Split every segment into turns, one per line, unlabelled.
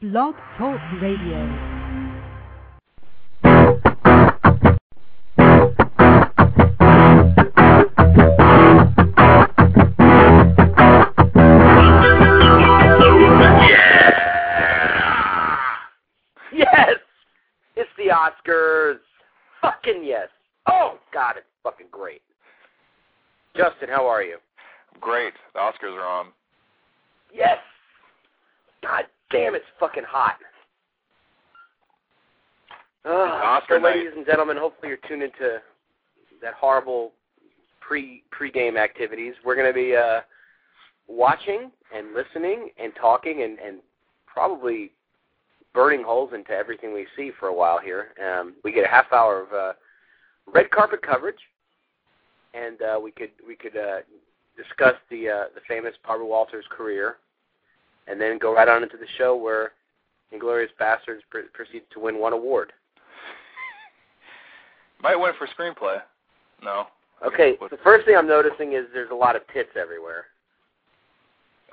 Blog Talk Radio.
Yes! It's the Oscars. Fucking yes. Oh, God, it's fucking great. Justin, how are you?
Great. The Oscars are on.
Yes! God damn, it's fucking hot. Uh,
Oscar
so,
night.
ladies and gentlemen, hopefully you're tuned into that horrible pre pre-game activities. We're going to be uh, watching and listening and talking and, and probably burning holes into everything we see for a while here. Um, we get a half hour of uh, red carpet coverage, and uh, we could we could uh, discuss the uh, the famous Barbara Walters career, and then go right on into the show where Inglorious Bastards pr- proceeds to win one award.
Might win for screenplay. No.
Okay,
What-
the first thing I'm noticing is there's a lot of tits everywhere.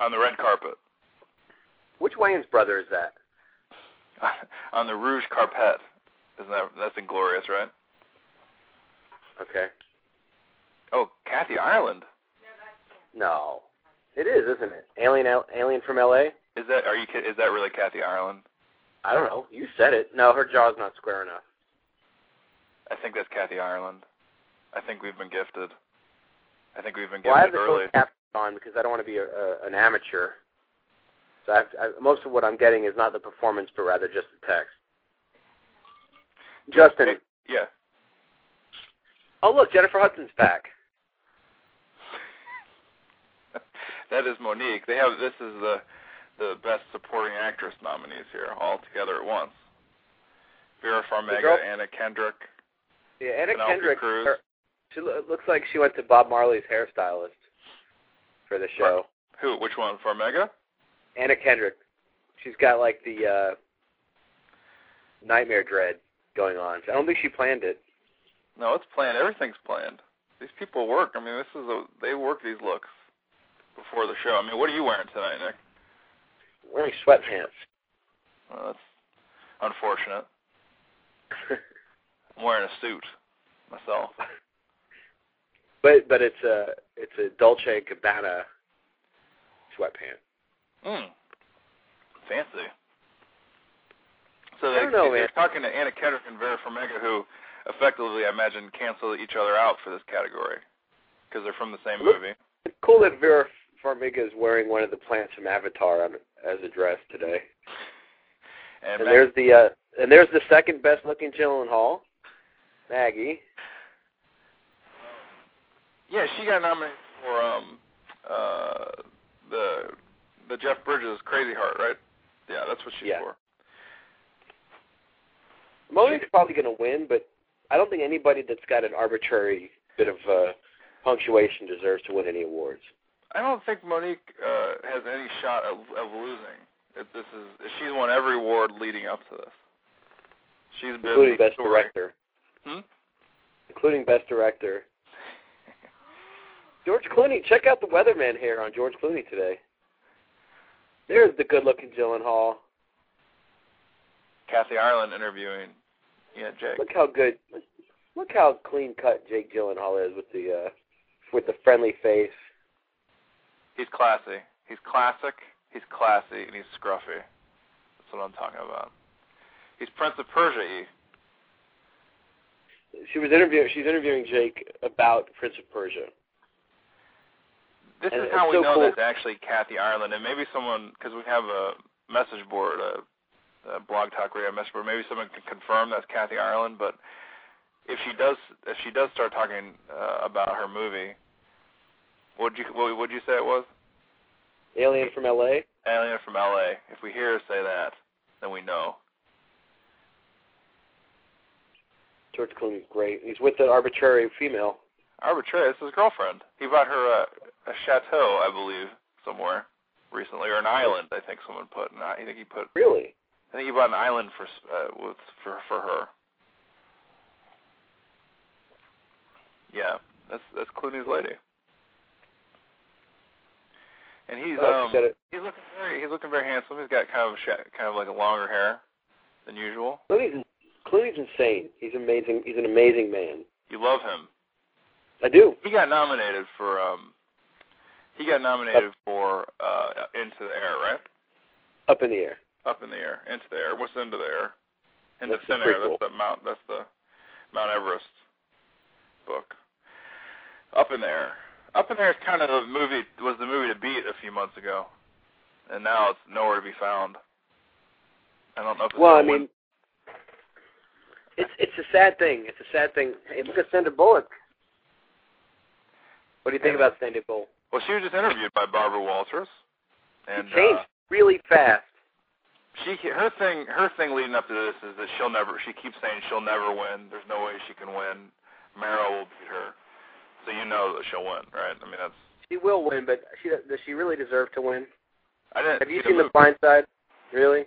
On the red carpet.
Which Wayans brother is that?
on the rouge carpet. Isn't that that's inglorious, right?
Okay,
Oh, Kathy Ireland.
no, it is, isn't it? Alien, Al- Alien from L.A.
Is that are you kid- is that really Kathy Ireland?
I don't know. You said it. No, her jaw's not square enough.
I think that's Kathy Ireland. I think we've been gifted. I think we've been
Well, I have
gifted
the
early.
closed captions on because I don't want to be a, a, an amateur. So I have to, I, most of what I'm getting is not the performance, but rather just the text. Justin,
Yeah.
oh look, Jennifer Hudson's back.
That is Monique. They have this is the the best supporting actress nominees here all together at once. Vera
girl-
Farmiga, Anna Kendrick.
Yeah, Anna
Penelope
Kendrick.
Cruz.
her- she lo- looks like she went to Bob Marley's hairstylist for the show.
Who? Which one? Farmiga?
Anna Kendrick. She's got like the uh nightmare dread going on. I don't think she planned it.
No, it's planned. Everything's planned. These people work. I mean, this is a they work these looks before the show. I mean, what are you wearing tonight, Nick?
Wearing sweatpants.
Well, that's unfortunate. I'm wearing a suit myself.
But but it's a it's a Dolce and Gabbana sweatpant.
Mm. Fancy. So
I
they,
don't know,
they're
man.
talking to Anna Kendrick and Vera Farmiga, who effectively, I imagine, cancel each other out for this category because they're from the same
Look-
movie.
It's cool that Vera Farmiga is wearing one of the plants from Avatar on, as a dress today.
And,
And
Mag-
there's the uh and there's the second best looking Gyllenhaal, Maggie.
yeah, she got nominated for um uh the the Jeff Bridges Crazy Heart, right? Yeah, that's what she's
Yeah.
for.
Monique's probably going to win, but I don't think anybody that's got an arbitrary bit of uh, punctuation deserves to win any awards.
I don't think Monique uh, has any shot of, of losing. If this is she's won every award leading up to this. She's been
including
the
best
story.
director.
Hmm?
Including best director. George Clooney, check out the weatherman hair on George Clooney today. There's the good-looking Gyllenhaal.
Kathy Ireland interviewing yeah Jake.
Look how good, look how clean-cut Jake Gyllenhaal is with the uh, with the friendly face.
He's classy. He's classic. He's classy and he's scruffy. That's what I'm talking about. He's Prince of Persia. E.
She was interviewing. She's interviewing Jake about Prince of Persia.
This
And
is
it's
how we
so
know
cool.
that's actually Kathy Ireland, and maybe someone because we have a message board, a, a blog talk radio message board. Maybe someone can confirm that's Kathy Ireland. But if she does, if she does start talking uh, about her movie, would you what would you say it was?
Alien from L.A.
Alien from L.A. If we hear her say that, then we know.
George Clooney's great. He's with an arbitrary female.
Arbitrary. It's his girlfriend. He bought her a, a chateau, I believe, somewhere recently, or an island. I think someone put. an I I think he put.
Really?
I think he bought an island for s- uh, with for for her. Yeah, that's that's Clooney's lady. and he's
Oh,
um
she said it.
he's looking very he's looking very handsome. He's got kind of a sh- kind of like a longer hair than usual.
Clooney's, Clooney's insane. He's amazing. He's an amazing man.
You love him.
I do.
He got nominated for um he got nominated for uh Into the Air, right?
Up in the air.
Up in the air, Into the Air. What's Into the Air? Into
That's the
Thin Air.
prequel.
That's the Mount. That's the Mount Everest book. Up in the Air. Up in the Air is kind of the movie was the movie to beat a few months ago, and now it's nowhere to be found. I don't know if it's
Well, I
gonna win.
mean, it's it's a sad thing. It's a sad thing. Hey, look at Sandra Bullock. What do you think
uh,
about Sandra Bullock?
well, she was just interviewed by Barbara Walters, and
she changed
uh,
really fast.
she her thing her thing leading up to this is that she'll never she keeps saying she'll never win. There's no way she can win. Meryl will beat her, so you know that she'll win, right? I mean that's
She will win, but she does she really deserve to win?
I didn't
Have you
see
seen
the,
The
movie.
Blind Side? Really? I'm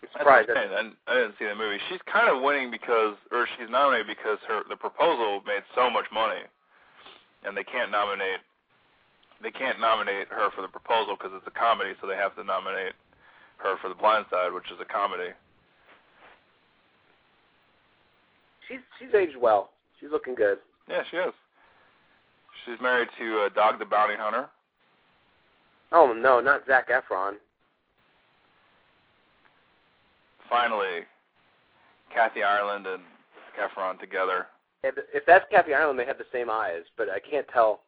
That's what I'm
surprised. That's-
saying. I didn't- I didn't see the movie. She's kind of winning because or she's nominated because her the proposal made so much money, and they can't nominate they can't nominate her for the proposal because it's a comedy, so they have to nominate her for the Blind Side, which is a comedy.
She's she's aged well. She's looking good.
Yeah, she is. She's married to uh, Dog the Bounty Hunter.
Oh no, not Zach Efron.
Finally, Kathy Ireland and Efron together.
If, if that's Kathy Ireland, they have the same eyes, but I can't tell.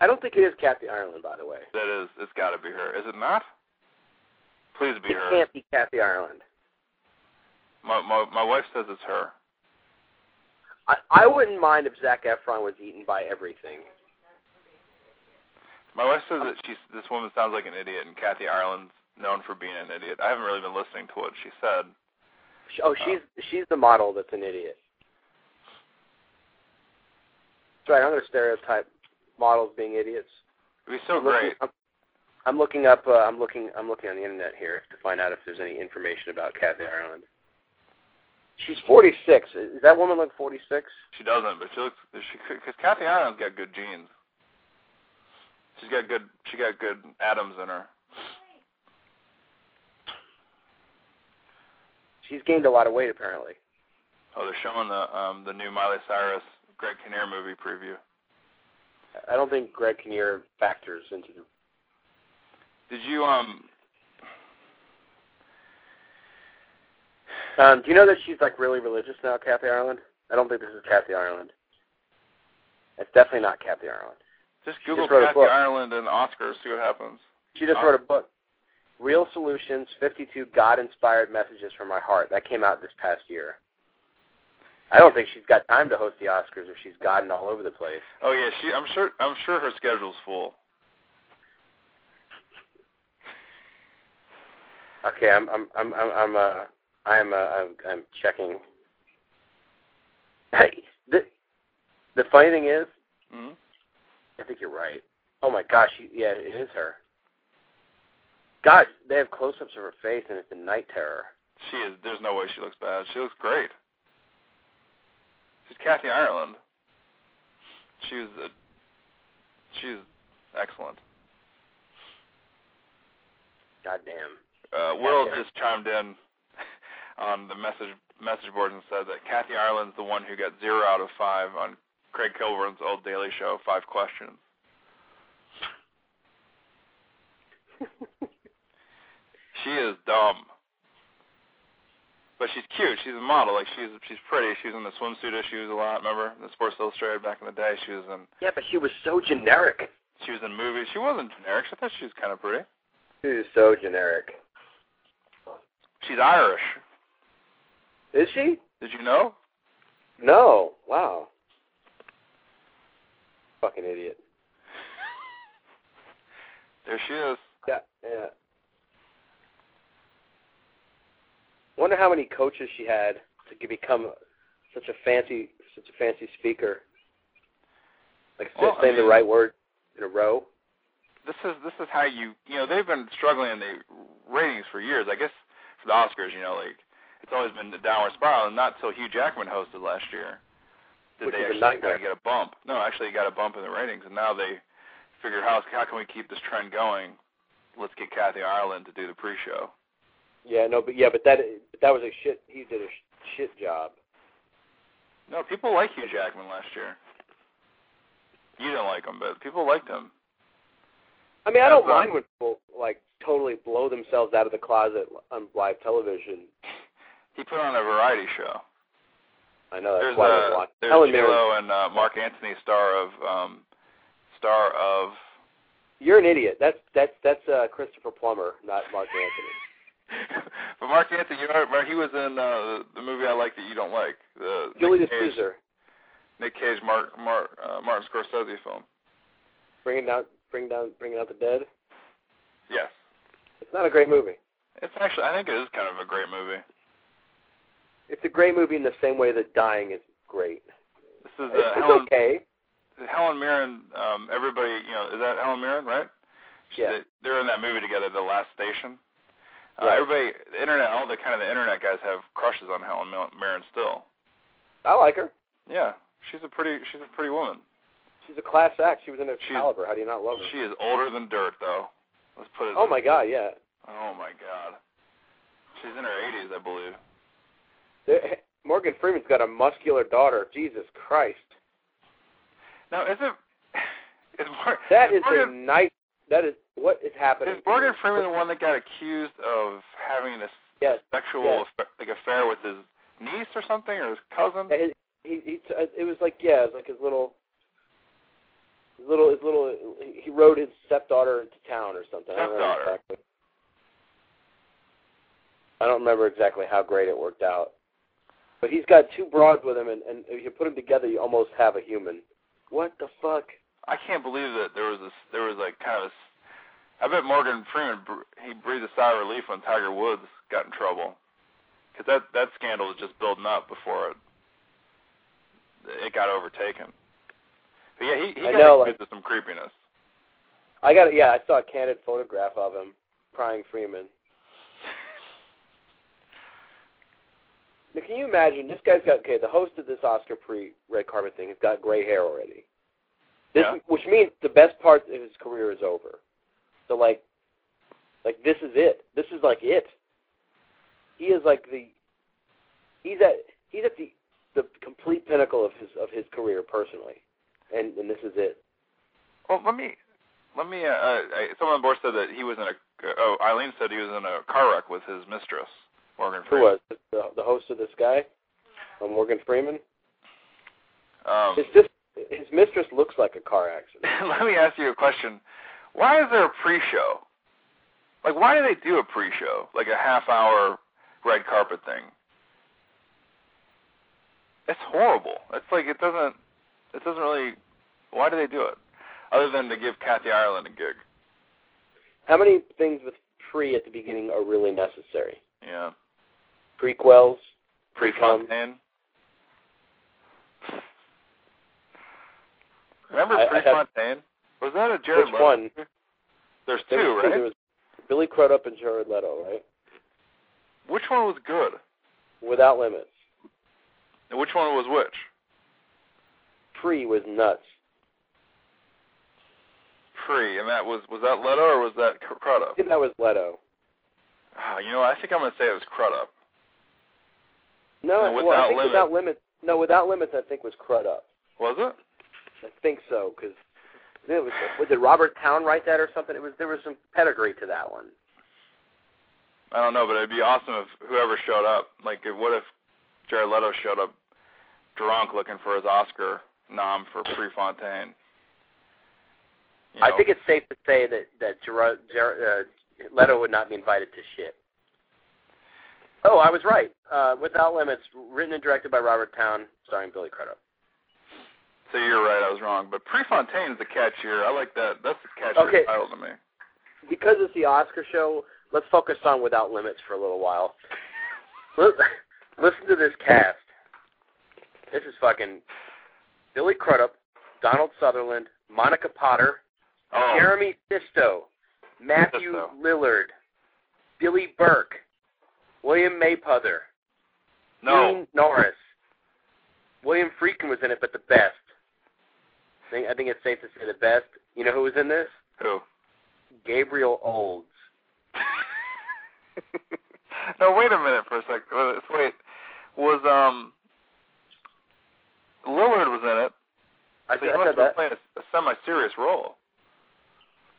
I don't think it is Kathy Ireland, by the way.
That is, it's got to be her. Is it not? Please be
It
her.
can't be Kathy Ireland.
My my my wife says it's her.
I, I wouldn't mind if Zach Efron was eaten by everything.
My wife says that she's this woman sounds like an idiot, and Kathy Ireland's known for being an idiot. I haven't really been listening to what she said.
Sh- Oh, she's she's the model that's an idiot. That's right. I'm going to stereotype models being idiots.
It'd be so
I'm looking-
great.
I'm, I'm looking up. Uh, I'm looking. I'm looking on the internet here to find out if there's any information about Kathy Ireland. She's 46. Is that woman like 46?
She doesn't, but she looks she because Kathy Ireland's got good genes. She's got good she got good atoms in her.
She's gained a lot of weight apparently.
Oh, they're showing the um the new Miley Cyrus Greg Kinnear movie preview.
I don't think Greg Kinnear factors into the.
Did you um
Um, do you know that she's like really religious now, Kathy Ireland? I don't think this is Kathy Ireland. It's definitely not Kathy Ireland.
just
just
Google
wrote a
Kathy
book.
Ireland and Oscars, see what happens.
She just wrote a book, Real Solutions: 52 God-inspired messages from my heart. That came out this past year. I don't think she's got time to host the Oscars if she's gotten all over the place.
Oh yeah, she I'm sure I'm sure her schedule's full.
Okay, I'm I'm I'm I'm I'm uh, I'm, uh, I'm I'm checking. Hey, the the funny thing is,
Mhm.
I think you're right. Oh my gosh, you, yeah, it is her. God, they have close-ups of her face, and it's a night terror.
She is. There's no way she looks bad. She looks great. She's Kathy Ireland. She was. A, she's excellent.
God damn.
Uh, Will
Yeah.
just chimed in on the message message board and said that Kathy Ireland's the one who got zero out of five on Craig Kilburn's old Daily Show Five Questions. she is dumb, but she's cute. She's a model. Like she's she's pretty. She was in the swimsuit issues a lot. Remember the Sports Illustrated back in the day? She was in
Yeah, but she was so generic.
she was in movies. She wasn't generic. I thought she was kind of pretty.
She was so generic.
She's Irish.
Is she?
Did you know?
No. Wow. Fucking idiot.
There she is.
Yeah. Yeah. Wonder how many coaches she had to g- become such a fancy, such a fancy speaker. Like
Well, I
saying the
mean-
right word in a row.
this is this is how you you know they've been struggling in the ratings for years. I guess for the Oscars, you know, like it's always been a downward spiral, and not till Hugh Jackman hosted last year did
Which
they
is a
actually kind
nightmare.
of get a bump. No, actually, got a bump in the ratings, and now they figured how how can we keep this trend going? Let's get Kathy Ireland to do the pre-show.
Yeah, no, but yeah, but that but that was a shit. He did a sh- shit job.
No, people like Hugh Jackman last year. You didn't like him, but people liked him.
I mean, I don't
That's
mind when people like totally blow themselves out of the closet on live television.
He put on a variety show.
I know that's
there's
why I
uh,
don't watch.
there's
Helen Mirren,
J-Lo and uh, Mark Anthony, star of um, star of.
you're an idiot. That's that's that's uh, Christopher Plummer, not Mark Anthony.
but Mark Anthony, you know, remember he was in uh, the movie I like that you don't like, the
Julie
Nick Cage,
D'Souza,
Nick Cage, Mark, Mark, uh, Martin Scorsese film.
bringing down, bringing down, bringing out the dead.
Yes,
It's not a great movie.
it's actually I think it is kind of a great movie.
It's a great movie in the same way that Dying is great.
This is
It's,
uh,
it's
Helen
okay.
Helen Mirren. Um, everybody, you know, is that Helen Mirren, right? She-
Yeah.
They're in that movie together, The Last Station. Uh,
Right.
Everybody, the internet, all the kind of the internet guys have crushes on Helen Mil- Mirren still.
I like her.
Yeah, she's a pretty she's a pretty woman.
She's a class act. She was in
She's-
Excalibur. How do you not love her?
She is older than dirt, though. Let's put it.
oh my God, yeah.
Oh my God. She's in her 80s, I believe.
There- Morgan Freeman's got a muscular daughter. Jesus Christ,
Now, is it? Is, Mor-
that is a
Morgan,
nice. That is what is happening.
is Morgan Freeman the one that got accused of having a
Yes.
sexual
yes.
affa- like affair with his niece or something or his cousin?
His, he, he, it was like yeah, it was like his little, his little, his little. He rode his stepdaughter into town or something. I don't remember
Stepdaughter.
exactly. I don't remember exactly how great it worked out, but he's got two broads with him, and, and if you put them together, you almost have a human. What the fuck?
I can't believe that there was this. There was like kind of. A, s- I bet Morgan Freeman br- he breathed a sigh of relief when Tiger Woods got in trouble, because that that scandal was just building up before it it got overtaken. But yeah, he he
I
got
know,
accused of some creepiness.
I got it. Yeah, I saw a candid photograph of him prying Freeman. Now, can you imagine? This guy's got okay. The host of this Oscar pre red carpet thing has got gray hair already. This,
Yeah.
which means the best part of his career is over. So like, like this is it. This is like it. He is like the. He's at he's at the the complete pinnacle of his of his career personally, and and this is it.
Well, let me let me. Uh, uh, I- someone on the board said that he was in a. Oh, Eileen said he was in a car wreck with his mistress, Morgan
Who
Freeman.
was this? the the host of this guy? Uh, Morgan Freeman.
Um,
It's just his mistress looks like a car accident.
let me ask you a question. Why is there a pre-show? Like, why do they do a pre-show, like a half-hour red carpet thing? It's horrible. It's like it doesn't. It doesn't really. Why do they do it? Other than to give Kathy Ireland a gig.
How many things with pre at the beginning are really necessary?
Yeah.
Prequels, Pre-com.
Pre-Fontaine. Remember
I- I have-
Prefontaine? Was that a Jared
Which
Leto
one?
movie? There's two,
There was
right?
There was Billy Crudup and Jared Leto, right?
Which one was good?
Without Limits.
And which one was which?
Pre was nuts.
Pre, and that was was that Leto or was that Cr-
I
Crudup?
think that was Leto.
Ah, you know, I think I'm gonna say it was Crudup.
No,
And
well,
Without
I think
Limits.
Without Limits. No, Without Limits, I think was Crudup.
Was it?
I think so because it was. Did Robert Town write that or something? It was. There was some pedigree to that one.
I don't know, but it'd be awesome if whoever showed up, like, if, what if Jared Leto showed up drunk looking for his Oscar nom for Prefontaine? You
I
know,
think it's safe to say that that Gerard, Ger- uh, Leto would not be invited to shit. Oh, I was right. Uh, Without Limits, written and directed by Robert Town, starring Billy Crudup.
So you're right, I was wrong. But Prefontaine's the catchier. I like that. That's the catchier
Okay.
title to me.
Because it's the Oscar show, let's focus on Without Limits for a little while. Li- Listen to this cast. This is fucking Billy Crudup, Donald Sutherland, Monica Potter,
Oh,
Jeremy Fisto, Matthew
Fisto.
Lillard, Billy Burke, William Maypother,
no.
Dean Norris. William Freakin was in it, but the best. I think, I think it's safe to say the best. You know who was in this?
Who?
Gabriel Olds.
no, wait a minute for a second. Wait, wait. was um Lillard was in it?
I,
so
said-
he
I
must
said
have been
that.
playing a, a semi-serious role.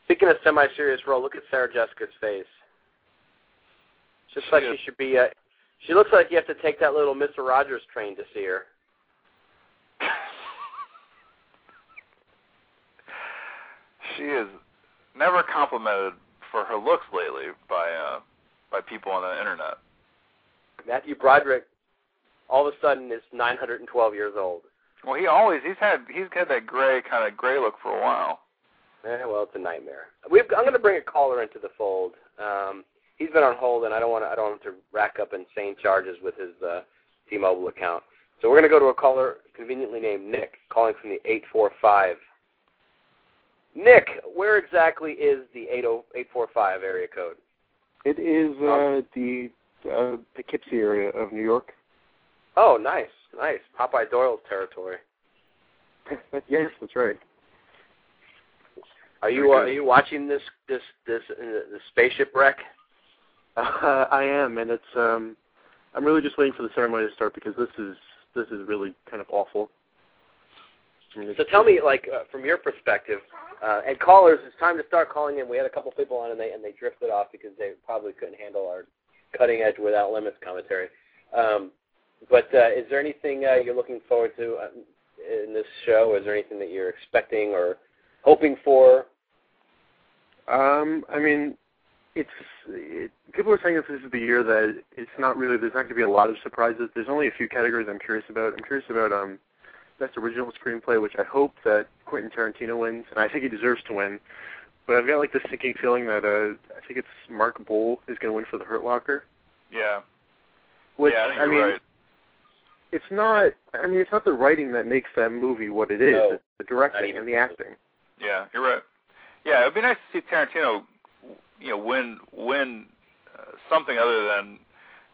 Speaking of semi-serious role, look at Sarah Jessica's face. Just like
She is-
she should be. Uh, she looks like you have to take that little Mister Rogers train to see her.
she is never complimented for her looks lately by uh by people on the internet.
Matthew Broderick, all of a sudden, is 912 years old.
Well, he always he's had he's had that gray kind of gray look for a while.
Eh, well, it's a nightmare. We've, I'm going to bring a caller into the fold. Um, he's been on hold, and I don't want to. I don't want to rack up insane charges with his uh, T-Mobile account. So we're going to go to a caller conveniently named Nick, calling from the 845. Nick, where exactly is the oh, 80 845 area code?
It is uh, the uh, Poughkeepsie area of New York.
Oh, nice, nice. Popeye Doyle's territory.
yes, that's right.
Are you uh, are you watching this this this uh, the spaceship wreck?
Uh, I am, and it's um, I'm really just waiting for the ceremony to start because this is this is really kind of awful. I mean,
So
it's-
tell me, like, uh, from your perspective, uh, and callers, it's time to start calling in. We had a couple people on, and they and they drifted off because they probably couldn't handle our cutting edge without limits commentary. Um, but uh, is there anything uh, you're looking forward to uh, in this show? Is there anything that you're expecting or hoping for?
Um, I mean, it's it, people are saying that this is the year that it's not really. There's not going to be a lot of surprises. There's only a few categories I'm curious about. I'm curious about um, best original screenplay, which I hope that Quentin Tarantino wins, and I think he deserves to win. But I've got like this sinking feeling that uh, I think it's Mark Bull is going to win for The Hurt Locker.
Yeah.
Which
yeah, I, think
mean,
you're right.
it's not. I mean, it's not the writing that makes that movie what it is.
No.
it's the directing
even
and the
close.
acting.
Yeah, you're right. Yeah, it'd be nice to see Tarantino, you know, win win uh, something other than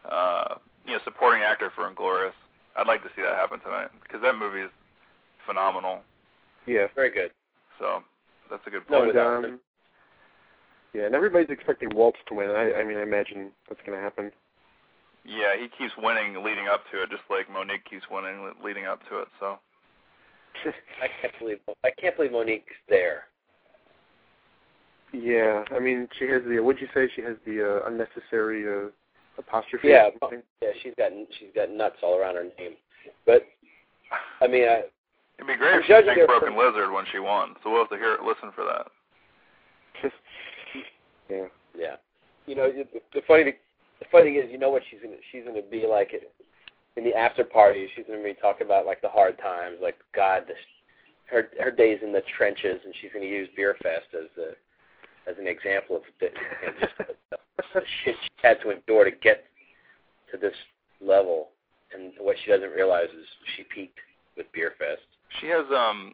uh, you know supporting actor for Inglorious. I'd like to see that happen tonight because that movie is phenomenal.
Yeah.
Very good.
So that's a good
No,
point.
And,
without
um, yeah, and everybody's expecting Waltz to win. I, I mean, I imagine that's going to happen.
yeah, he keeps winning leading up to it, just like Monique keeps winning le- leading up to it. So
I can't believe I can't believe Monique's there.
yeah, I mean, she has the. What'd you say? She has the uh, unnecessary uh, apostrophe.
Yeah,
or something.
Yeah, she's got she's got nuts all around her name. But I mean, I,
it'd be great
I'm
if she
judging
sang
it from-
Broken Lizard when she won. So we'll have to hear listen for that.
yeah.
Yeah. You know, the, the funny thing, the funny thing is, you know what she's gonna she's gonna be like it- in the after party. She's gonna be talking about like the hard times, like God, this, her her days in the trenches, and she's gonna use Beer Fest as the as an example of the, you know, just the, the shit she had to endure to get to this level. And what she doesn't realize is she peaked with Beer Fest.
She has um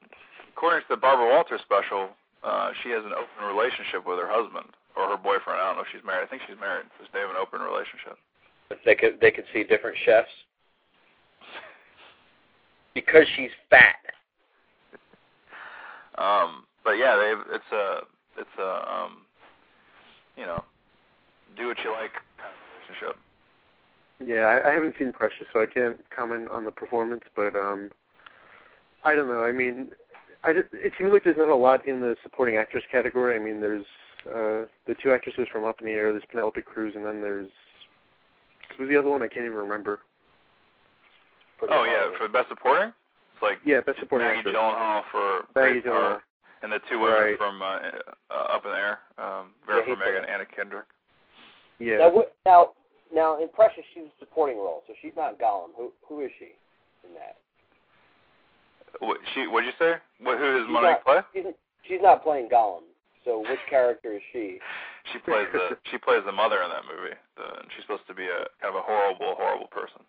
according to the Barbara Walters special, uh she has an open relationship with her husband or her boyfriend. I don't know if she's married. I think she's married. So they have an open relationship.
But they could they could see different chefs because she's fat.
Um but yeah, they it's a it's a um you know, do what you like kind of relationship.
Yeah, I, I haven't seen Precious, so I can't comment on the performance. But um, I don't know. I mean, I just, it seems like there's not a lot in the supporting actress category. I mean, there's uh, the two actresses from Up in the Air. There's Penelope Cruz, and then there's who's the other one? I can't even remember.
Oh yeah, for best supporting? It's like
Yeah, best supporting
Maggie
actress.
Gyllenhaal for
Maggie
Braveheart,
Gyllenhaal.
and the two women
Right.
from uh, uh, Up in the Air, um, Vera
Yeah, he's
Farmiga
the-
and Anna Kendrick.
Yeah.
Now, what, now, now, in Precious, she's a supporting role, so she's not Gollum. Who, who is she in that?
What, she, what'd you say? What, who does
She's
Monique
not-
play?
She's, she's not playing Gollum. So which character is she?
She plays the she plays the mother in that movie. The, and she's supposed to be a kind of a horrible, horrible person.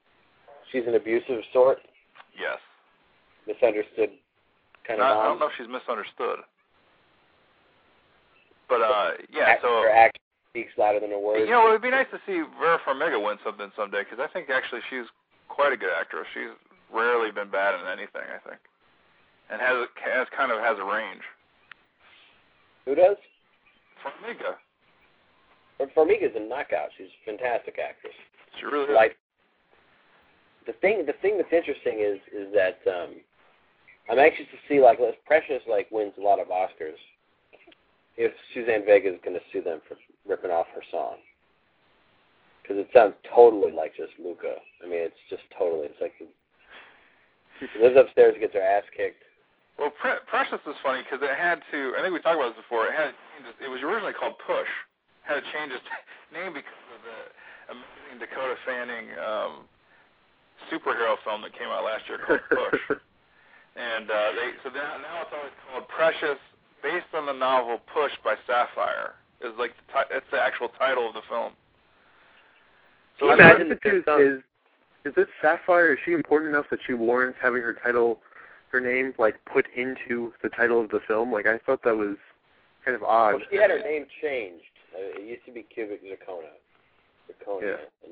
She's an abusive sort,
Yes.
misunderstood kind
Not-
of mom.
I don't know if she's misunderstood. But uh yeah,
Act-
so
her act speaks louder than her words.
you know, it would be nice to see Vera Farmiga win something someday because I think actually she's quite a good actress. She's rarely been bad in anything, I think, and has has kind of has a range.
Who does?
Formiga.
Formiga's a knockout. She's a fantastic actress.
She really is.
Like the thing, the thing that's interesting is is that um, I'm anxious to see like Les Precious like wins a lot of Oscars. If Suzanne Vega is going to sue them for ripping off her song, because it sounds totally like just Luca. I mean, it's just totally. It's like she lives upstairs and gets her ass kicked.
Well, Pre- Precious is funny because it had to. I think we talked about this before. It had to change its, it was originally called Push. It had to change its name because of the amazing Dakota Fanning um, superhero film that came out last year called Push. and uh, they so now, now it's always called Precious, based on the novel Push by Sapphire. Is like the ti- it's the actual title of the film.
Can
So
you
I
imagine
mean, the
if
truth
some-
is, is this Sapphire? Is she important enough that she warrants having her title, her name, like put into the title of the film? Like I thought that was kind of odd.
Well, she had her name changed. Uh, it used to be Cubic Zircona. Zirconia.
Yeah.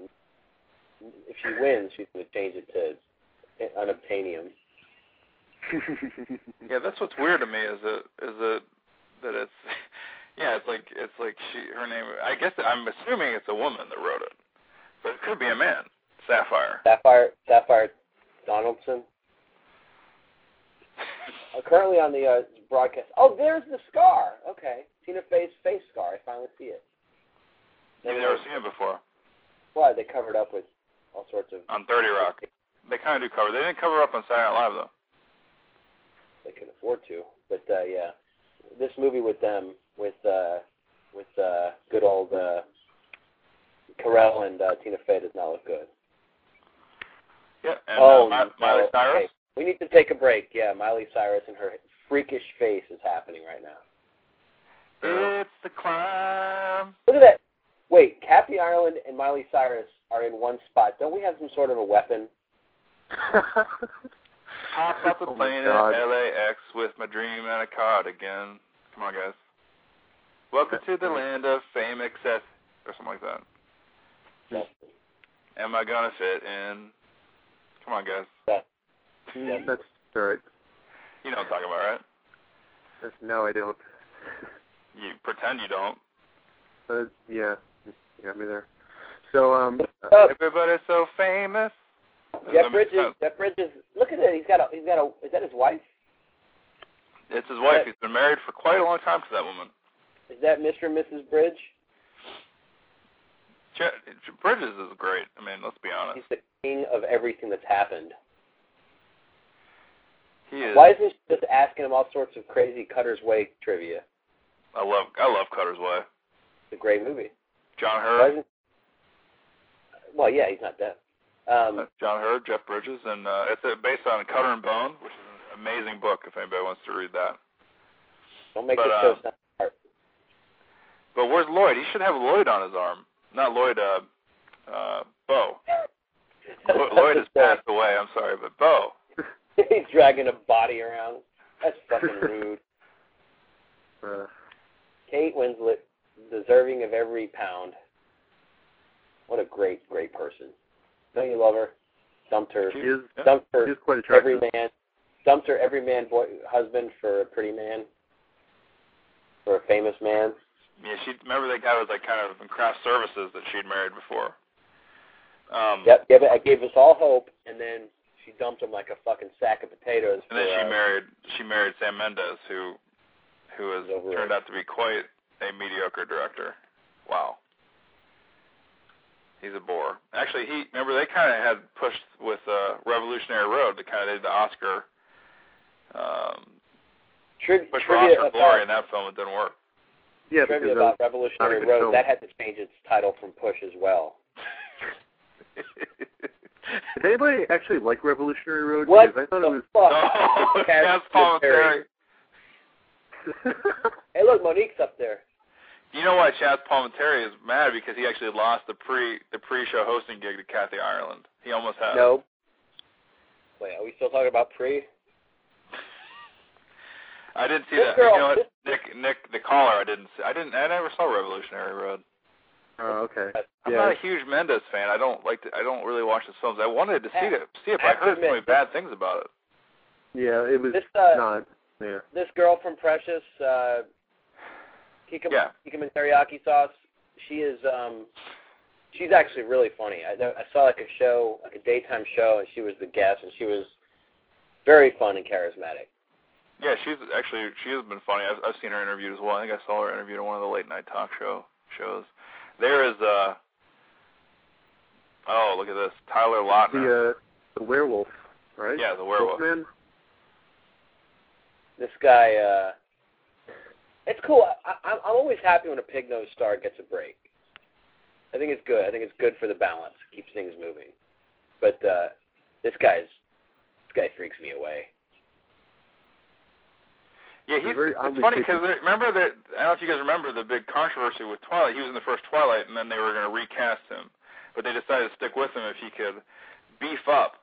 And if she wins, she's going to change it to Unobtainium.
Yeah, that's what's weird to me is that is that that it's yeah, it's like it's like she her name. I guess I'm assuming it's a woman that wrote it, but it could be a man. Sapphire.
Sapphire Sapphire Donaldson. Uh, currently on the uh, broadcast. Oh, there's the scar. Okay, Tina Fey's face scar. I finally see it.
You've never seen it before
Why they covered up with all sorts of.
on Thirty Rock. They kind of do cover. They didn't cover up on Saturday Night Live though.
they could afford to. But uh, yeah, this movie with them, with uh, with uh, good old uh, Carell and uh, Tina Fey does not look good.
Yeah. And
oh,
uh, Mi- Miley
no.
Cyrus.
Hey, we need to take a break. Yeah, Miley Cyrus and her freakish face is happening right now.
It's the climb.
Look at that. Wait, Kathy Ireland and Miley Cyrus are in one spot. Don't we have some sort of a weapon?
Hop off the
Oh my
plane
God.
at LAX with my dream and a cardigan. Come on, guys. Welcome to the land of fame, excess, or something like that.
Justin.
Am I gonna fit in? Come on, guys.
Justin.
that's all right.
You know what I'm talking about, right?
That's, no, I don't.
You pretend you don't.
Uh, yeah, you got me there. So um,
Oh,
Everybody's so famous.
Jeff Bridges. Jeff Bridges. Look at that. He's got a. He's got a. Is that his wife?
It's his wife. He's been married for quite a long time to that woman.
Is that Mr. and Mrs. Bridge?
Jeff Bridges is great. I mean, let's be honest.
He's the king of everything that's happened.
He is.
Why isn't she just asking him all sorts of crazy Cutter's Way trivia?
I love. I love Cutter's Way.
It's a great movie.
John
Why
Hurd.
isn't? Well, yeah, he's not dead. Um,
uh, John Hurd, Jeff Bridges, and uh, it's uh, based on Cutter and Bone, which is an amazing book. If anybody wants to read that.
don't make
but,
this
uh,
show sound hard.
But where's Lloyd? He should have Lloyd on his arm. Not Lloyd. Uh, uh, Bo. Lo- Lloyd has passed away. I'm sorry, but Bo.
he's dragging a body around. That's fucking rude.
uh,
Kate Winslet, deserving of every pound. What a great, great person. Don't you love her? Dumped her.
she is
Dumped
she
her
is quite
every
attractive.
man. Dumped her every man boy, husband for a pretty man. For a famous man.
Yeah, she remember that guy was like kind of in craft services that she'd married before. Um
Yep, gave, it gave us all hope, and then she dumped him like a fucking sack of potatoes.
and then
for,
she
uh,
married she married Sam Mendes who who has
He's overrated.
turned out to be quite a mediocre director. Wow. He's a bore. Actually he remember they kinda had pushed with uh Revolutionary Road that kinda did the Oscar um
Tri-
push for
trivia
Oscar
about,
glory and that film it didn't work.
Yeah, because uh,
trivia
of-
about
not a
Revolutionary
good
Road.
film.
That had to change its title from Push as well.
did anybody actually like Revolutionary Road?
What
Because I thought
the
it was.
fuck?
no,
Cast
that's Paul
Terry.
Terry.
Hey, look, Monique's up there.
You know why Chaz Palminteri is mad because he actually lost the pre the pre show hosting gig to Kathy Ireland. He almost had. it.
No. Wait, are we still talking about pre?
I didn't see
This
that.
girl-
you know what,
this-
Nick Nick the caller. I didn't. See, I didn't. I never saw Revolutionary Road.
oh, okay.
I'm
yeah,
not a huge Mendes fan. I don't like. To, I don't really watch his films. I wanted to see
Hey,
it. See it.
I
But I
have to
heard so many
admit,
bad things about it.
yeah, it was
This uh,
not. Yeah.
this girl from Precious, uh, Tikka,
Yeah.
tikka and teriyaki sauce. She is um she's actually really funny. I I saw like a show, like a daytime show and she was the guest and she was very fun and charismatic.
Yeah, she's actually she has been funny. I've, I've seen her interviewed as well. I think I saw her interviewed on one of the late night talk show shows. There is uh oh look at this Tyler Lautner.
The uh, the werewolf, uh, right?
yeah, the werewolf.
Wolfman.
This guy uh it's cool. I, I I'm always happy when a pig nosed star gets a break. I think it's good. I think it's good for the balance. Keeps things moving. But uh this guy's this guy freaks me away.
Yeah,
He's
he's
very
it's
oddly
funny
creepy.
because remember that I don't know if you guys remember the big controversy with Twilight. He was in the first Twilight, and then they were going to recast him, but they decided to stick with him if he could beef up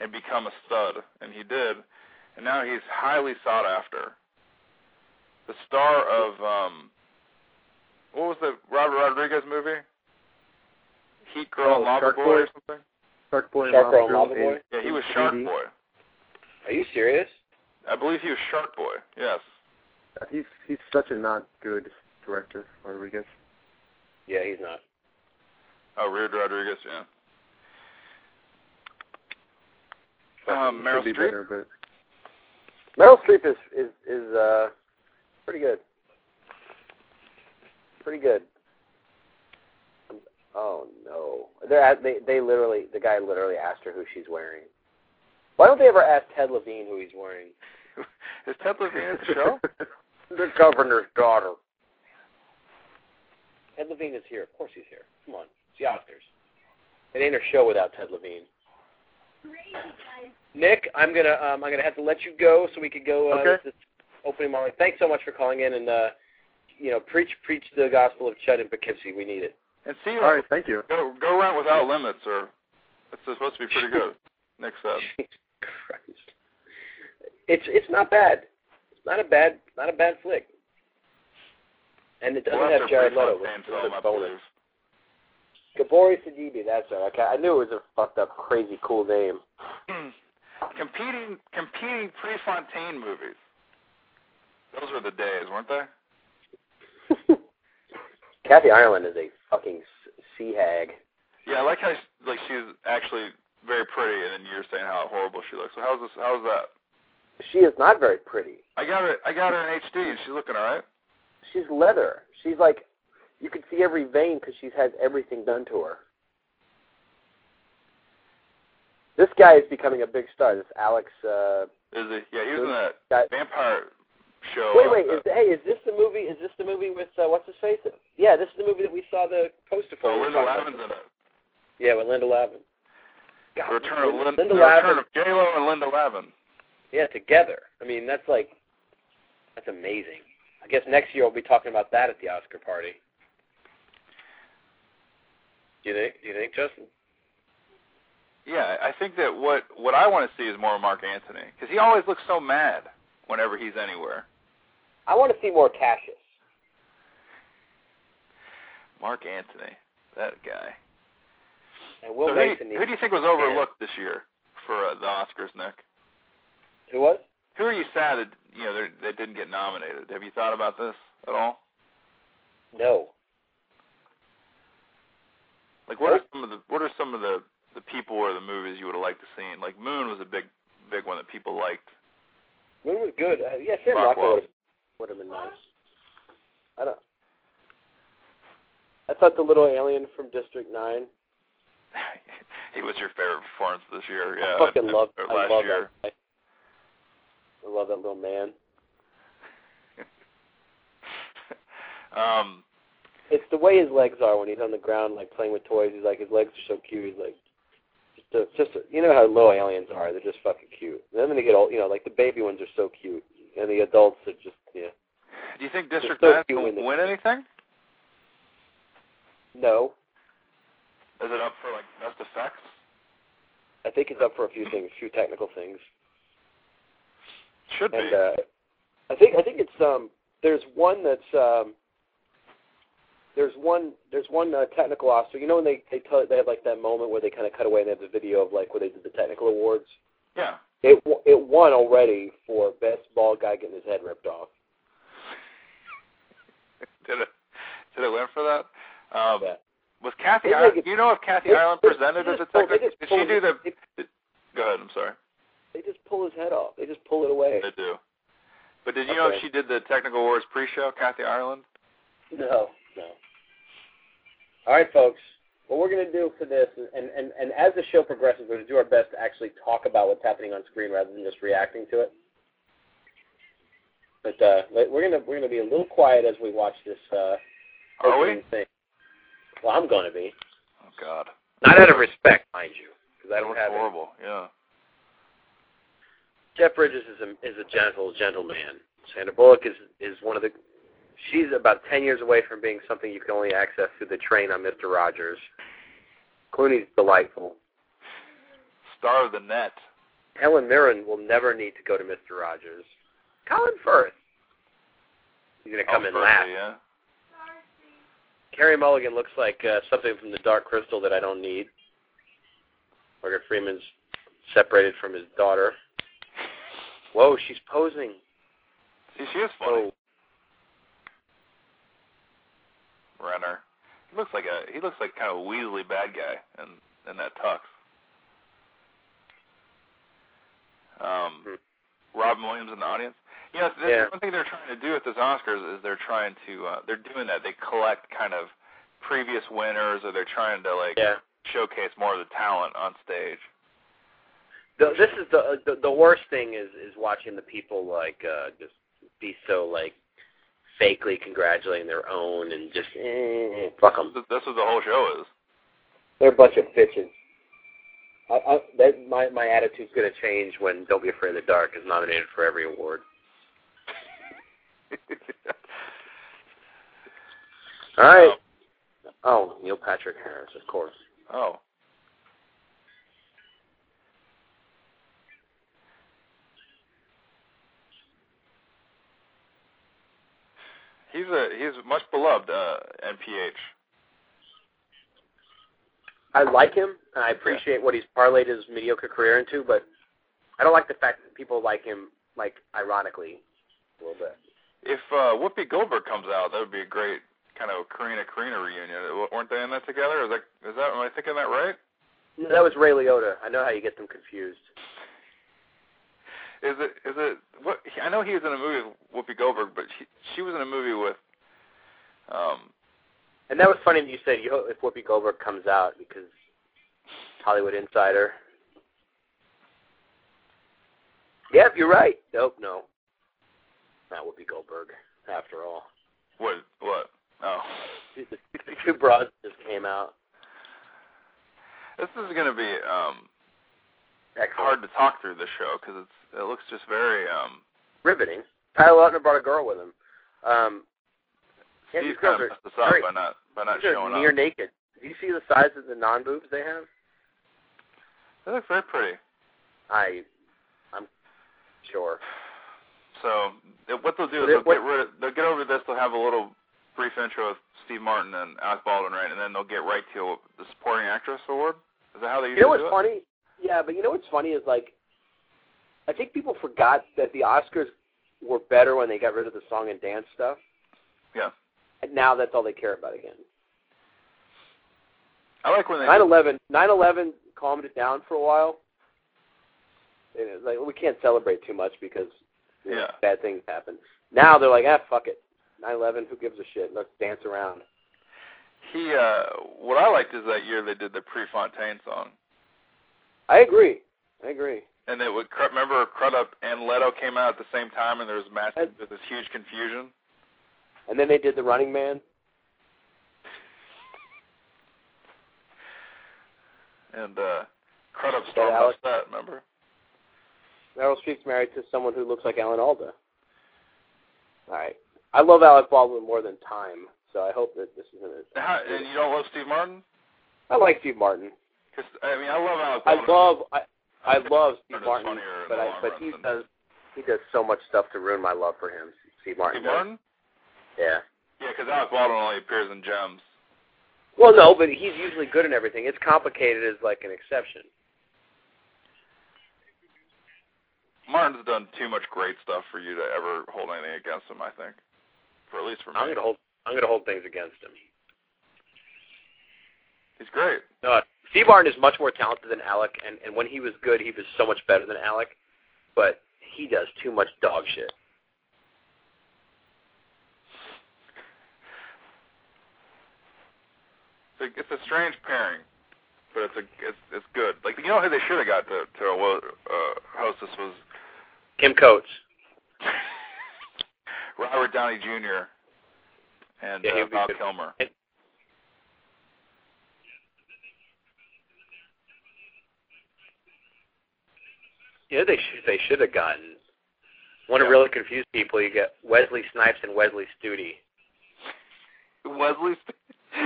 and become a stud, and he did, and now he's highly sought after. The star of um, what was the Robert Rodriguez movie? Heat Girl
Oh,
and Lava
Shark
Boy,
Boy?
or something?
Shark Boy and
Shark Girl and
Lava
Lava
Girl
Boy?
in-
Yeah, he
in
was Shark
3D.
Boy.
Are you serious?
I believe he was Shark Boy. Yes.
He's he's such a not good director, Rodriguez.
Yeah, he's not.
Oh, Reed Rodriguez. Yeah.
He
Um,
should
Meryl
be
Streep.
better, but
Meryl Streep is is is uh pretty good. Pretty good. Um, Oh no, They're at, they they literally the guy literally asked her who she's wearing. Why don't they ever ask Ted Levine who he's wearing?
Is Ted Levine at the show?
The governor's daughter. Ted Levine is here. Of course he's here. Come on, it's the Oscars. It ain't a show without Ted Levine. Nick, I'm gonna um, I'm gonna have to let you go so we could go uh,
Okay.
this is opening moment. Thanks so much for calling in and uh, you know preach preach the gospel of Chet and Poughkeepsie. We need it.
And see,
All right, thank you.
go go rent without limits, or it's supposed to be pretty good. Next up,
Christ, it's it's not bad. It's not a bad not a bad flick. And it doesn't
Well,
have
that's
Jared
a
Leto,
pretty
which
fun
is
film, I
a bonus.
believe.
Gabori Sidibe, that's right. Okay, I knew it was a fucked up, crazy, cool name.
competing competing Prefontaine movies. Those were the days, weren't they?
Kathy Ireland is a fucking s- sea hag.
Yeah, I like how she, like she's actually very pretty, and then you're saying how horrible she looks. So how's this? How's that?
She is not very pretty.
I got her. I got her in HD, and she's looking all right.
She's leather. She's like, you could see every vein because she has everything done to her. This guy is becoming a big star. This Alex. Uh,
Is it? Yeah, he was in that
guy.
vampire show.
Wait, wait.
uh,
Is, hey, is this the movie? Is this the movie with uh, what's his face? Yeah, this is the movie that we saw the poster for.
oh,
We were
Linda
talking about
Lavin's in it.
this. Yeah, with Linda Lavin. God,
The return of Linda,
Linda
the
Lavin.
return of J Lo and Linda Lavin.
Yeah, together. I mean, that's like, that's amazing. I guess next year we'll be talking about that at the Oscar party. Do you think? Do you think, Justin?
Yeah, I think that what what I want to see is more of Mark Anthony because he always looks so mad whenever he's anywhere.
I want to see more Cassius.
Mark Anthony, that guy.
And Will
so who,
Mason.
do
needs-
you, who do you think was overlooked this year for uh, the Oscars, Nick?
who was?
Who are you sad that you know they they didn't get nominated? Have you thought about this at all?
No.
Like what are some of the what are some of the the people or the movies you would have liked to seen? Like Moon was a big big one that people liked.
Moon was good. Uh, yeah, Sam
Rockwell.
Rockwell would have been nice. I don't. I thought the little alien from District Nine.
he was your favorite performance this year. Yeah,
I fucking
and-
love.
or
I
last
love
year.
that. guy. I love that little man.
Um,
It's the way his legs are when he's on the ground, like playing with toys. He's like, his legs are so cute. He's like, just, a, just a, you know how little aliens are. They're just fucking cute. And then when they get old, you know, like the baby ones are so cute, and the adults are just, yeah.
do you think District
so
9
few
will
women.
win anything?
No,
Is it up for like best effects?
I think it's up for a few things, a few technical things,
Should
and
be.
uh, I think I think it's um. There's one that's um. There's one there's one uh, technical officer. You know when they they tell they have like that moment where they kind of cut away and they have the video of like where they did the technical awards.
yeah.
It w- it won already for best bald guy getting his head ripped off.
did it did it win for that? Um,
Yeah.
Was Kathy?
They
Ireland,
make it-
do you know if Kathy
they-
Ireland
they-
presented
they
as a
just pull-
technical?
they just
Did
pull
she do
his-
the?
they-
Go ahead. I'm sorry.
They just pull his head off. They just pull it away.
They do. But did you know if
Okay.
she did the technical awards pre-show, Kathy Ireland?
No, no. All right, folks. What we're going to do for this, and, and, and as the show progresses, we're going to do our best to actually talk about what's happening on screen rather than just reacting to it. But uh, but we're going to we're going to be a little quiet as we watch this. Uh,
Are we?
opening Thing. Well, I'm going to be.
Oh God.
Not out of respect, mind you, because I
That
don't
was
have it.
horrible. Yeah.
Jeff Bridges is a is a gentle gentleman. Sandra Bullock is is one of the. She's about ten years away from being something you can only access through the train on Mister Rogers. Clooney's delightful.
Star of the net.
Helen Mirren will never need to go to Mister Rogers. Colin Firth. He's gonna come
Oh,
in
Berkeley,
last.
Yeah.
Carrie Mulligan looks like uh, something from the Dark Crystal that I don't need. Morgan Freeman's separated from his daughter. Whoa, she's posing.
See, she is funny.
Oh,
Renner. He looks like a he looks like kind of a Weasley bad guy in in that tux. Um, Robin Williams in the audience. You know, this,
Hmm. Yeah.
one thing they're trying to do at this Oscars is they're trying to uh, they're doing that. They collect kind of previous winners, or they're trying to like
yeah.
showcase more of the talent on stage.
the, this is the, uh, the the worst thing is is watching the people like uh just be so like fakely congratulating their own and just eh, fuck them.
This is what the whole show is.
They're a bunch of bitches. I, I, that, my my attitude's gonna change when "Don't Be Afraid of the Dark" is nominated for every award. All right. Oh, Neil Patrick Harris, of course.
Oh. He's a he's much beloved uh NPH.
I like him, and I appreciate what he's parlayed his mediocre career into, but I don't like the fact that people like him, like ironically, a little bit.
If uh Whoopi Goldberg comes out, that would be a great kind of Karina Karina reunion. W- Weren't they in that together? Is that is that am I thinking that right?
No, that was Ray Liotta. I know how you get them confused.
Is it is it what I know he was in a movie with Whoopi Goldberg, but she she was in a movie with um
And that was funny that you said you hope if Whoopi Goldberg comes out because Hollywood Insider. Yep, you're right. Nope, no. Not Whoopi Goldberg, after all.
what what? Oh.
The two broads just came out.
This is going to be um
Excellent.
hard to talk through the show because it's it looks just very um
Riveting. Tyler Lautner brought a girl with him. Um, Yeah,
Steve
these girls
kind of
are
messed us up
very-
by not by not
these are
showing
near
up.
naked. Do you see the size of the non boobs they have?
They look very pretty.
I, I'm sure.
So th- what they'll do
But
is
it-
they'll
what-
get rid of, they'll get over this. They'll have a little brief intro with Steve Martin and Alec Baldwin, right? And then they'll get right to the supporting actress award. Is that how they
You know what's
usually do it?
funny? Yeah, but you know what's funny is like, I think people forgot that the Oscars were better when they got rid of the song and dance stuff.
Yeah,
And now that's all they care about again.
I like when they.
Nine eleven, nine eleven calmed it down for a while. And it was like we can't celebrate too much because you know,
Yeah.
bad things happen. Now they're like, ah, fuck it. Nine eleven, who gives a shit? Let's dance around.
he uh, what I liked is that year they did the Prefontaine song,
I agree. I agree.
and they would Cru- remember Crudup and Leto came out at the same time, and there was massive,
That's-
there was this huge confusion.
And then they did the Running Man.
And uh Crudup
Yeah,
stormed
Alex-
upset, remember?
Meryl Streep's married to someone who looks like Alan Alda. All right. I love Alec Baldwin more than time, so I hope that this isn't it.
How, and you don't love Steve Martin?
I like Steve Martin.
'Cause, I mean, I love Alec
I
Baldwin.
love I I love Steve
It's
Martin,
funnier in
but
the
I
long
but
run
he
than-
does he does so much stuff to ruin my love for him. Steve Martin.
Steve
does.
Martin?
Yeah.
Yeah, because Alec Baldwin only appears in Gems.
Well, no, but he's usually good in everything. It's complicated is like an exception.
Martin's done too much great stuff for you to ever hold anything against him, I think. For at least for me.
I'm gonna hold I'm going to hold things against him.
He's great.
No, Steve Martin is much more talented than Alec, and and when he was good, he was so much better than Alec. But he does too much dog shit.
It's a, it's a strange pairing, but it's a it's it's good. Like you know who they should have got to to uh, host this was
Kim Coates.
Robert Downey Jr. and
Yeah, he
uh,
would be
Bob
good.
Kilmer.
You know they should they should have gotten. Want to really confuse people? You get Wesley Snipes and Wesley Studi.
Wesley. St-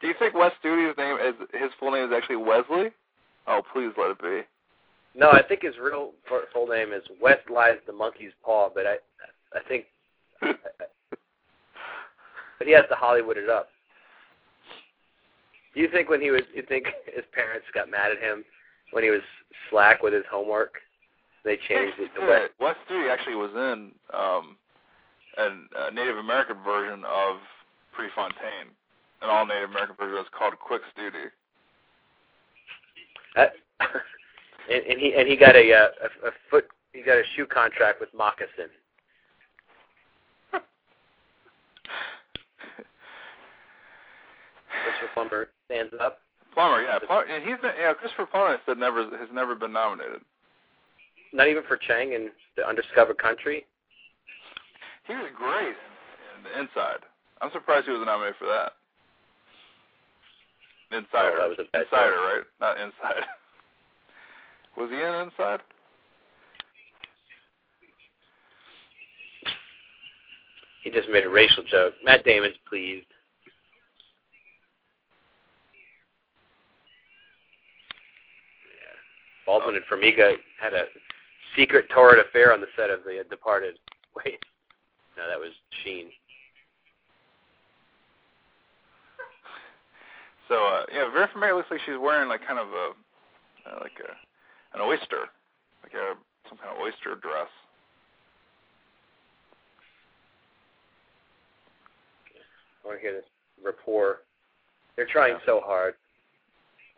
Do you think Wes Studi's name is his full name is actually Wesley? Oh, please let it be.
No, I think his real fu- full name is West Lies the Monkey's Paw, but I I think but he has to Hollywood it up. Do you think when he was you think his parents got mad at him when he was slack with his homework? They changed it to West.
Wes Studi actually was in um, an, a Native American version of Prefontaine. An all Native American version was called Quick Studi.
That, Uh, and, and he and he got a, uh, a a foot he got a shoe contract with Moccasin. Christopher Plummer stands up.
Plummer, yeah, Plummer, and he's been, yeah, Christopher Plummer has never has never been nominated.
Not even for Chang and the Undiscovered Country.
He was great in the Inside. I'm surprised he was nominated for that. Insider.
Oh, that was a bad
Insider, right? Not Inside. was he in Inside?
He just made a racial joke. Matt Damon's pleased. Yeah. Baldwin and Formiga had a secret torrid affair on the set of The Departed. Wait, no, that was Sheen.
So uh, yeah, Vera Farmiga looks like she's wearing like kind of a uh, like a an oyster, like a some kind of oyster dress.
I want to hear this rapport. They're trying so hard.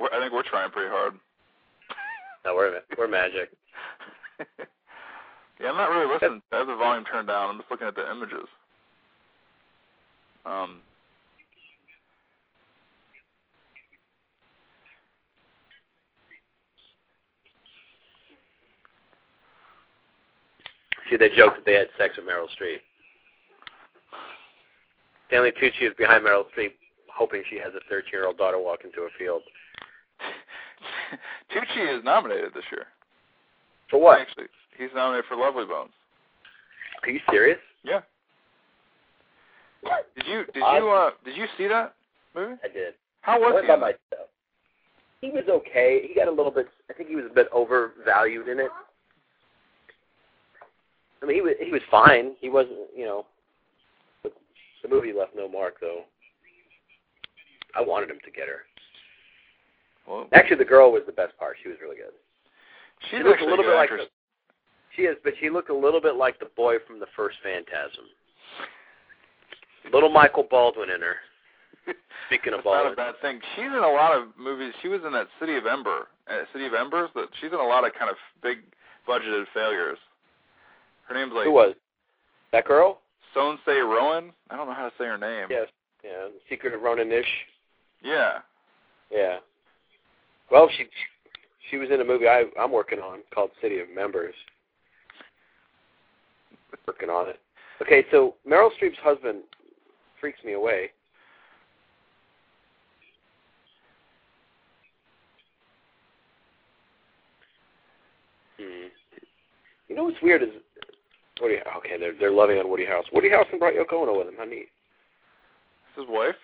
We're, I think we're trying pretty hard.
No, we're ma- we're magic.
yeah, I'm not really listening. I have the volume turned down. I'm just looking at the images. Um.
See, they joked that they had sex with Meryl Streep. Stanley Tucci is behind Meryl Streep, hoping she has a 13-year-old daughter walk into a field.
Tucci is nominated this year.
For what?
Actually, he's nominated for Lovely Bones.
Are you serious?
Yeah. Did you did you uh did you see that movie?
I did.
How was
went
he?
by
in that?
myself. He was okay. He got a little bit. I think he was a bit overvalued in it. I mean, he was he was fine. He wasn't, you know. But the movie left no mark, though. I wanted him to get her.
Well,
Actually, the girl was the best part. She was really good. she
she's
looks
actually
a little
good
bit
actress.
like. The, she is, but she looked a little bit like the boy from the first Phantasm. Little Michael Baldwin in her. Speaking of
That's not a
Baldwin,
bad thing. She's in a lot of movies. She was in that City of Ember, uh, City of Embers. That she's in a lot of kind of big budgeted failures. Her name's like
who was that girl?
Sonsei Rowan. I don't know how to say her name.
Yes. Yeah. The Secret of Ronan Ish.
Yeah.
Yeah. Well, she she was in a movie I I'm working on called City of Members. Working on it. Okay, so Meryl Streep's husband freaks me away. Hmm. You know what's weird is Woody. Okay, they're they're loving on Woody Harrelson. Woody Harrelson brought Yoko Ono with him. How neat.
It's his wife.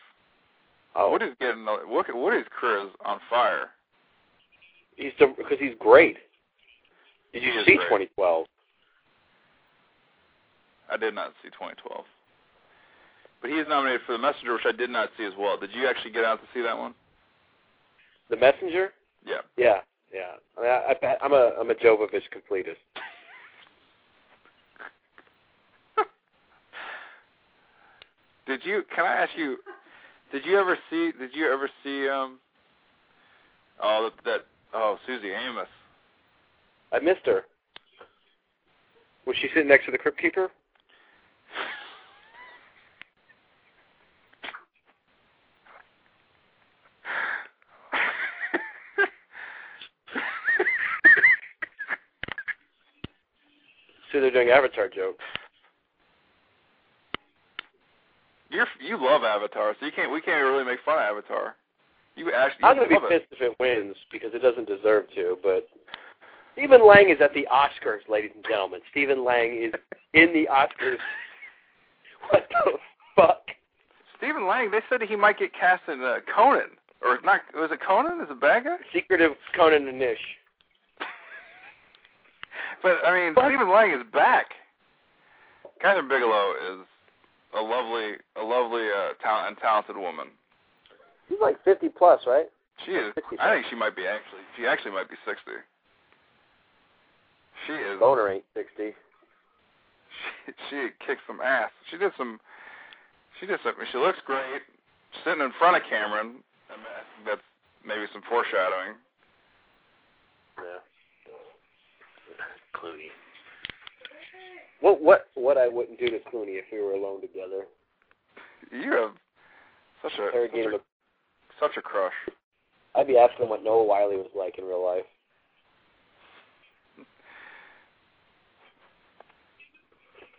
Oh,
Woody's getting Woody- Woody's career is on fire.
He's because he's great. Did you
He is
see
great.
2012?
I did not see 2012. But he is nominated for The Messenger, which I did not see as well. Did you actually get out to see that one?
The Messenger?
Yeah.
Yeah, yeah. I mean, I, I, I'm a I'm a Jovovich completist.
Did you? Can I ask you? Did you ever see? Did you ever see? Um. Oh, that. that oh, Susie Amos.
I missed her. Was she sitting next to the crypt keeper? See, they're doing Avatar jokes.
You're you love Avatar, so you can't. We can't really make fun of Avatar. You actually
I'm gonna
you
be
love it.
pissed if it wins because it doesn't deserve to. But Stephen Lang is at the Oscars, ladies and gentlemen. Stephen Lang is in the Oscars. What the fuck?
Stephen Lang. They said he might get cast in uh, Conan, or not? Was it Conan? Is it bad guy?
Secret of Conan the Nish.
But I mean, Stephen Lang is back. Catherine Bigelow is a lovely, a lovely, uh, talent and talented woman.
He's like 50 plus, right?
She is. I think she might be actually. She actually might be sixty. She is.
Boner ain't 60.
She, she kicked some ass. She did some. She did some. She looks great. Sitting in front of Cameron. I, mean, I think that's maybe some foreshadowing.
Yeah. Clooney. What what what I wouldn't do to Clooney if we were alone together?
You have such a
Interrogate
such
him.
a, such a crush.
I'd be asking him what Noah Wiley was like in real life.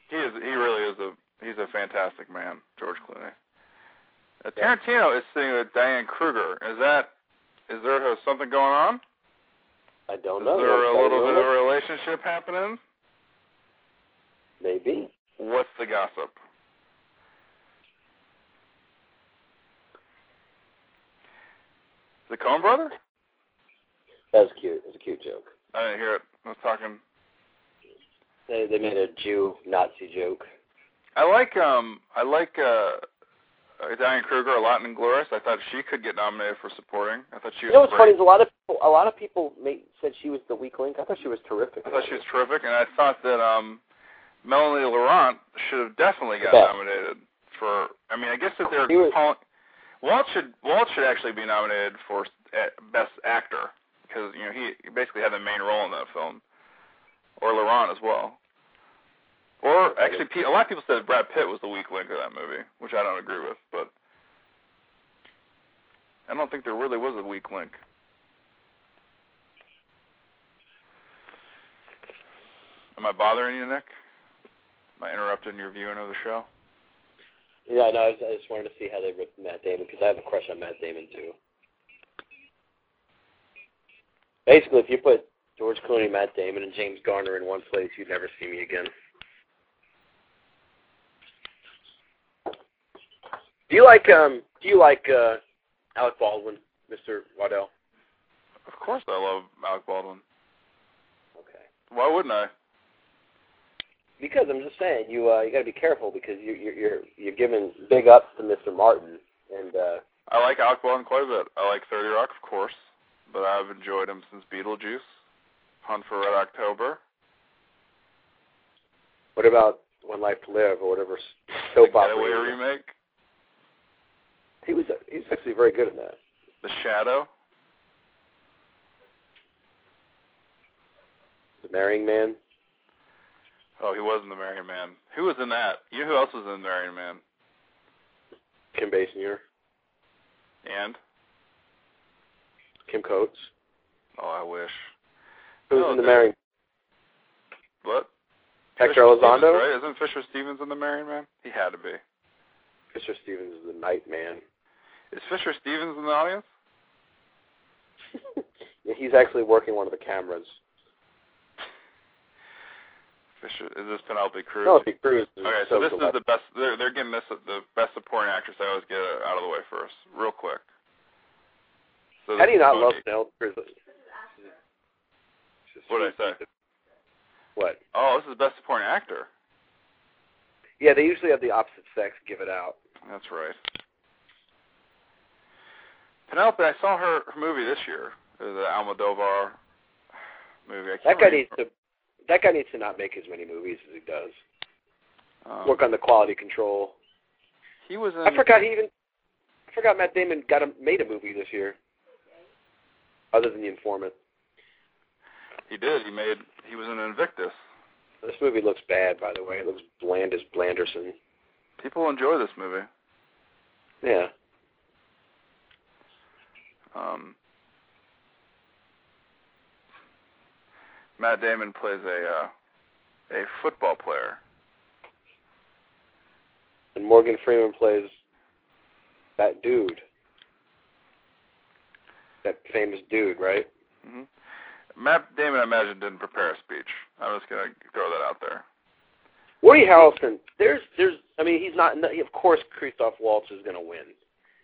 He is. He really is a. He's a fantastic man, George Clooney. Uh, Tarantino is sitting with Diane Kruger. Is that? Is there something going on?
I don't
Is
know.
there a
Noah
little bit of a
Wiley?
relationship happening?
Maybe.
What's the gossip? The Coen brother?
That was cute. It was a cute joke.
I didn't hear it. I was talking.
They they made a Jew Nazi joke.
I like um I like uh uh, Diane Kruger a lot in Glorious. I thought she could get nominated for supporting. I thought she
You
was
know what's funny is
great.
a lot of people, a lot of people made, said she was the weak link. I thought she was terrific.
I thought she was terrific, and I thought that um Melanie Laurent should have definitely got
Yeah.
nominated for. I mean, I guess that they're
He was-
calling. Walt should Walt should actually be nominated for uh, best actor because you know he he basically had the main role in that film, or Laurent as well. Or actually, pe- a lot of people said Brad Pitt was the weak link of that movie, which I don't agree with, but I don't think there really was a weak link. Am I bothering you, Nick? Am I interrupting your viewing of the show?
Yeah, I know. I, was, I just wanted to see how they ripped Matt Damon because I have a crush on Matt Damon too. Basically, if you put George Clooney, Matt Damon, and James Garner in one place, you'd never see me again. Do you like um? Do you like uh, Alec Baldwin, Mr. Waddell?
Of course, I love Alec Baldwin.
Okay.
Why wouldn't I?
Because I'm just saying, you uh, you got to be careful because you, you're you're you're giving big ups to Mr. Martin, and uh,
I like Alec Baldwin quite a bit. I like Thirty Rock, of course, but I've enjoyed him since Beetlejuice, Hunt for Red October.
what about One Life to Live or whatever s-
The
soap opera?
Getaway
it was?
remake,
He was he was actually very good in that.
The Shadow.
The Marrying Man.
Oh, he was in The Marrying Man. Who was in that? You know who else was in The Marrying Man?
Kim Basinger,
And
Kim Coates.
oh, I wish.
Who's
Oh,
in the
dude.
marrying?
What?
Hector
Fisher Stevens,
Elizondo.
right? Isn't Fisher Stevens in The Marrying Man? He had to be.
Fisher Stevens is the Night Man.
Is Fisher Stevens in the audience?
Yeah, he's actually working one of the cameras.
Fisher is this Penelope Cruz?
No, Penelope Cruz. Is
Okay,
so
so this is
delightful.
the best. They're they're getting this the best supporting actress. I always get it out of the way first, real quick. So
How do you
this
not
is
love
Boogie.
Penelope Cruz?
What did I say?
What?
Oh, this is best supporting actor.
Yeah, they usually have the opposite sex give it out.
That's right. Penelope, I saw her, her movie this year, the Almodovar movie. I can't
That guy
remember-
needs to. That guy needs to not make as many movies as he does.
um,
Work on the quality control.
He was in.
I forgot he even. I forgot Matt Damon got a, made a movie this year. Other than The Informant,
He did. He made. He was in Invictus.
this movie looks bad. By the way, it looks bland as Blanderson.
People enjoy this movie.
Yeah.
Um, Matt Damon plays a uh, a football player.
And Morgan Freeman plays that dude. That famous dude, right?
hmm Matt Damon, I imagine, didn't prepare a speech. I'm just gonna throw that out there.
Woody Harrelson. There's, there's. I mean, he's not. Of course, Christoph Waltz is going to win,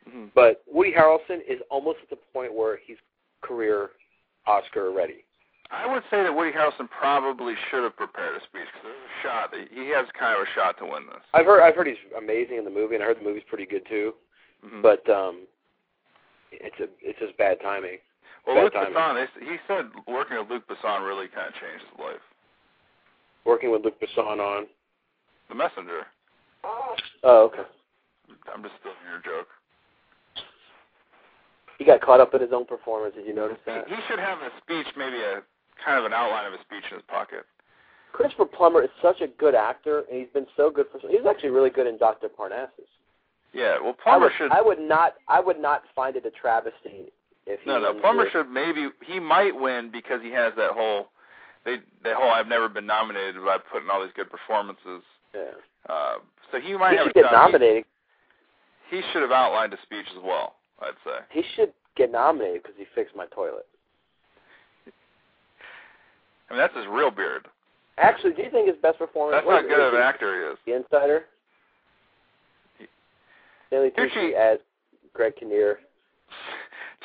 Mhm.
but Woody Harrelson is almost at the point where he's career Oscar ready.
I would say that Woody Harrelson probably should have prepared a speech because there's a shot. that He has kind of a shot to win this.
I've heard, I've heard he's amazing in the movie, and I heard the movie's pretty good too.
Mhm.
But um, it's a, it's just bad timing.
well,
bad
Luke
timing.
Besson, they, s- he said working with Luke Besson really kind of changed his life.
Working with Luc Besson on.
The Messenger.
Oh, okay.
I'm just stealing your joke.
He got caught up in his own performance. Did you notice
He,
that?
he should have a speech, maybe a kind of an outline of a speech in his pocket.
Christopher Plummer is such a good actor, and he's been so good for. He's actually really good in Doctor Parnassus.
Yeah, well,
I
Plummer
would,
should.
I would not. I would not find it a travesty if he.
no, no,
wins
Plummer
the-
should maybe he might win because he has that whole, they that whole I've never been nominated by putting all these good performances.
Yeah.
Uh, so he might
He
have
should
a
get
shot.
nominated.
He, he should have outlined a speech as well. I'd say.
He should get nominated because he fixed my toilet.
I mean, that's his real beard.
Actually, do you think his best performance?
That's
what
how
is
good
it,
of an actor he is.
The Insider.
He-
Stanley
Here
Tucci
she-
as Greg Kinnear.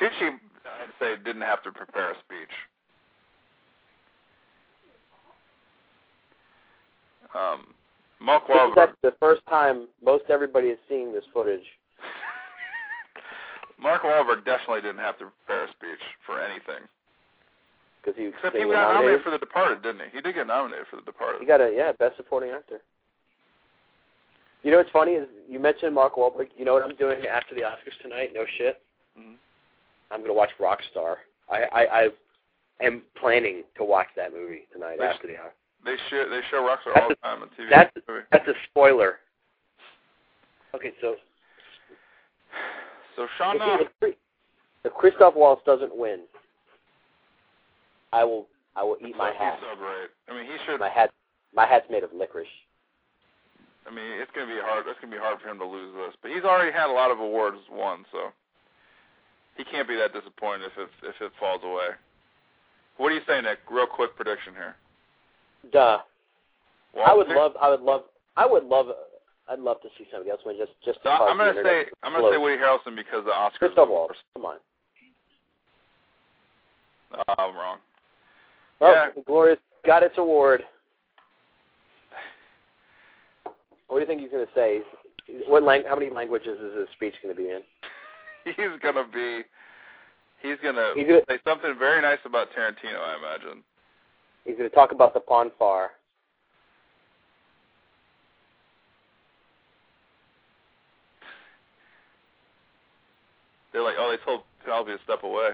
Tucci, I'd say, didn't have to prepare a speech. Um, Mark
This is
Wahlberg.
actually the first time most everybody is seeing this footage.
Mark Wahlberg definitely didn't have to prepare a speech for anything.
Because he,
Except he
being
got nominated
nominated.
for The Departed, didn't he? He did get nominated for The
He
Departed.
got a yeah, best supporting actor. You know what's funny is you mentioned Mark Wahlberg. You know what I'm doing after the Oscars tonight? No shit.
Mhm.
I'm gonna watch Rockstar. I I, I am planning to watch that movie tonight
Nice.
after the Oscars.
They show they show Rockstar
That's
all the
a-
time on TV.
that's-
Movie.
That's a spoiler. Okay, so
So Sean,
if,
Penn,
he- if, if Christoph Waltz doesn't win, I will I will eat my
he's
hat.
so great. I mean, he should.
My hat my hat's made of licorice.
I mean, it's gonna be hard. It's gonna be hard for him to lose this. But he's already had a lot of awards won, so he can't be that disappointed if it if it falls away. What do you say, Nick? Real quick prediction here.
Duh.
Waltz
I would
here?
love. I would love. I would love. I'd love to see somebody else win. Just, just.
So
to cause
I'm
the
gonna
internet
say
to
I'm gonna say
explode.
Woody Harrelson because the Oscars.
Christoph Waltz. Come on.
Uh, I'm wrong.
Well,
Yeah.
the glorious got its award. What do you think he's gonna say? What lang- How many languages is his speech gonna be in?
He's gonna be. He's gonna
He's gonna,
say something very nice about Tarantino. I imagine.
he's gonna talk about the pon far.
They're like, oh, they told Penelope to step away.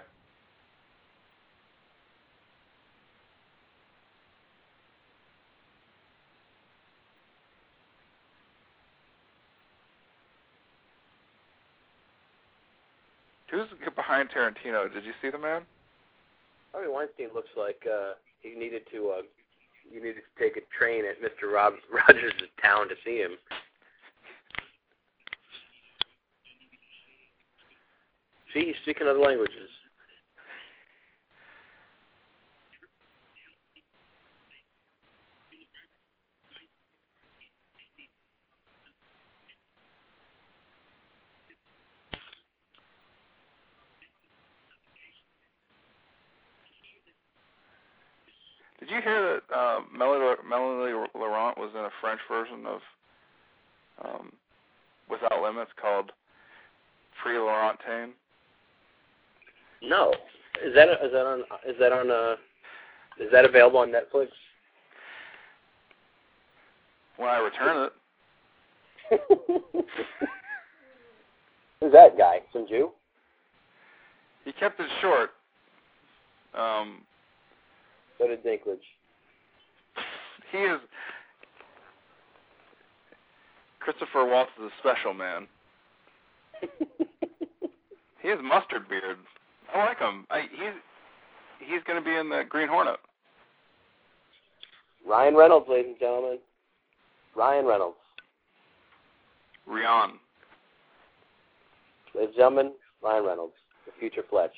Who's behind Tarantino? Did you see the man?
Harvey Weinstein looks like uh, he needed to. Uh, you needed to take a train at Mr. Rob Rogers' town to see him. See, he's speaking other languages.
Did you hear that uh, Melody, Melody Laurent was in a French version of um, Without Limits called Free Laurentine?
No, is that is that on is that on uh is that available on Netflix?
When I return it,
Who's that guy? Some Jew?
He kept it short. Um,
So did Dinklage.
he is Christopher Waltz is a special man. he has mustard beard. I like him. I, he's he's going to be in the Green Hornet.
Ryan Reynolds, ladies and gentlemen. Ryan Reynolds.
Rion.
Ladies and gentlemen, Ryan Reynolds. The future Fletch.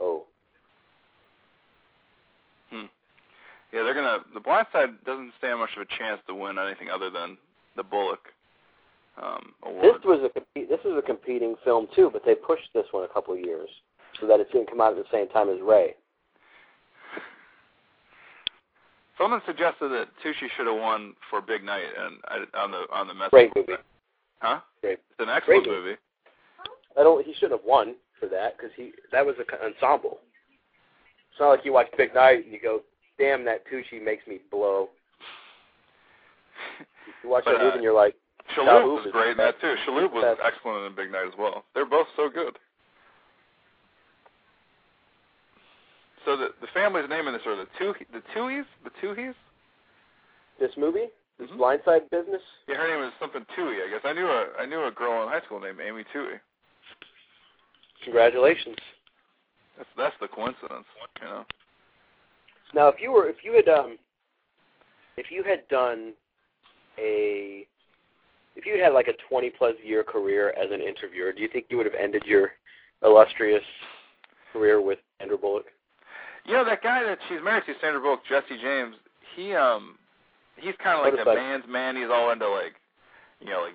Oh.
Hmm. Yeah, they're gonna. The Blind Side doesn't stand much of a chance to win anything other than the Bullock um,
This
award.
was a compe- this was a competing film too, but they pushed this one a couple of years so that it didn't come out at the same time as Ray.
Someone suggested that Tushy should have won for Big Night and I, on the on the message.
Great movie.
Huh?
Great.
It's an excellent
Great
movie.
I don't. He shouldn't have won for that because he that was an ensemble. It's not like you watch Big Night and you go, "Damn, that Tucci makes me blow." You watch
But,
that movie
uh,
and you're like,
Shaloub
Shaloub
was
is
great in that too. Shaloub was
best.
excellent in Big Night as well. They're both so good. So the the family's name in this are the two the Toohies the Toohies.
"This movie, this
Mhm.
Blindside business."
Yeah, her name was something Toohey. I guess I knew a I knew a girl in high school named Amy Toohey.
Congratulations.
That's that's the coincidence, you know.
Now, if you were, if you had, um, if you had done a, if you had had like a twenty-plus year career as an interviewer, do you think you would have ended your illustrious career with Andrew Bullock?
You know that guy that she's married to, Sandra Bullock, Jesse James. He um, he's kind of
What
like a
about-
man's man. He's all into like, you know, like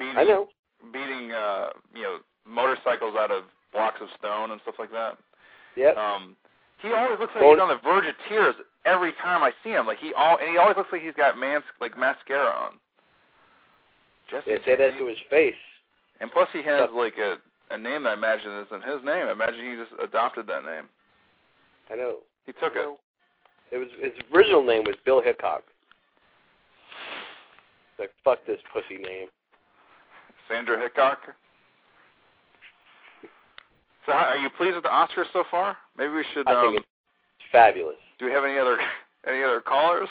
beating
I know.
beating uh, you know motorcycles out of blocks of stone and stuff like that.
Yep.
Um, he always looks like
Well-
he's on the verge of tears every time I see him. Like he all and he always looks like he's got mans like mascara on. Jesse
They say that
James.
to his face.
And plus, he has like a a name that I imagine isn't his name. I imagine he just adopted that name.
I know.
He took it.
Well, It was his original name was Bill Hickok. Like fuck this pussy name.
Sandra Hickok. So, how, are you pleased with the Oscars so far? Maybe we should.
I
Um,
think it's fabulous.
do we have any other any other callers?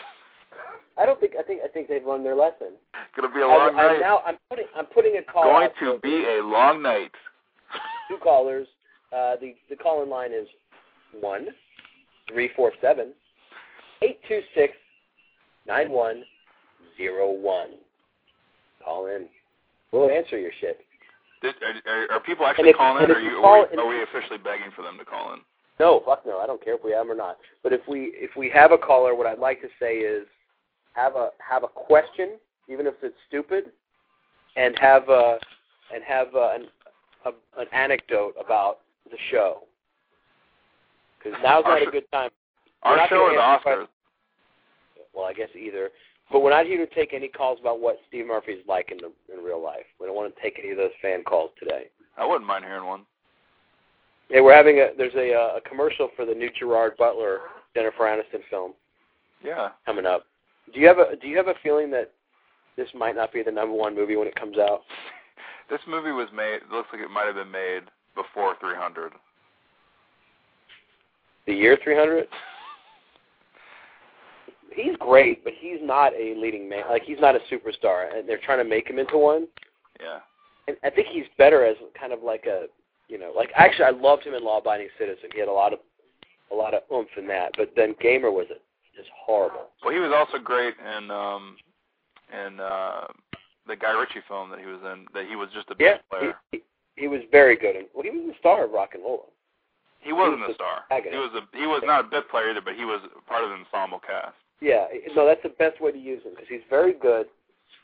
I don't think I think I think they've learned their lesson.
It's gonna be a
I,
long
I,
night.
now I'm putting I'm putting a call
going
out
to
for
be a long night.
two callers. Uh, the the call in line is one three four seven eight two six nine one zero one. Call in. We'll answer your shit.
Did, are, are, are people
And
actually
if-
calling in,
and
or
if you
you,
call
are, we,
in-
are we officially begging for them to call in?
No, fuck no. I don't care if we have 'em or not. But if we if we have a caller, what I'd like to say is have a have a question, even if it's stupid, and have a and have a, an a, an anecdote about the show. Because now's
Our
not
sh-
a good time. We're
Our
not
show or
gonna
the
answer
Oscars?
Well, I guess either. But we're not here to take any calls about what Steve Murphy's like in the in real life. We don't want to take any of those fan calls today.
I wouldn't mind hearing one.
Hey, we're having a there's a uh, a commercial for the new Gerard Butler Jennifer Aniston film.
Yeah.
coming up. Do you have a Do you have a feeling that this might not be the number one movie when it comes out?
This movie was made. It looks like it might have been made before 300.
The year 300. He's great, but he's not a leading man. Like he's not a superstar, and they're trying to make him into one.
Yeah.
And I think he's better as kind of like a, you know, like actually I loved him in Law Abiding Citizen. He had a lot of, a lot of oomph in that. But then Gamer was just horrible.
Well, he was also great in um in uh the Guy Ritchie film that he was in. That he was just a big
he,
player.
he, he was very good. In, well, he was the star of Rock and Roll.
He wasn't
was
a
the
star.
protagonist.
He was a he was not a bit player either, but he was part of the ensemble cast.
Yeah, no, that's the best way to use him because he's very good.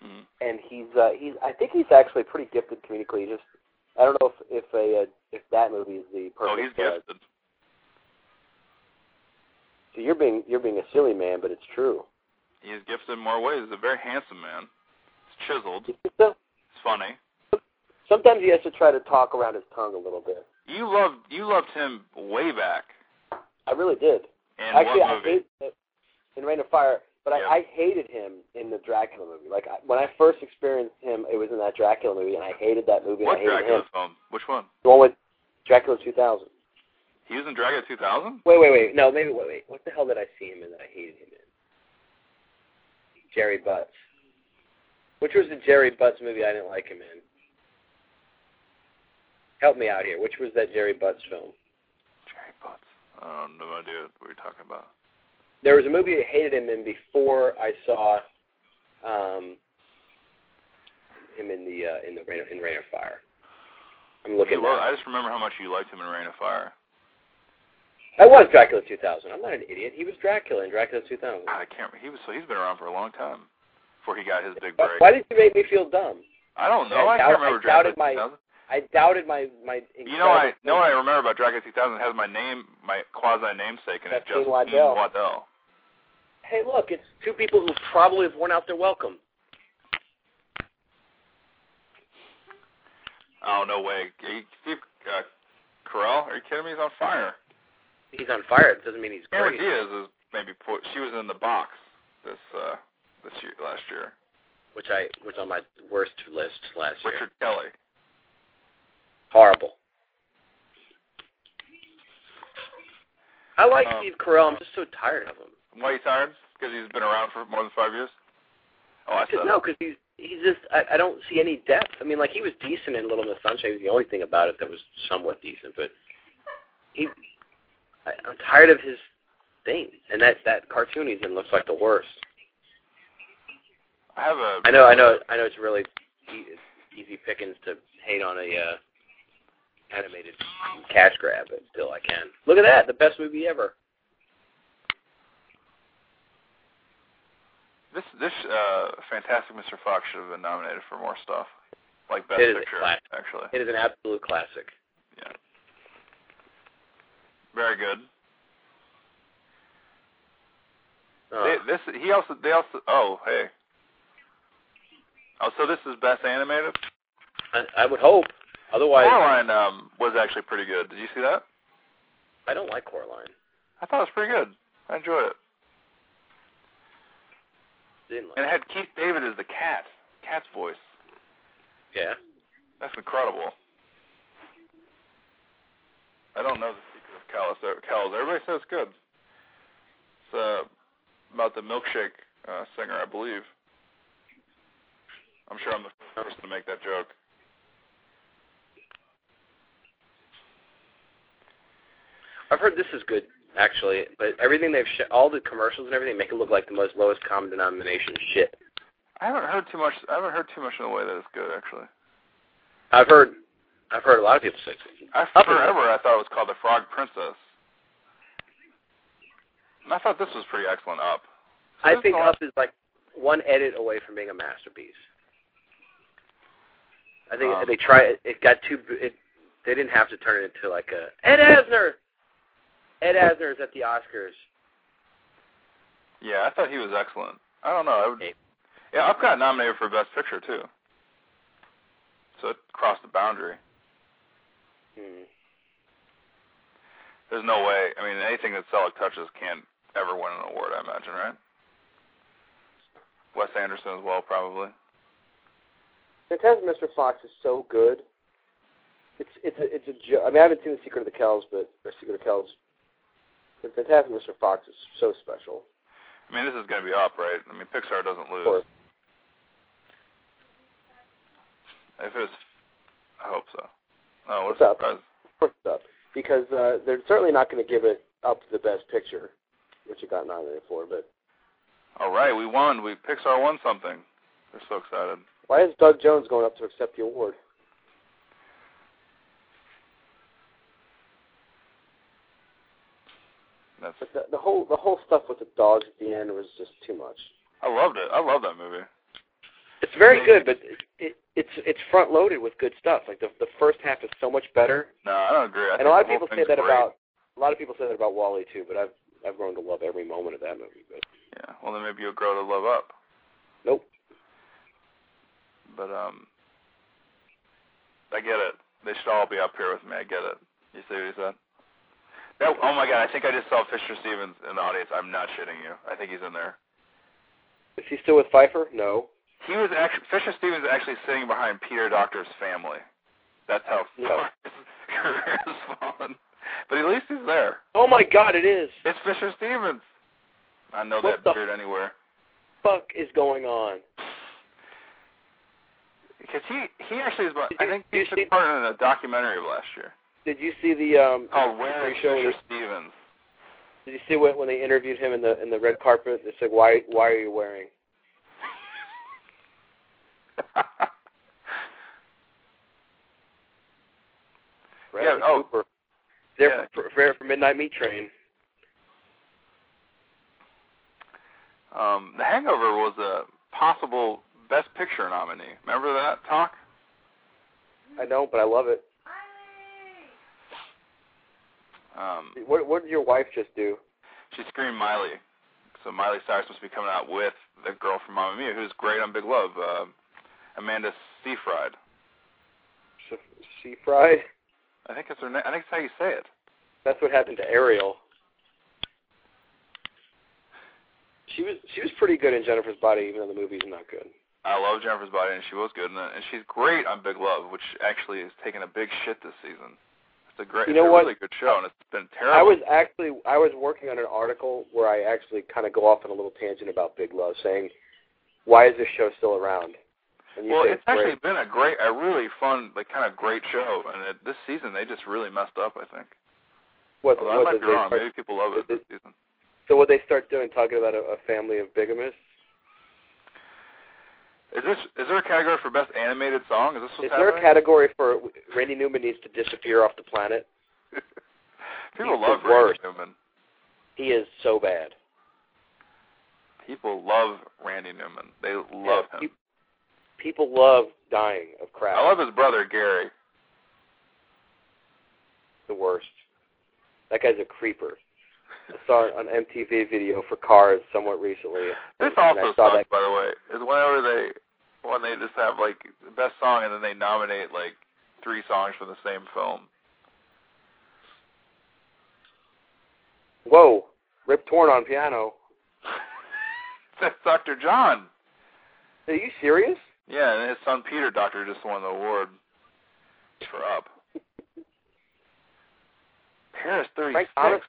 Mm.
and he's uh, he's I think he's actually pretty gifted comedically. He Just I don't know if if a uh, if that movie is the
Oh, he's
perfect. uh,
gifted.
so you're being you're being a silly man, but it's true.
He's gifted in more ways. He's a very handsome man. He's chiseled.
So
He's funny.
sometimes he has to try to talk around his tongue a little bit.
You loved you loved him way back
I really did.
in
Actually,
what
I
movie?
hate that in Rain of Fire. But
Yeah.
I, I hated him in the Dracula movie. Like I, when I first experienced him, it was in that Dracula movie, and I hated that movie.
What
and I hated
Dracula
him.
film? Which one?
The one with Dracula 2000.
He was in Dracula 2000.
Wait, wait, wait. No, maybe wait, wait. What the hell did I see him in that I hated him in? Jerry Butts. Which was the Jerry Butts movie I didn't like him in? Help me out here. Which was that Jerry Butts film?
Jerry Butts. I don't know no idea what you're talking about.
There was a movie I hated him in before I saw um, him in the uh, in the Rain, in Rain of Fire. I'm looking.
You lo-
now.
I just remember how much you liked him in Rain of Fire.
I was Dracula 2000. I'm not an idiot. He was Dracula in Dracula 2000.
God, I can't. He was so he's been around for a long time before he got his big break.
Why did you make me feel dumb?
I don't know.
I
I, can't
doubt- I
remember
doubted
Dracula
my-
2000.
I doubted my my.
You know, I know what I remember about Dracula 2000 has my name, my quasi namesake, and it's
Justine
Justine
Waddell.
Waddell.
Hey, look, it's two people who probably have worn out their welcome.
Oh no way! He- Steve uh, Carell, are you kidding me? He's on fire.
Oh, He's on fire. It doesn't mean he's
Cameron
great.
Diaz is maybe po- she was in the box this uh this year last year.
Which I was on my worst list last year.
Richard Kelly.
Horrible. I like
Um,
Steve Carell. I'm just so tired of him.
Why are you tired? Because he's been around for more than five years. Oh, I
Cause,
said
no, because he's he's just I, I don't see any depth. I mean, like he was decent in Little Miss Sunshine. He was the only thing about it that was somewhat decent, but he I, I'm tired of his thing, and that that cartoon he's in looks like the worst.
I have a
I know, I know, I know. It's really e- it's easy pickings to hate on a uh, animated cash grab, but still, I can. Look at that, the best movie ever.
This this uh Fantastic Mr. Fox should have been nominated for more stuff, like Best
It is a
Picture,
classic.
actually.
It is an absolute classic.
Yeah. Very good.
Uh,
They, this he also they also oh hey. Oh, so this is Best Animated.
I, I would hope. Otherwise,
Coraline um was actually pretty good. Did you see that?
I don't like Coraline.
I thought it was pretty good. I enjoyed it.
Didn't like.
And it had Keith David as the cat. Cat's voice.
Yeah.
That's incredible. I don't know the secret of Cal's. Cal's. Everybody says it's good. It's uh, about the milkshake uh, singer, I believe. I'm sure I'm the first person to make that joke.
I've heard this is good actually, but everything they've sh- all the commercials and everything make it look like the most lowest common denomination shit.
I haven't heard too much. I haven't heard too much in the way that it's good, actually.
I've heard, I've heard a lot of people say. it's-
I
Up and-
forever I thought it was called the Frog Princess. And I thought this was pretty excellent. Up. So
I
this
think
is a lot-
Up is like one edit away from being a masterpiece. I think
Um,
they try. It got too. It, they didn't have to turn it into like a Ed Asner. Ed Asner is at the Oscars.
Yeah, I thought he was excellent. I don't know. I would,
Okay.
yeah, I've got nominated for Best Picture too. So it crossed the boundary.
Hmm.
There's no way. I mean, anything that Selleck touches can't ever win an award. I imagine, right? Wes Anderson as well, probably.
Fantastic Mr. Fox is so good. It's it's a it's a jo- I mean I haven't seen The Secret of the Kells, but The Secret of the Kells. But Fantastic Mr. Fox is so special.
I mean, this is going to be up, right? I mean, Pixar doesn't lose.
course.
If it's, I hope so. Oh,
What's
what a
up?
surprise!
First up, because uh, they're certainly not going to give it up the best picture, which it got nominated for. But
All right, we won. We Pixar won something. They're so excited.
why is Doug Jones going up to accept the award?
That's.
But the, the whole the whole stuff with the dogs at the end was just too much.
I loved it. I love that movie.
It's very good, but it, it, it's it's front loaded with good stuff. Like the the first half is so much better
No, I don't agree. I
and
think
a lot of
the whole
people say
thing's
that
great.
about a lot of people say that about Wally too, but I've I've grown to love every moment of that movie. But
Yeah. Well, then maybe you'll grow to love up.
nope,
But um, I get it. They should all be up here with me. I get it. You see what he said? That, oh my God! I think I just saw Fisher Stevens in the audience. I'm not shitting you. I think he's in there.
Is he still with Pfeiffer? No.
He was actually Fisher Stevens is actually sitting behind Peter Doctor's family. That's how
Yeah.
far his career has fallen. But at least he's there.
Oh my God! It is.
It's Fisher Stevens. I know
What
that
the-
beard anywhere.
Fuck is going on?
Because he he actually is. I think
You
he took
see-
part in a documentary last year
Did you see the um?
called "Where
they
Is
show
Fisher
this-
Stevens."
Did you see what when they interviewed him in the in the red carpet? It's like, why why are you wearing? Bradley
Yeah, oh.
Cooper. They're
Yeah.
preparing for Midnight Meat Train.
um, the Hangover was a possible Best Picture nominee. Remember that talk?
I don't, but I love it.
Um,
What what did your wife just do?
she screamed Miley. So Miley Cyrus must be coming out with the girl from Mamma Mia, who's great on Big Love, uh, Amanda Seyfried.
She, she fried.
I think that's her. Na- I think that's how you say it.
That's what happened to Ariel. She was she was pretty good in Jennifer's Body, even though the movie's not good.
I love Jennifer's Body, and she was good in it, and she's great on Big Love, which actually has taken a big shit this season. It's a great,
You know
it's a
what?
really good show, and it's been terrible.
I was actually I was working on an article where I actually kind of go off on a little tangent about Big Love, saying why is this show still around? And you
well,
say
it's
it's great.
actually been a great, a really fun, like kind of great show, and it, this season they just really messed up. I think.
what,
Although I
what
might
did
be
they
wrong.
start-
Maybe people love it this season.
so what they start doing talking about a, a family of bigamists?
Is this is there a category for best animated song? Is this what's
is there a
happening?
category for Randy Newman needs to disappear off the planet?
People
He's
love
the
Randy
worst.
Newman.
He is so bad.
People love Randy Newman. They love
Yeah,
him.
pe- People love dying of crap.
I love his brother Gary.
the worst. That guy's a creeper. I saw an MTV video for Cars somewhat recently.
This
and
also
I
sucks,
saw that.
by the way. Is whenever they when they just have like the best song and then they nominate like three songs from the same film.
Whoa, Rip Torn on piano.
That's Dr. John.
Are you serious?
Yeah, and his son Peter Doctor just won the award for Up. Paris 36.
Frank Thomas.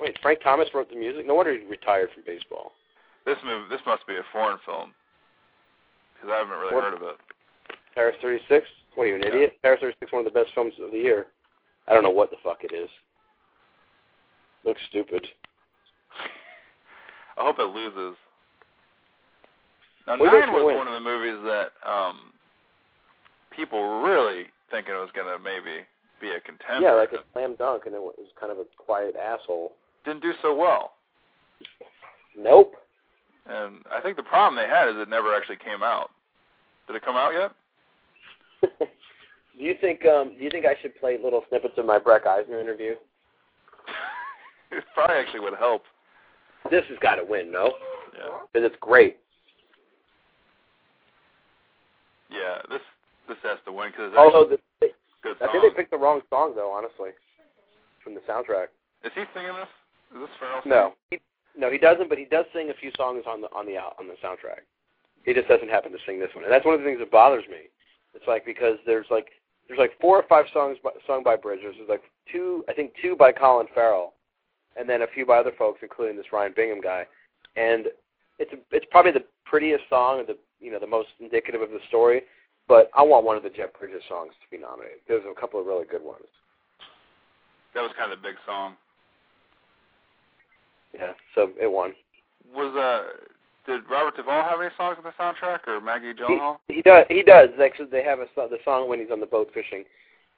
Wait, Frank Thomas wrote the music. No wonder he retired from baseball.
This movie, this must be a foreign film because I haven't really
What-
heard of it.
Paris 36. What are you, an
Yeah.
idiot? Paris 36, one of the best films of the year. I don't know what the fuck it is. Looks stupid.
I hope it loses. Now,
Well, it
Nine
should
was
win.
one of the movies that um, people really thinking it was going to maybe be a contender.
Yeah, like a slam dunk, and it was kind of a quiet asshole.
Didn't do so well.
Nope.
And I think the problem they had is it never actually came out. Did it come out yet?
do you think um do you think I should play little snippets of my Breck Eisner interview?
it probably actually would help.
This has got to win, no?
Yeah.
Because it's great.
Yeah. This this has to win because it's
Although
actually
the, they,
a good
I think they
song.
picked the wrong song though, honestly, from the soundtrack.
Is he singing this? Is this Pharrell?
No, he, no, he doesn't. But he does sing a few songs on the on the al- on the soundtrack. He just doesn't happen to sing this one, and that's one of the things that bothers me. It's like because there's like there's like four or five songs by, sung by Bridges. There's like two, I think two by Colin Farrell, and then a few by other folks, including this Ryan Bingham guy. And it's it's probably the prettiest song, and the you know the most indicative of the story. But I want one of the Jeff Bridges songs to be nominated. There's a couple of really good ones.
That was kind of the big song.
Yeah, so it won.
Was uh did Robert Duvall have any songs on the soundtrack or Maggie
He,
Gyllenhaal?
he does. He does. Actually, they have a so- the song when he's on the boat fishing.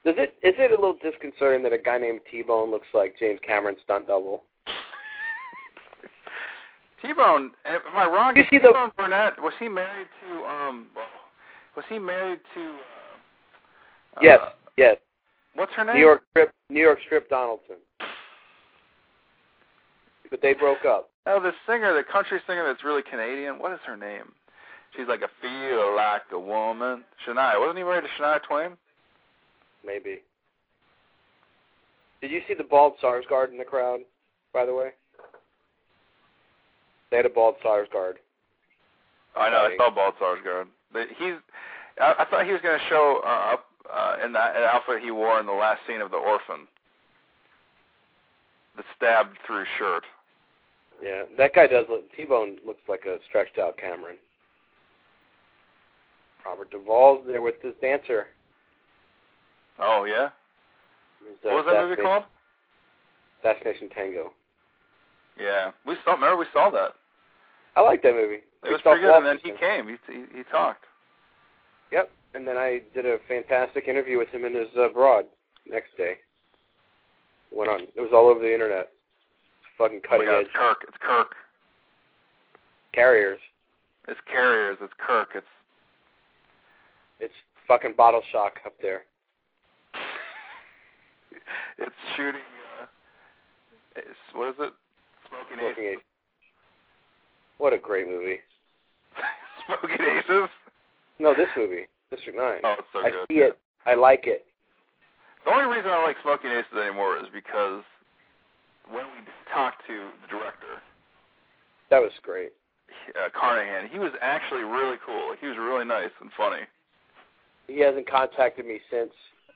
Does it is it a little disconcerting that a guy named T Bone looks like James Cameron's stunt double?
T Bone am I wrong?
You
Is
see
T
the-
Bone Burnett was he married to um was he married to uh,
yes,
uh,
yes.
what's her name?
New York Strip, New York Strip Donaldson. But they broke up.
Oh, the singer, the country singer that's really Canadian. What is her name? She's like a feel like a woman. Shania. Wasn't he married to Shania Twain?
Maybe. Did you see the bald Sarsgaard in the crowd? By the way, they had a bald Sarsgaard.
I know. I thought Baltazar's going. But he's. I, I thought he was going to show uh, up uh, in that an outfit he wore in the last scene of The Orphan. The stabbed through shirt.
Yeah, that guy does look. T-Bone looks like a stretched out Cameron. Robert Duvall's there with this dancer.
Oh yeah.
Who's, uh,
What was that movie
Destination-
called?
Destination Tango.
Yeah, we saw. Remember we saw that.
I like that movie.
It was
Christoph
pretty good. And then
Waltz
he
is in it.
came. He he, he talked.
Yep. And then I did a fantastic interview with him and his uh, broad next day. Went on. It was all over the internet. It's fucking
Oh my
cutting
God,
edge
it's Kirk. It's Kirk.
carriers.
It's Carriers. It's Kirk. It's
It's fucking bottle shock up there.
it's shooting. Uh, it's what is it? Smoking
Smoking
aces.
Aces. What a great movie.
Smoking aces.
No, this movie, District Nine.
Oh, it's so
I
good.
see it. I like it.
The only reason I like Smoking Aces anymore is because when we talked to the director,
That was great.
uh, Carnahan, he was actually really cool. He was really nice and funny.
He hasn't contacted me since.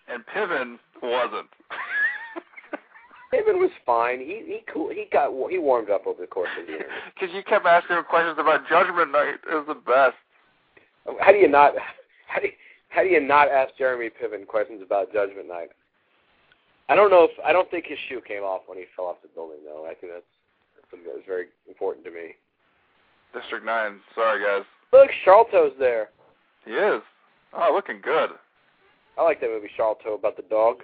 And Piven wasn't.
Piven was fine. He he cool. He got wa- he warmed up over the course of the interview.
Because you kept asking him questions about Judgment Night. It was the best.
How do you not? How do you, how do you not ask Jeremy Piven questions about Judgment Night? I don't know if I don't think his shoe came off when he fell off the building though. I think that's that's something that was very important to me.
District 9. Sorry, guys.
Look, Charlto's there.
He is. Oh, looking good.
I like that movie Charlto about the dog.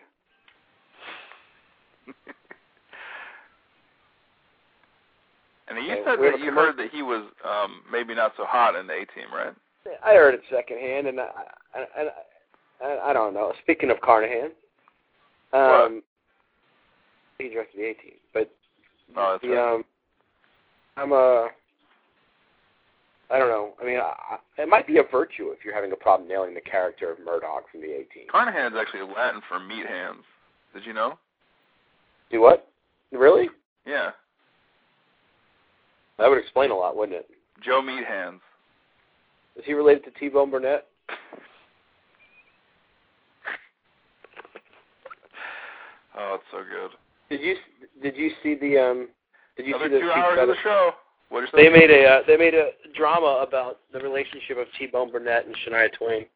And you
Okay,
said
we have
that
a
you
commer-
heard that he was um maybe not so hot in the A team, right?
I heard it secondhand, and I and I, I, I don't know. Speaking of Carnahan, um, he directed the 18, but
Oh, that's
the
right.
um, I'm a. I don't know. I mean, I, I- it might be a virtue if you're having a problem nailing the character of Murdoch from the 18.
Carnahan's actually Latin for meat hands. Did you know?
Do what? Really?
Yeah.
That would explain a lot, wouldn't it?
Joe Meat Hands.
Is he related to T-Bone Burnett?
Oh, it's so good.
Did you did you see the um? Did you
Another
see the
two hours of the show. What
They made a uh, they made a drama about the relationship of T-Bone Burnett and Shania Twain.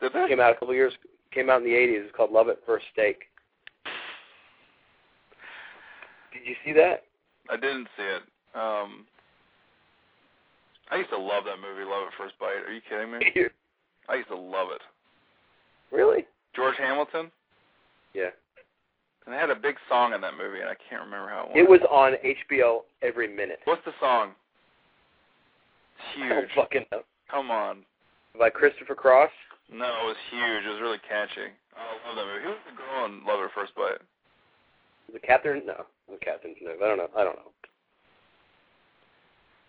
Did they?
came out a couple years came out in the eighties. It's called Love at First Stake. Did you see that?
I didn't see it. Um, I used to love that movie, Love at First Bite. Are you kidding me? I used to love it.
really?
George Hamilton,
Yeah.
and they had a big song in that movie, and I can't remember how it went.
It was on HBO every minute.
What's the song? It's
I don't
Huge.
fucking know.
Come on.
By Christopher Cross.
No, it was huge. It was really catchy. Oh, I love that movie. Who was the girl in Love at First Bite?
Is it Catherine? No. Is it Catherine Deneuve? I don't know. I don't know.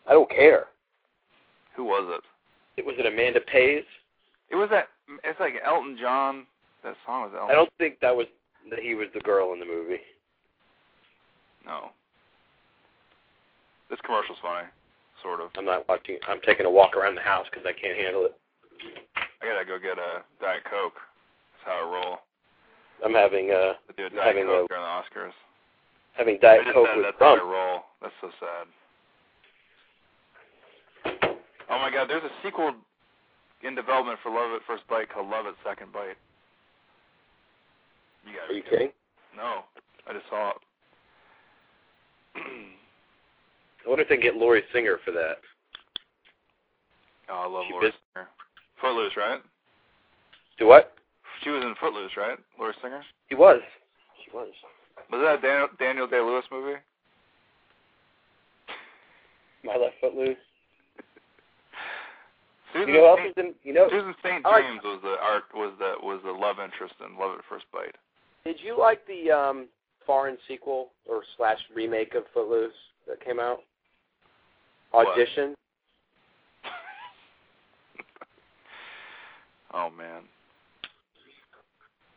I don't care.
Who was it?
It was it Amanda Pays.
It was that. It's like Elton John. That song was Elton.
I don't think that was that he was the girl in the movie.
No. This commercial's funny, sort of.
I'm not watching. I'm taking a walk around the house because I can't handle it.
I gotta go get a Diet Coke. That's how I roll.
I'm having uh
I do a Diet
Having
Coke
a-
during the Oscars.
having
I
diet
just
coke
said
with
that's how
rum.
I roll. That's so sad. Oh my God! There's a sequel in development for Love at First Bite called Love at Second Bite. You gotta
Are
be
you kidding?
No, I just saw it.
I wonder if they can get Lori Singer for that.
oh, I love
She
Laura
bit-
Singer. Footloose, right?
Do what?
She was in Footloose, right? Laura Singer.
She was. She was.
Was that a Daniel, Daniel Day Lewis movie?
My left foot loose.
Susan
You know who else
St.
is in? You know?
Susan St.
I like-
James was the art was the was the love interest in Love at First Bite.
Did you like the um foreign sequel or slash remake of Footloose that came out?
What?
Audition.
Oh man.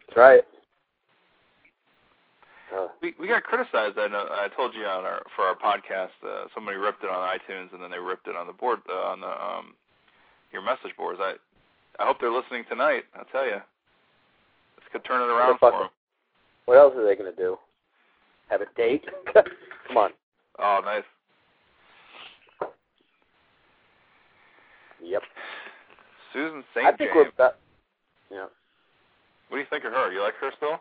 That's right. Uh,
We we got criticized. I know. I told you on our for our podcast. Uh, somebody ripped it on iTunes, and then they ripped it on the board uh, on the um your message boards. I I hope they're listening tonight. I'll tell you, this could turn it
What the
around for
fuck?
them.
What else are they gonna do? Have a date? Come on.
Oh, nice.
Yep.
Susan
I
Saint
think
James.
we're about. Yeah,
What do you think of her? You like her still?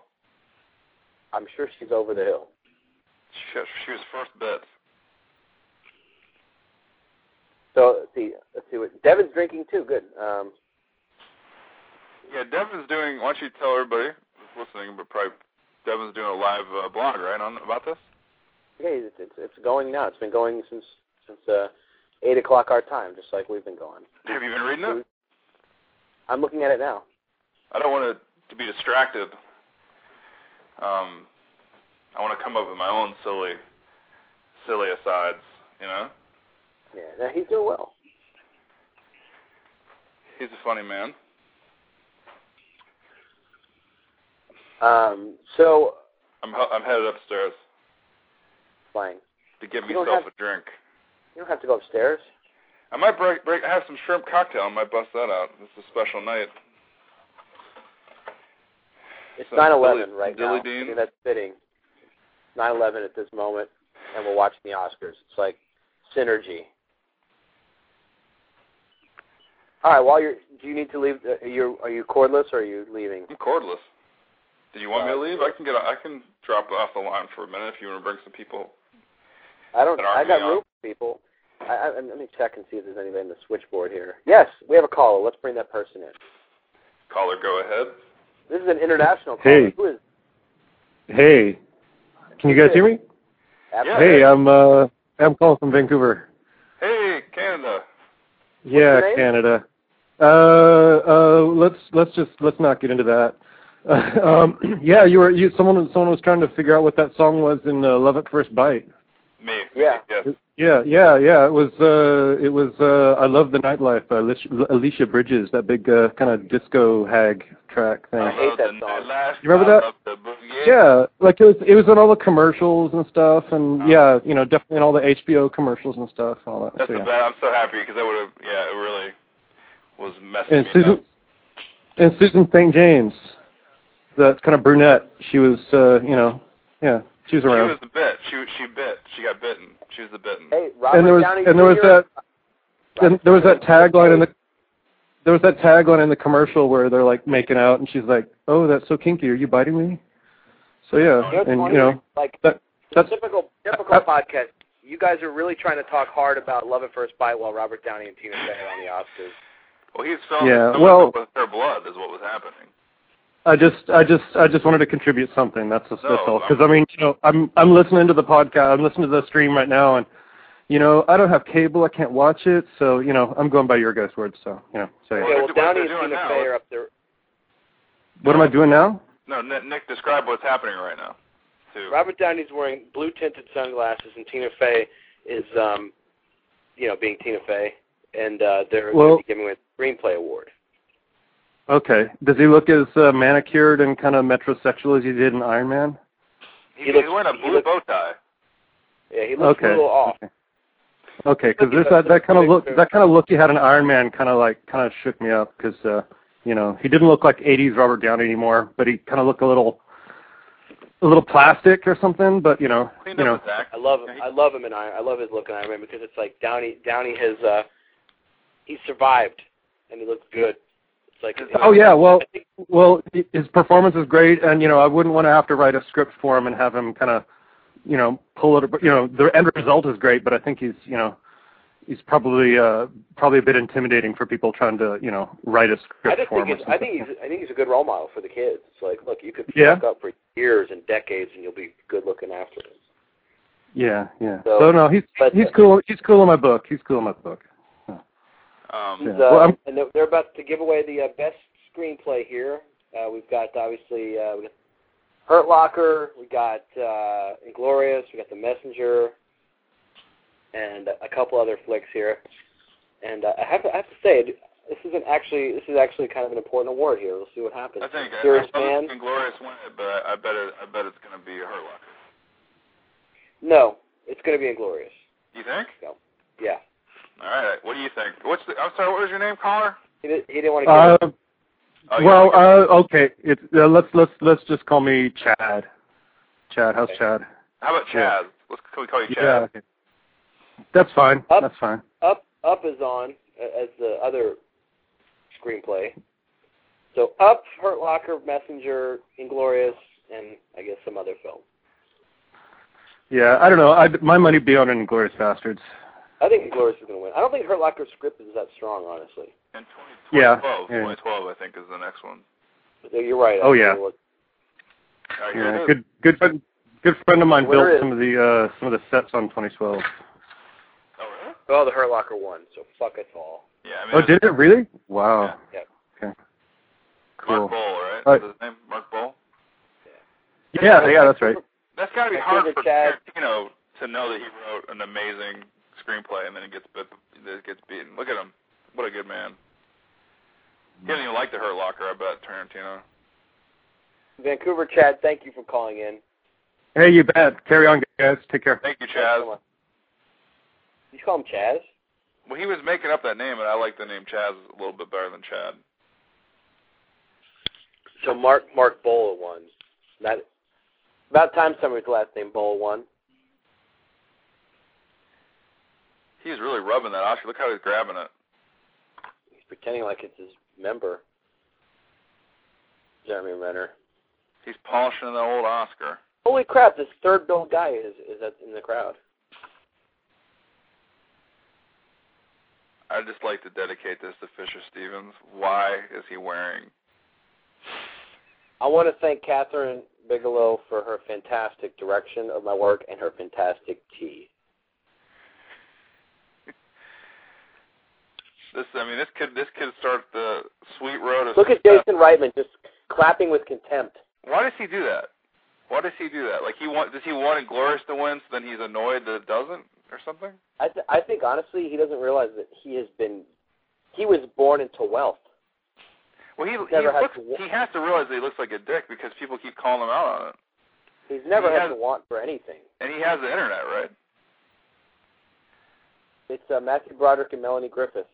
I'm sure she's over the hill.
She, she was first bit.
So let's see, let's see what Devin's drinking too. Good. Um,
Yeah, Devin's doing. Why don't you tell everybody who's listening? But probably Devin's doing a live uh, blog right on about this.
yeah, it's, it's it's going now. It's been going since since uh, eight o'clock our time, just like we've been going.
Have you been reading it?
I'm looking at it now.
I don't want to to be distracted. Um, I want to come up with my own silly, silly asides. You know,
Yeah, now he's doing well.
he's a funny man.
Um, so
I'm hu- I'm headed upstairs
fine.
to get
You don't
myself
have-
a drink.
You don't have to go upstairs.
I might break break. I have some shrimp cocktail. I might bust that out. This is a special night.
It's
So,
nine eleven
Dilly-
right
Dilly
now. I
Dean?
mean, that's fitting. Nine eleven at this moment, and we're watching the Oscars. It's like synergy. All right. While you're, do you need to leave? Are you are you cordless or are you leaving?
I'm cordless. Do you want me to leave? I can get. I can drop off the line for a minute if you want to bring some people.
I don't.
An
I got
army on.
room for people. I, I, let me check and see if there's anybody in the switchboard here. Yes, we have a caller. Let's bring that person in.
Caller, go ahead.
This is an international caller.
Hey.
Who is?
Hey, can you guys hear me?
Yeah.
Hey, I'm uh, I'm calling from Vancouver.
Hey, Canada.
Yeah,
your name?
Canada. Uh, uh, let's let's just let's not get into that. um, yeah, you were you someone someone was trying to figure out what that song was in uh, Love at First Bite.
Me.
Yeah.
Yes.
Yeah, yeah, yeah. It was uh, it was uh, I love the nightlife. by Alicia, Alicia Bridges, that big uh, kind of disco hag track thing.
I
hate
love
that
the
song.
last-
You remember
I
that?
love the boogie.
Yeah, like it was it was in all the commercials and stuff,
Oh.
and yeah, you know, definitely in all the HBO commercials and stuff and all that.
That's
so,
the
yeah.
best. I'm so happy because I would have. Yeah, it really was messing
And
me
Susan
up.
and Susan St. James, the kind of brunette. She was, uh, you know, yeah, she was
She
around.
was the bit. She she bit. She got bitten. She was the bitten.
Hey, Robert
and there was
Downey
and there was
Jr.
that and there was that tagline in the there was that tagline in the commercial where they're like making out, and she's like, "Oh, that's so kinky. Are you biting me?" So yeah,
You know, it's
and
Oh, funny,
you know,
like
that that's
typical typical
I-
podcast. You guys are really trying to talk hard about Love at First Bite while Robert Downey and Tina Fey are on the Oscars.
Well, he's filming
Yeah,
someone
well-
with her blood is what was happening.
I just, I just, I just wanted to contribute something. That's just, that's
No,
all. Because I mean, you know, I'm, I'm listening to the podcast. I'm listening to the stream right now, and you know, I don't have cable. I can't watch it. So you know, I'm going by your guys' words. So you know, so yeah.
Okay, well
what they're
Downey and
doing
Tina
now.
Fey are up there.
what am I doing now?
No, Nick, Nick describe what's happening right now. Too.
Robert Downey's wearing blue tinted sunglasses, and Tina Fey is, um, you know, being Tina Fey, and uh, they're
Well-
going to be giving away the screenplay award.
Okay. Does he look as uh, manicured and kind of metrosexual as he did in Iron Man?
He
He, he's
looks-
wearing a
he
blue
looks-
bow tie.
Yeah, he looks
okay.
a little off.
Okay, because
Look
this
at
that,
that
that kind of look
picture.
that kind of look he had in Iron Man kind of like kind of shook me up because uh, you know he didn't look like '80s Robert Downey anymore, but he kind of looked a little a little plastic or something. But you know,
Cleaned
you know,
up his act.
I love him. I love him in Iron. I love his look in Iron Man because it's like Downey. Downey has uh, he survived, and he looks good. It's like
oh yeah, well,
I think
well, hi- his performance is great, and you know I wouldn't want to have to write a script for him and have him kind of you know pull it. You know, the end result is great, but I think he's you know. He's probably uh, probably a bit intimidating for people trying to you know write a
I
script
just
for
think
him. or
it's, I
something.
think he's I think he's a good role model for the kids. It's like look, you could
Yeah.
fuck up for years and decades, and you'll be good looking afterwards.
Yeah, yeah.
So-
So, no, he's
but-
he's cool. He's cool in my book. He's cool in my book.
Um,
He's,
Yeah.
uh,
Well, I'm-
and they're- they're about to give away the uh, best screenplay here. Uh, we've got obviously uh, we got Hurt Locker, we got uh, Inglorious, we got The Messenger, and a couple other flicks here. And uh, I have to, I have to say, this isn't actually this is actually kind of an important award here. We'll see what happens.
I think I,
Serious
I
Man.
thought Glorious won it, but I, I bet it, I bet it's gonna be her luck.
No, it's going to be Inglorious.
You think?
Yeah,
All right. What do you think? What's the? I'm sorry. What was your name, caller?
He, did, he didn't want to.
Uh,
Oh, you
well,
wanna go-
uh, okay. It's uh, let's let's let's just call me Chad. Chad, how's
Okay.
Chad?
how about Chad? Let's can we call you Chad?
Yeah. okay. That's fine.
Up.
That's fine.
Up Up is on uh, as the other screenplay. So Up, Hurt Locker, Messenger, Inglorious, and I guess some other film.
Yeah, I don't know. I my money would be on Inglorious Bastards.
I think Inglorious is going to win. I don't think Hurt Locker's script is that strong, honestly.
In 20,
Yeah,
2012,
yeah.
2012, I think, is the next one.
But you're right. I
Oh,
think
yeah.
it was-
All right, here
Yeah,
it is.
good good friend good friend of mine
Where
built
is-
some of the uh some of the sets on 2012.
Oh, really?
Well, the Hurt Locker won, so fuck us all.
Yeah. I mean,
Oh,
it's
did it really? Wow.
Yeah.
Okay.
Mark
Cool.
Bowl, right?
All right.
Is his name Mark Bowl?
Yeah, yeah, that's right.
That's got to be
My
hard for
favorite Chad.
Tarantino to know that he wrote an amazing screenplay and then it gets bit, it gets beaten. Look at him. What a good man. He didn't even like the Hurt Locker, I bet Tarantino.
Vancouver Chad, thank you for calling in.
Hey, you bet. Carry on, guys. Take care.
Thank you,
Thanks
Chaz.
so much. You call him Chaz?
Well, he was making up that name, and I like the name Chaz a little bit better than Chad.
So Mark Mark Bola won. That about time somebody's last name Bola won.
He was really rubbing that Oscar. Look how he's grabbing it.
He's pretending like it's his member. Jeremy Renner.
He's polishing the old Oscar.
Holy crap! This third bill guy is is at, in the crowd.
I'd just like to dedicate this to Fisher Stevens. Why is he wearing?
I want to thank Catherine Bigelow for her fantastic direction of my work and her fantastic tea.
This, I mean, this could this could start the sweet road of.
Look at
success.
Jason Reitman just clapping with contempt.
Why does he do that? Why does he do that? Like he want does he want Glorious to win, so then he's annoyed that it doesn't or something?
I th- I think honestly he doesn't realize that he has been he was born into wealth.
Well, he he,
Never had
looks,
to wa-
he has to realize that he looks like a dick because people keep calling him out on it,
He's never
He
had
has-
to want for anything.
and he has the internet, right?
It's uh, Matthew Broderick and Melanie Griffith.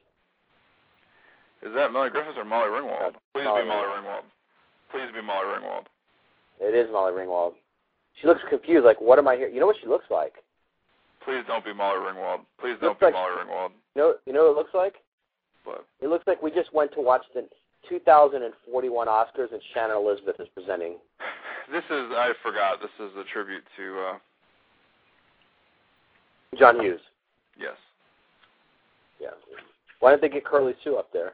Is that Melly Griffiths or Molly Ringwald?
That's
Please
Molly
be Molly Ringwald. Please be Molly Ringwald.
It is Molly Ringwald. She looks confused, like what am I here? You know what she looks like?
Please don't be Molly Ringwald. Please don't
Looks
be
like-
Molly Ringwald.
You know you know what it looks like?
But
It looks like we just went to watch the 2041 Oscars and Shannon Elizabeth is presenting.
this is I forgot. This is a tribute to uh
John Hughes.
yes.
Yeah. Why didn't they get Curly Sue up there?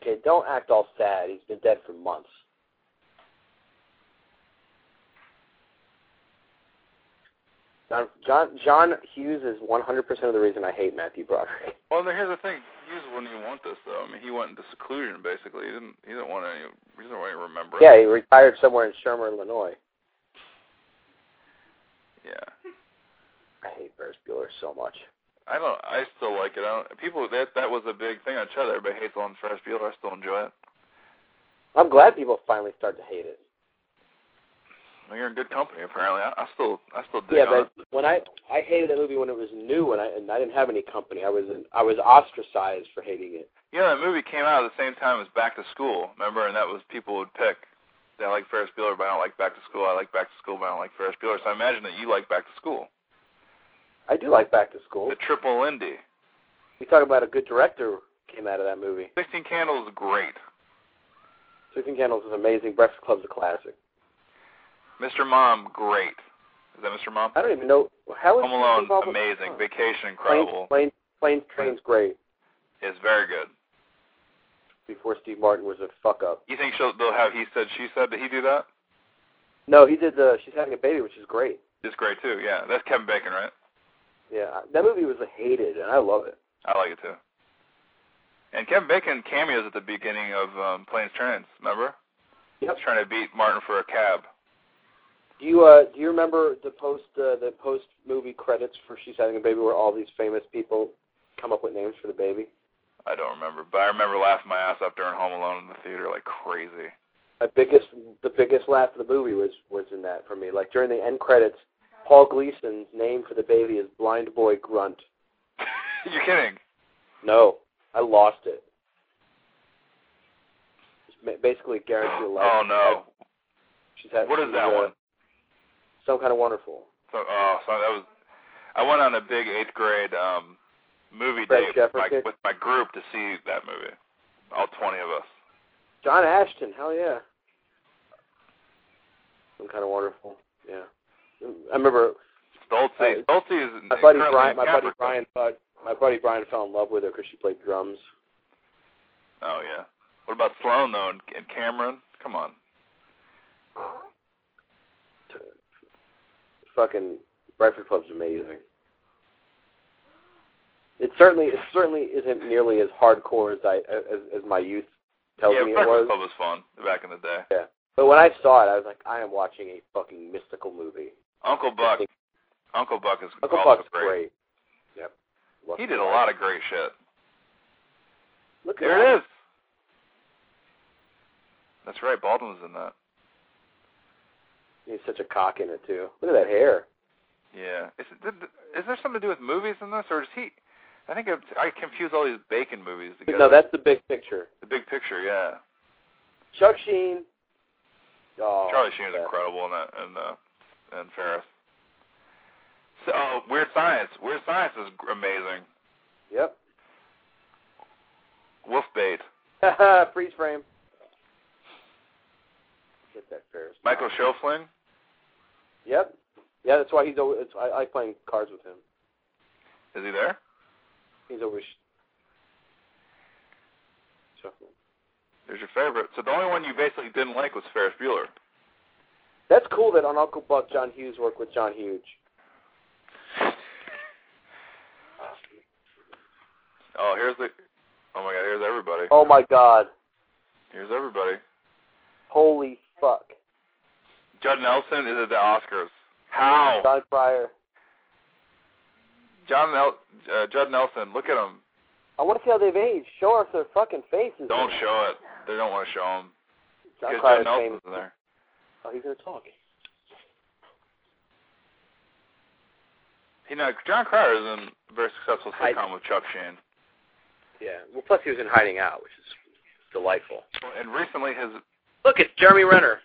Okay, don't act all sad. He's been dead for months. John John, John Hughes is 100% of the reason I hate Matthew Broderick.
Well, now, here's the thing. Hughes wouldn't even want this though. I mean, he went into seclusion basically. He didn't. He didn't want any. He didn't want any remembrance.
Yeah, he retired somewhere in Shermer, Illinois.
Yeah.
I hate Ferris Bueller so much.
I don't. I still like it. I don't. People that that was a big thing on Chud. Everybody hates on Ferris Bueller. I still enjoy it.
I'm glad people finally start to hate it.
Well, you're in good company apparently. I, I still. I still dig
Yeah,
on
but
it.
when I I hated that movie when it was new and I and I didn't have any company. I was I was ostracized for hating it.
You know, that movie came out at the same time as Back to School. Remember, and that was people would pick. They like Ferris Bueller, but I don't like Back to School. I like Back to School, but I don't like Ferris Bueller. So I imagine that you like Back to School.
I do like Back to School.
The Triple Indy.
We talk about a good director came out of that movie.
Sixteen Candles is great.
Sixteen Candles is amazing. Breakfast Club's a classic.
Mr. Mom, great. Is that Mr. Mom?
I don't even know how is
Home Alone,
involved with-
amazing.
Planes,
Vacation, incredible.
Planes, planes, trains, great.
It's very good.
Before Steve Martin was a fuck up.
You think she'll, they'll have he said, she said? Did he do that?
No, he did the She's Having a Baby, which is great.
It's great too. Yeah, that's Kevin Bacon, right?
Yeah, I- that movie was hated, and I love it.
I like it too. And Kevin Bacon cameos at the beginning of um, Planes, Trains. Remember?
Yep.
He's trying to beat Martin for a cab.
Do you uh do you remember the post uh, the post movie credits for She's Having a Baby where all these famous people come up with names for the baby?
I don't remember, but I remember laughing my ass off during Home Alone in the theater like crazy.
my biggest the biggest laugh of the movie was was in that for me. Like during the end credits, Paul Gleason's name for the baby is Blind Boy Grunt.
You're kidding.
No, I lost it. It's ma- basically guaranteed a life.
Oh no.
She's had,
What is
she's,
that
uh,
one?
Some kind of wonderful.
So, oh, so that was. I went on a big eighth grade um movie
Fred
date with
Shepard
my,
did?
with my group to see that movie. All twenty of us.
John Ashton, hell yeah. Some kind of wonderful. Yeah. I remember
Dolce.
Uh,
Dolce is
my buddy
currently
Brian.
in
My buddy
Africa.
Brian. thought- My buddy Brian fell in love with her because she played drums.
Oh yeah. What about Sloan though and, and Cameron? Come on.
fucking Breakfast Club's amazing. It certainly it certainly isn't nearly as hardcore as I as, as my youth tells
yeah,
me it was.
Breakfast Club was fun back in the day.
But when I saw it, I was like, I am watching a fucking mystical movie.
Uncle Buck.
Think-
Uncle Buck is
Uncle
also
Buck's
great.
great. Yep.
He did a lot of great shit.
Look at
There it is. That's right. Baldwin's in that.
He's such a cock in it too. Look at that hair.
Yeah. Is, it, did, is there something to do with movies in this, or is he? I think it's, I confuse all these Bacon movies together.
No, that's the big picture.
the big picture. Yeah.
Chuck Sheen. Oh,
Charlie Sheen is
yeah.
incredible in that and uh, and Ferris. So oh, Weird Science. Weird Science is gr- amazing.
Yep.
Wolf bait.
Freeze frame. Get that Ferris.
Michael Schofling.
Yep. Yeah, that's why he's always. It's, I I like playing cards with him.
Is he there?
He's always shuffling.
There's your favorite. So the only one you basically didn't like was Ferris Bueller.
That's cool that on Uncle Buck, John Hughes worked with John Hughes.
Oh, here's the. Oh my God! Here's everybody.
Oh my God!
Here's everybody.
Holy fuck!
Judd Nelson is at the Oscars. How?
John Fryer.
John Nel- uh, Judd Nelson, look at him.
I want to see how they've aged. Show us their fucking faces.
Don't show it. They don't want to show him.
John
Because
Fryer's
Judd Nelson's
famous.
in there.
Oh, he's gonna talk.
He know John Cryer is in a very successful
I-
sitcom with Chuck Sheen,
Yeah. Well, plus he was in Hiding Out, which is delightful.
and recently his.
Look, it's Jeremy Renner.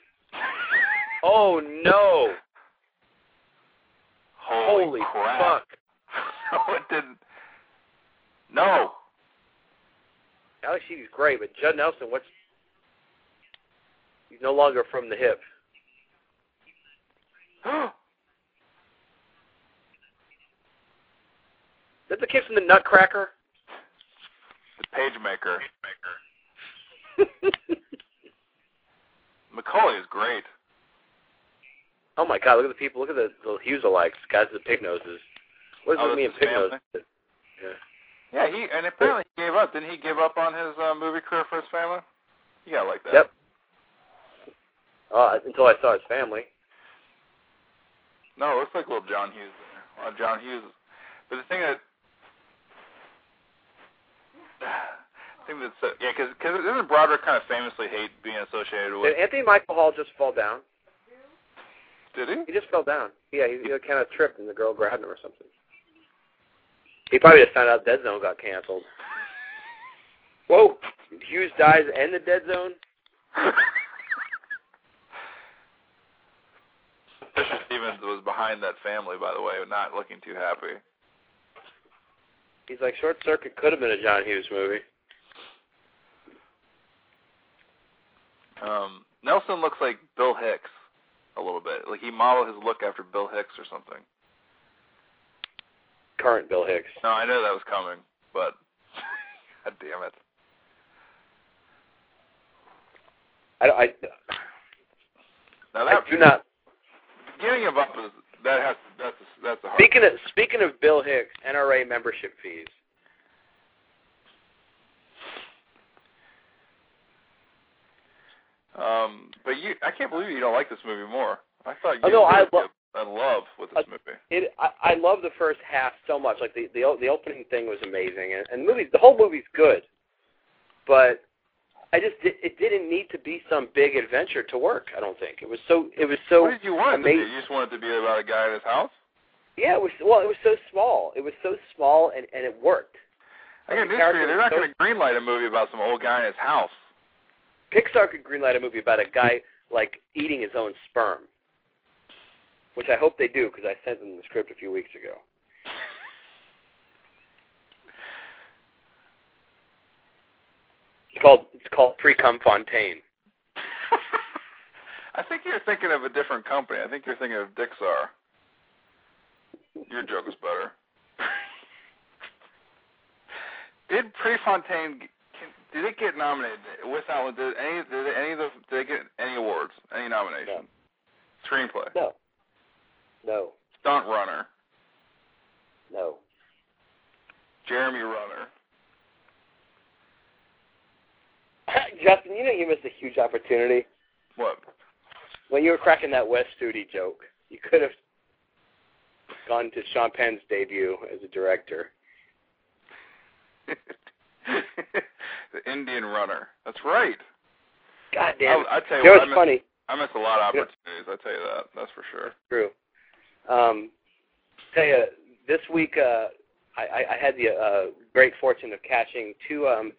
Oh no!
Holy, crap!
fuck!
no, it didn't. No,
Alex Sheedy's great, but Judd Nelson, what's? He's no longer from the hip. That's the kid from the Nutcracker.
the PageMaker. Macaulay is great.
Oh my God! Look at the people. Look at the, the Hughes alikes. Guys with the pig noses. What is
Oh,
with me and
that's
pig
his
noses?
Yeah, he and apparently he gave up. Didn't he give up on his uh, movie career for his family? You gotta like that.
Yep. Uh, until I saw his family.
No, it looks like little John Hughes there. Uh, John Hughes. But the thing that. I think that's. Uh, yeah, because cause isn't Broderick kind of famously hate being associated with.
Did Anthony Michael Hall just fall down?
Did he?
He just fell down. Yeah, he, he kind of tripped and the girl grabbed him or something. He probably just found out Dead Zone got canceled. Whoa! Hughes dies and the Dead Zone.
Fisher Stevens was behind that family, by the way, not looking too happy.
He's like Short Circuit could have been a John Hughes movie.
Um, Nelson looks like Bill Hicks a little bit. Like he modeled his look after Bill Hicks or something.
Current Bill Hicks.
No, I know that was coming, but God damn it.
I, I,
Now
I
that
do not.
getting him up is that has that's a, that's a hard.
Speaking of speaking of Bill Hicks, NRA membership fees.
Um, but you, I can't believe you don't like this movie more. I thought you
Oh, no, I
really
lo-
were in love with this
Uh,
movie.
It, I, I love the first half so much. Like the the, o- the opening thing was amazing, and, and the movie, the whole movie's good. But
I just di- it didn't need to be some big adventure to work. I don't think it was so. It was so.
what did you want it to
amazing.
be? You just wanted it to be about a guy in his house.
Yeah, it was. Well, it was so small. It was so small, and and it worked.
Again,
the
this
character
year, they're
was
not
so-
going to greenlight a movie about some old guy in his house.
Pixar could greenlight a movie about a guy like eating his own sperm, which I hope they do because I sent them the script a few weeks ago. It's called it's called Pre Cum Fontaine.
I think you're thinking of a different company. I think you're thinking of Dixar. Your joke is better. did Prefontaine can, did it get nominated with that one? Did any did any of the did they get any awards? Any nomination? Screenplay.
No, no,
Stunt runner.
no.
Jeremy Runner.
Justin, you know you missed a huge opportunity
What?
when you were cracking that West Studi joke. You could have gone to Sean Penn's debut as a director.
the Indian Runner. That's right.
God damn it!
I, I tell you
You know
what, I
what's
miss,
funny?
I miss a lot of
You know-
opportunities. I tell you that. That's for sure.
True. Um, tell you, this week uh, I, I I had the uh, great fortune of catching two um,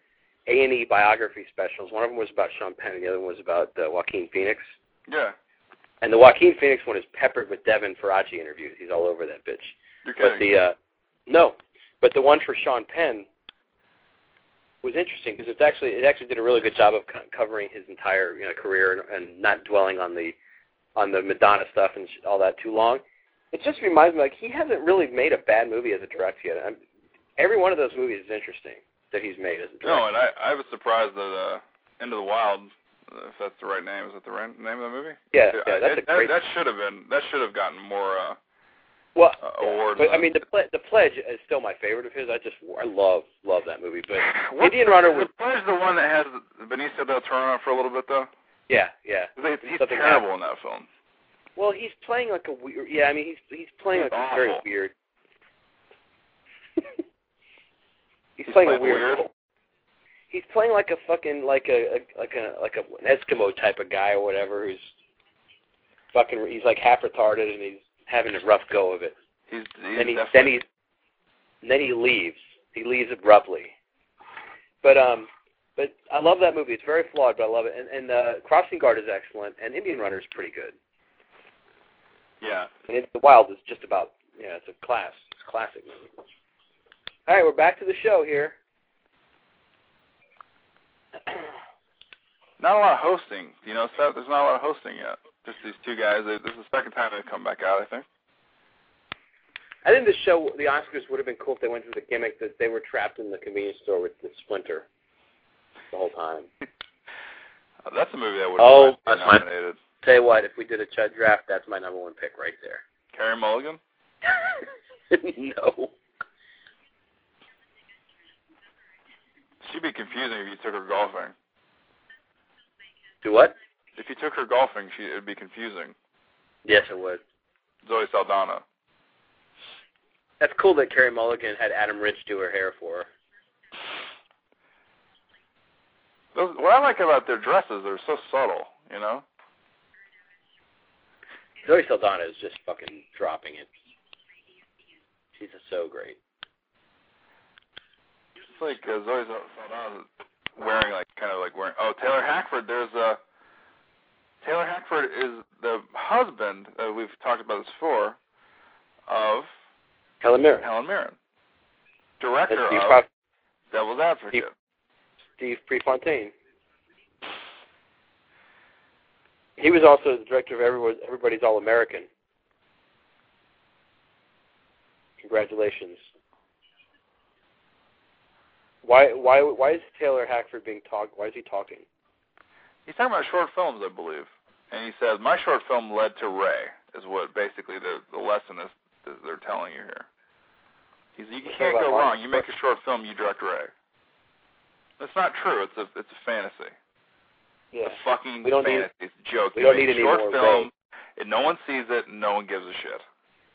A&E biography specials. One of them was about Sean Penn, and the other one was about uh, Joaquin Phoenix.
Yeah.
And the Joaquin Phoenix one is peppered with Devin Faraci interviews. He's all over that bitch.
You're kidding.
But the uh, no, but the one for Sean Penn was interesting because it's actually it actually did a really good job of co- covering his entire you know, career and, and not dwelling on the on the Madonna stuff and sh- all that too long. It just reminds me like he hasn't really made a bad movie as a director yet. I'm, every one of those movies is interesting that he's made as a director.
No, and I I was surprised that uh, Into the Wild, uh, if that's the right name, is that the right name of the movie?
yeah, yeah, that's
it,
a great.
that, that should have been that should have gotten more. Uh,
well,
uh,
yeah,
award
but I
than-
mean the ple- the pledge is still my favorite of his. I just I love love that movie. But
What's
Indian
the,
Runner was
The Pledge the one that has Benicio del Toro for a little bit though.
yeah yeah.
He's, he's
Something
terrible in that film.
Well, he's playing like a weird. Yeah, I mean, he's he's playing like
He's
a very
awful.
weird. he's,
He's
playing a
playing
weird.
weird.
role. He's playing like a fucking like a, a like a like a an Eskimo type of guy or whatever who's fucking. He's like half retarded and he's having a rough go of it.
He's, he's
Then he
definitely,
then he then he leaves. He leaves abruptly. But um, but I love that movie. It's very flawed, but I love it. And and uh, Crossing Guard is excellent, and Indian Runner is pretty good.
yeah.
And Into the Wild is just about yeah, it's a class, it's a classic movie. All right, we're back to the show here.
Not a lot of hosting, you know. Seth, there's not a lot of hosting yet. Just these two guys. They, this is the second time they've come back out, I think.
I think the show, the Oscars, would have been cool if they went through the gimmick that they were trapped in the convenience store with the splinter the whole time.
Uh, that's a movie that would
Oh,
have been
that's my-
nominated.
Tell you what, if we did a Chud draft, that's my number one pick right there.
Carey Mulligan.
no.
She'd be confusing if you took her golfing.
Do what?
If you took her golfing, she it'd be confusing.
Yes, it would.
Zoe Saldana.
That's cool that Carrie Mulligan had Adam Rich do her hair for her.
Those, what I like about their dresses, they're so subtle, you know.
Zoe Saldana is just fucking dropping it. She's so great.
It's like uh, Zoe Saldana wearing like kind of like wearing. Oh, Taylor Hackford. There's a Taylor Hackford is the husband uh, we've talked about this before of
Helen Mirren.
Helen Mirren, director
That's Steve,
of
Pro-
Devil's Advocate.
Steve Prefontaine. He was also the director of Everyone, Everybody's All American. Congratulations. Why why why is Taylor Hackford being talk? Why is he talking?
He's talking about short films, I believe, and he says my short film led to Ray is what basically the the lesson is that they're telling you here. He's, you
It's
can't
about
go
life.
wrong. You make a short film, you direct Ray. That's not true. It's a it's a fantasy.
Yeah.
a fucking
We don't need-
fantasy. it's a joke.
we
You
don't
make
need
a
any
short
more
film,
rope.
and no one sees it, and no one gives a shit.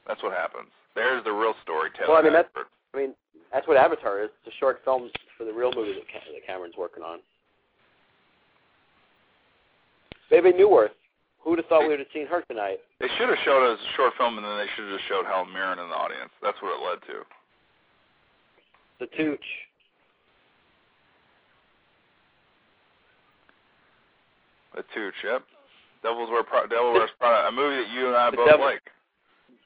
That's what happens. There's the real story, Taylor
Well, I mean, that's-
Hackford.
I mean, that's what Avatar is. It's a short film for the real movie that, Ca- that Cameron's working on. Baby Newworth. Who'd have thought we would have seen her tonight?
They should have showed us a short film, and then they should have just showed Helen Mirren in the audience. That's what it led to.
The Tooch.
The Tooch, yep. Devil's Wear Pro- Devil Wears Prada, a movie that you and I
The
both
Devil-
like.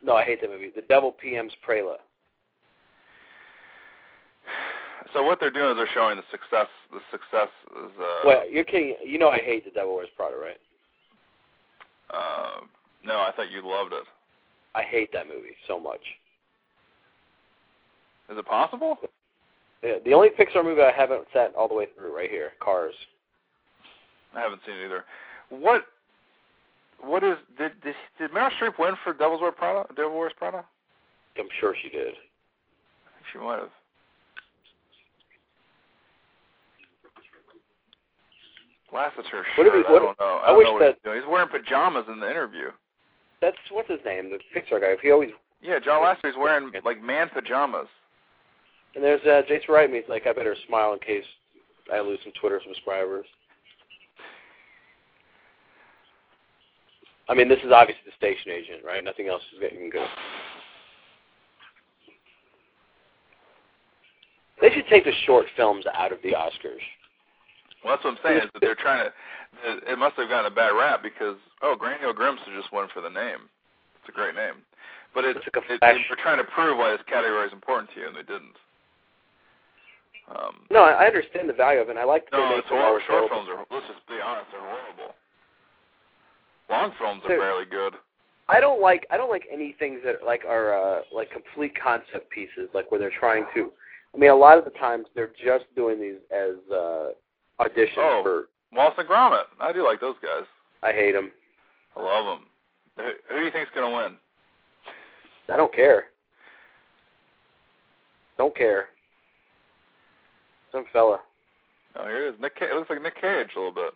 No, I hate that movie. The Devil PM's Prela.
So what they're doing is they're showing the success. The success is uh,
Well, you're kidding. You know I hate The Devil Wears Prada, right?
uh, no, I thought you loved it.
I hate that movie so much.
Is it possible?
Yeah, the only Pixar movie I haven't sat all the way through right here, Cars.
I haven't seen it either. What? What is did did, did Meryl Streep win for Devil's Wear Prada? Devil Wears Prada? I
I'm sure she did.
think she might have. Lassiter.
What did we-
shirt,
what-
I don't know.
I
I, don't
wish
know what
that-
he's, doing. he's wearing pajamas in the interview.
That's what's his name, the Pixar guy. He always
Yeah, John Lasseter's wearing like man pajamas.
and there's uh, Jason Wright. and He's like, I better smile in case I lose some Twitter subscribers. I mean, this is obviously the station agent, right? Nothing else is getting good. They should take the short films out of the Oscars.
Well, that's what I'm saying is that they're trying to. It must have gotten a bad rap because oh, Grandiel Grimms is just one for the name. It's a great name, but it,
It's like a
it,
flash-
they're trying to prove why this category is important to you, and they didn't. Um,
No, I I understand the value of it. and I like the
no,
way
it's
they lower
horrible. Short
films.
films are. Let's just be honest, they're horrible. Long films are
They're-
fairly good.
I don't like I don't like any things that like are uh, like complete concept pieces, like where they're trying to. I mean, a lot of the times they're just doing these as uh, auditions
Oh.
for.
Wallace and Gromit. I do like those guys.
I hate them.
I love them. Who, who do you think's gonna win?
I don't care. Don't care. Some fella,
Oh, here it is. Nick. Ca- it looks like Nick Cage a little bit.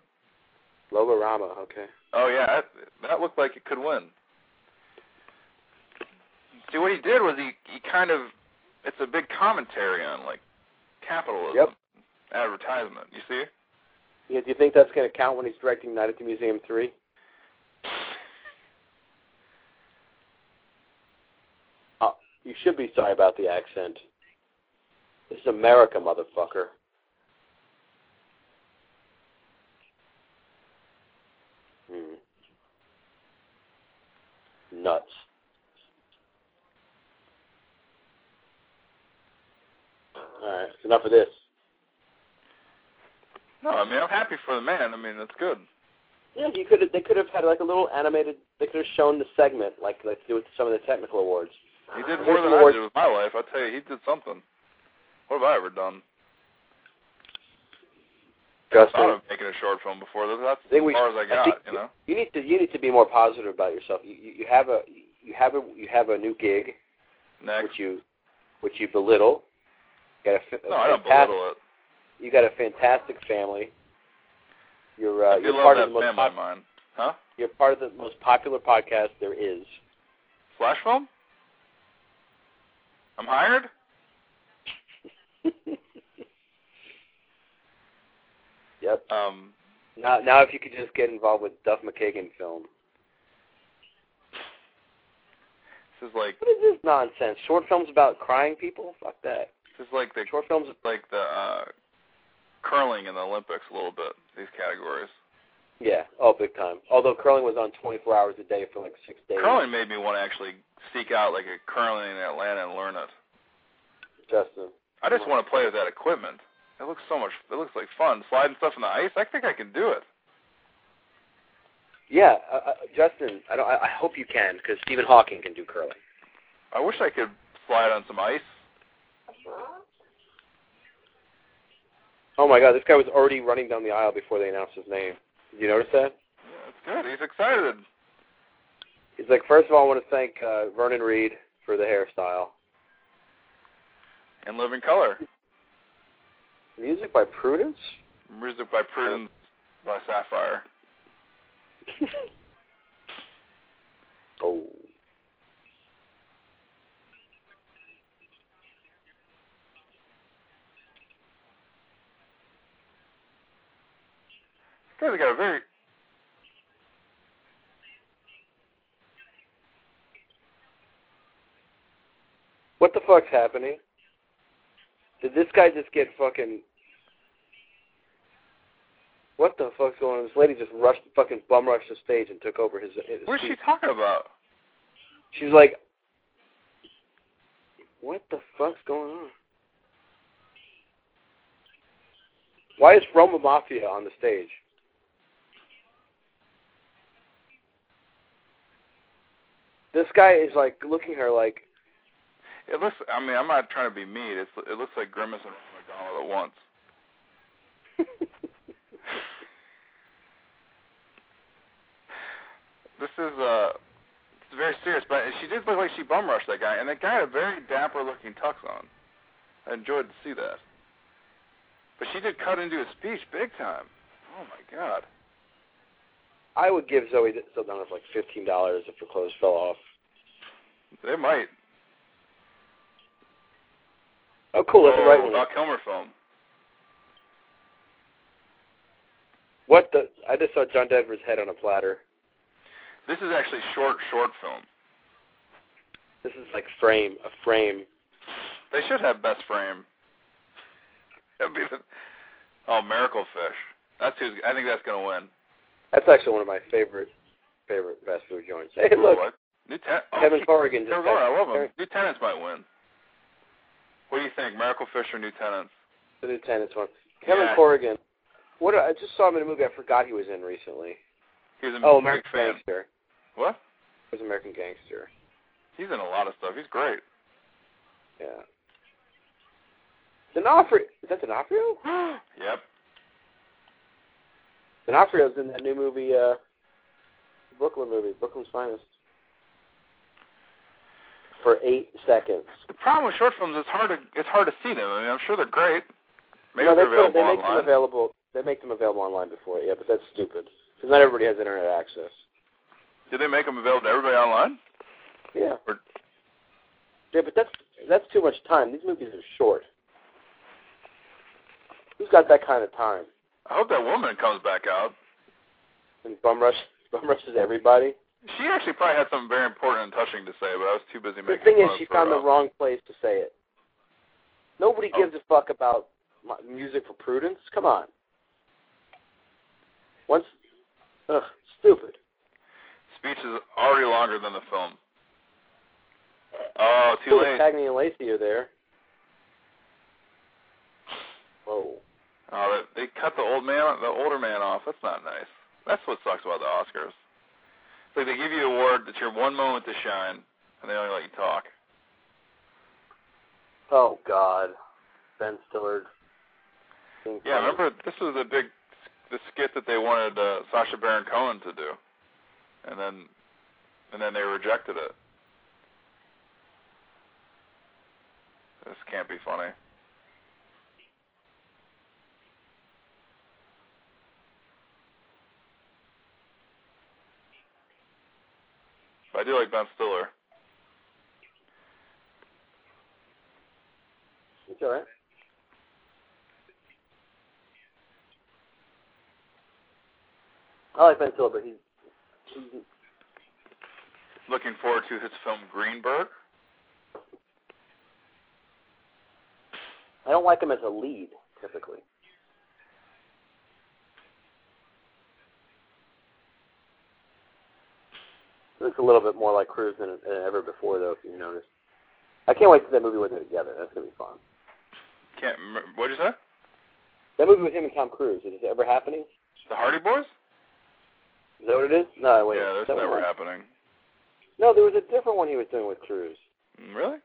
Lola Rama. Okay.
Oh yeah, that, that looked like it could win. See what he did was he he kind of it's a big commentary on like capitalism,
Yep.
advertisement. You see?
Yeah, do you think that's going to count when he's directing Night at the Museum three? Uh, you should be sorry about the accent. This is America, motherfucker. Hmm. Nuts. All right, enough of this.
No, I mean I'm happy for the man. I mean that's good.
Yeah, you could. They could have had like a little animated. They could have shown the segment, like like they do with some of the technical awards.
He did more
Here's
than
the
I
award-
did with my life. I tell you, he did something. What have I ever done? I thought
Justin,
of making a short film before. That's
I think we-
as far as I
I
got.
think-
you know?
you need to you need to be more positive about yourself. You you, you have a you have a you have a new gig
Next.
which you which you belittle. You got a, fa-
No, I don't
fantastic,
belittle it.
You got a fantastic family. You're uh,
I do
you're
love
part of the
that
most
family of
pop-
mine. Huh?
you're part of the most popular podcast there is.
Flash film? I'm hired?
Yep.
Um,
Now now if you could just get involved with Duff McKagan film.
this is like
What is this nonsense? Short films about crying people? Fuck that.
this is like the
Short films.
like the uh curling in the Olympics a little bit, these categories.
Yeah. Oh, big time. Although curling was on 24 hours a day for like six days.
Curling made me want to actually seek out like a curling in Atlanta and learn it.
Justin.
I just want to play with that equipment. It looks so much it looks like fun. Sliding stuff in the ice, I think I can do it.
Yeah, uh, uh, Justin. I don't. I, I hope you can because Stephen Hawking can do curling.
I wish I could slide on some ice.
Oh my God, this guy was already running down the aisle before they announced his name. Did you notice that?
Yeah, that's good. He's excited.
He's like, first of all, I want to thank uh, Vernon Reed for the hairstyle.
And live in color.
Music by Prudence.
Music by Prudence by Sapphire.
Oh.
This guy's got a very
What the fuck's happening? Did this guy just get fucking? What the fuck's going on? This lady just rushed, fucking bum rushed the stage and took over his. his
What's she
seat.
talking about?
She's like, what the fuck's going on? Why is Roma Mafia on the stage? This guy is like looking at her like,
It looks. I mean, I'm not trying to be mean. It's. It looks like Grimace and McDonald at once. this is uh, it's very serious. But she did look like she bum rushed that guy, and that guy had a very dapper looking tux on. I enjoyed to see that. But she did cut into his speech big time. Oh my god.
I would give Zoe Saldana like fifteen dollars if her clothes fell off.
They might.
Oh, cool, that's the right
oh,
one.
Val Kilmer film.
What the? I just saw John Denver's head on a platter.
This is actually short short film.
This is like frame, a frame.
They should have best frame. That'd be the, oh, Miracle Fish. That's who's. I think that's gonna win.
That's actually one of my favorite favorite fast food joints. Hey,
Ooh,
look,
what? New Ten- oh,
Kevin
he-
Corrigan just
Kevin Corrigan, I love him. New Tenants might win. What do you think, Miracle Fish or New Tenants?
the new tennis one. Kevin
Yeah.
Corrigan. What I just saw him in a movie I forgot he was in recently.
He was a
Oh,
big
American
fan.
Gangster.
What?
He was American Gangster.
He's in a lot of stuff. He's great.
Yeah. D'Onofrio is that D'Onofrio?
Yep.
D'Onofrio's in that new movie, uh Brooklyn movie, Brooklyn's Finest. For eight seconds.
The problem with short films is it's hard to it's hard to see them. I mean, I'm sure they're great. Maybe
no, they,
they're
put-
available
they make
online.
them available. They make them available online before, yeah, but that's stupid because not everybody has internet access.
Did they make them available to everybody online?
Yeah.
Or-
Yeah, but that's that's too much time. These movies are short. Who's got that kind of time?
I hope that woman comes back out.
And bum rush bum rushes everybody.
She actually probably had something very important and touching to say, but I was too busy
The
making
thing is,
fun of
she
her,
found
uh,
the wrong place to say it. Nobody
Oh.
gives a fuck about mu- music for prudence. Come on. Once, ugh, stupid.
speech is already longer than the film. Oh, too
Cool,
late.
Cagney and Lacey are there. Whoa.
Oh, they, they cut the old man, the older man off. That's not nice. That's what sucks about the Oscars. It's like they give you the award that's your one moment to shine, and they only let you talk.
Oh God. Ben Stiller. King
Yeah,
Kong.
remember this was a big the skit that they wanted uh, Sasha Baron Cohen to do, and then and then they rejected it. This can't be funny. But I do like Ben Stiller.
It's all right. I like Ben Stiller, but he's, he's
Looking forward to his film Greenberg.
I don't like him as a lead typically. He looks a little bit more like Cruz than, than ever before, though. If you notice, I can't wait to see that movie with them together. That's gonna be fun.
Can't. rem- What'd you say?
That movie with him and Tom Cruise is it ever happening?
The Hardy Boys?
Is that what it is? No, wait.
yeah, that's
that was
never
not-
happening.
No, there was a different one he was doing with Cruz.
Mm, Really?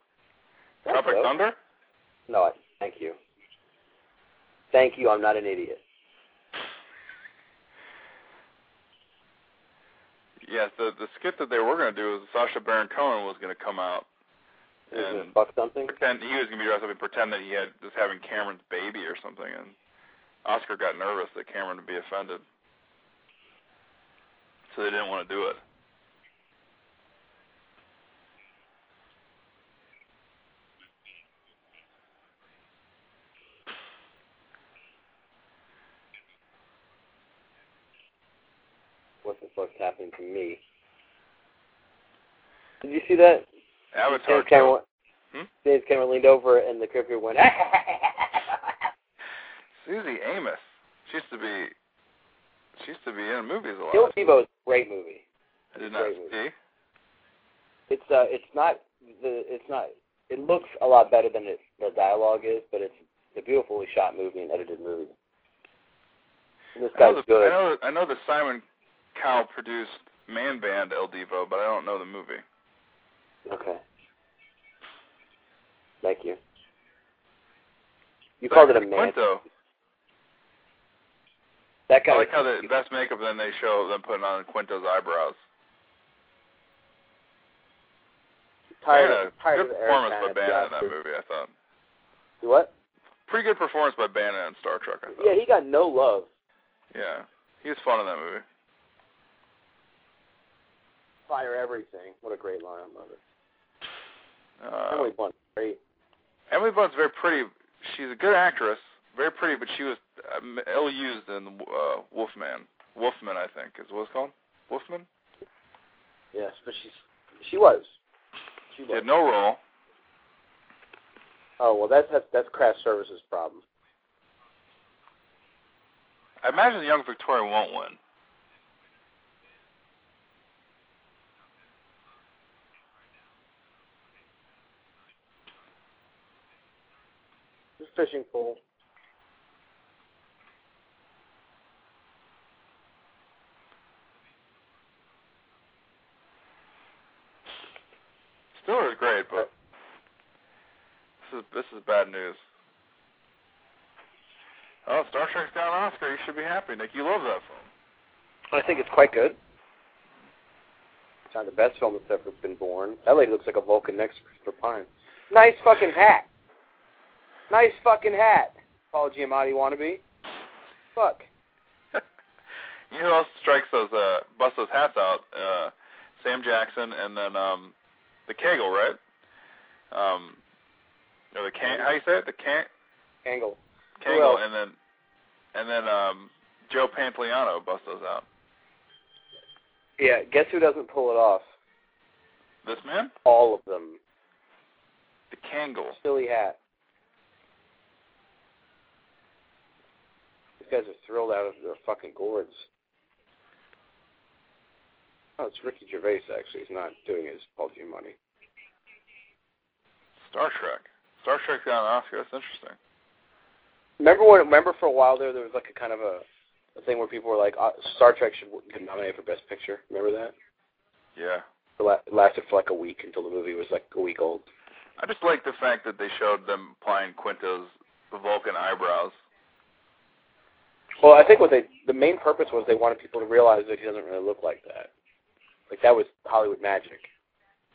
That's
Tropic
dope.
Thunder?
No, I, thank you. Thank you. I'm not an idiot.
Yes, the the skit that they were going to do was Sasha Baron Cohen was going to come out
He was gonna
And-
fuck something.
pretend he was going to be dressed up and pretend that he had was having Cameron's baby or something, and Oscar got nervous that Cameron would be offended, so they didn't want to do it.
What the fuck's happening to me? Did you see that?
Avatar.
James Cameron,
Hmm?
James Cameron leaned over and the cricketer went.
Susie Amos. She used to be. She used to be in movies a lot.
Kill Devo is a great movie.
I did not see.
It's uh, it's not the, it's not. It looks a lot better than it, the dialogue is, but it's a beautifully shot movie and edited movie. And this
I know,
guy's
the, I
good.
know. I know the Simon Cowell produced Man Band El Devo, but I don't know the movie.
Okay. Thank you. You called it a
Zachary
man.
Quinto.
That guy.
I like how the best makeup then they show them putting on Quinto's eyebrows.
tired,
yeah,
of, tired
good
of
performance by
Eric Bana,
Bannon in
yeah.
that movie, I thought.
What?
Pretty good performance by Bannon in Star Trek, I thought.
Yeah, he got no love.
yeah. He was fun in that movie.
Fire everything. What a great line, I love it.
Uh,
Emily Blunt, great.
Emily Blunt's very pretty. She's a good actress, very pretty, but she was um, ill-used in uh, Wolfman. Wolfman, I think, is what it's called. Wolfman.
Yes, but she's she was. She
She
was.
had no role.
Oh well, that's that's that's craft services problem.
I imagine the young Victoria won't win.
Just fishing pool.
Still is great, but this is this is bad news. Oh, Star Trek's got an Oscar. You should be happy, Nick. You love that film.
I think it's quite good. It's not the best film that's ever been born. That lady looks like a Vulcan next to Christopher Pine. Nice fucking hat. Nice fucking hat. Paul Giamatti wannabe. Fuck.
You know who else strikes those uh busts those hats out? Uh Sam Jackson and then um the Kegel, right? Um or the can how you say it? The can
Angle.
Kegel
else?
and then and then um Joe Pantoliano busts those out.
Yeah. Guess who doesn't pull it off?
This man?
All of them.
The Kangol.
Silly hat. These guys are thrilled out of their fucking gourds. Oh, it's Ricky Gervais actually. He's not doing his Paul Giamatti.
Star Trek. Star Trek got an Oscar, that's interesting.
Remember when? Remember for a while there, there was like a kind of a, a thing where people were like, uh, Star Trek should get nominated for Best Picture. Remember that?
Yeah.
It la- It lasted for like a week until the movie was like a week old.
I just like the fact that they showed them applying Quinto's Vulcan eyebrows.
Well, I think what they the main purpose was they wanted people to realize that he doesn't really look like that. Like that was Hollywood magic.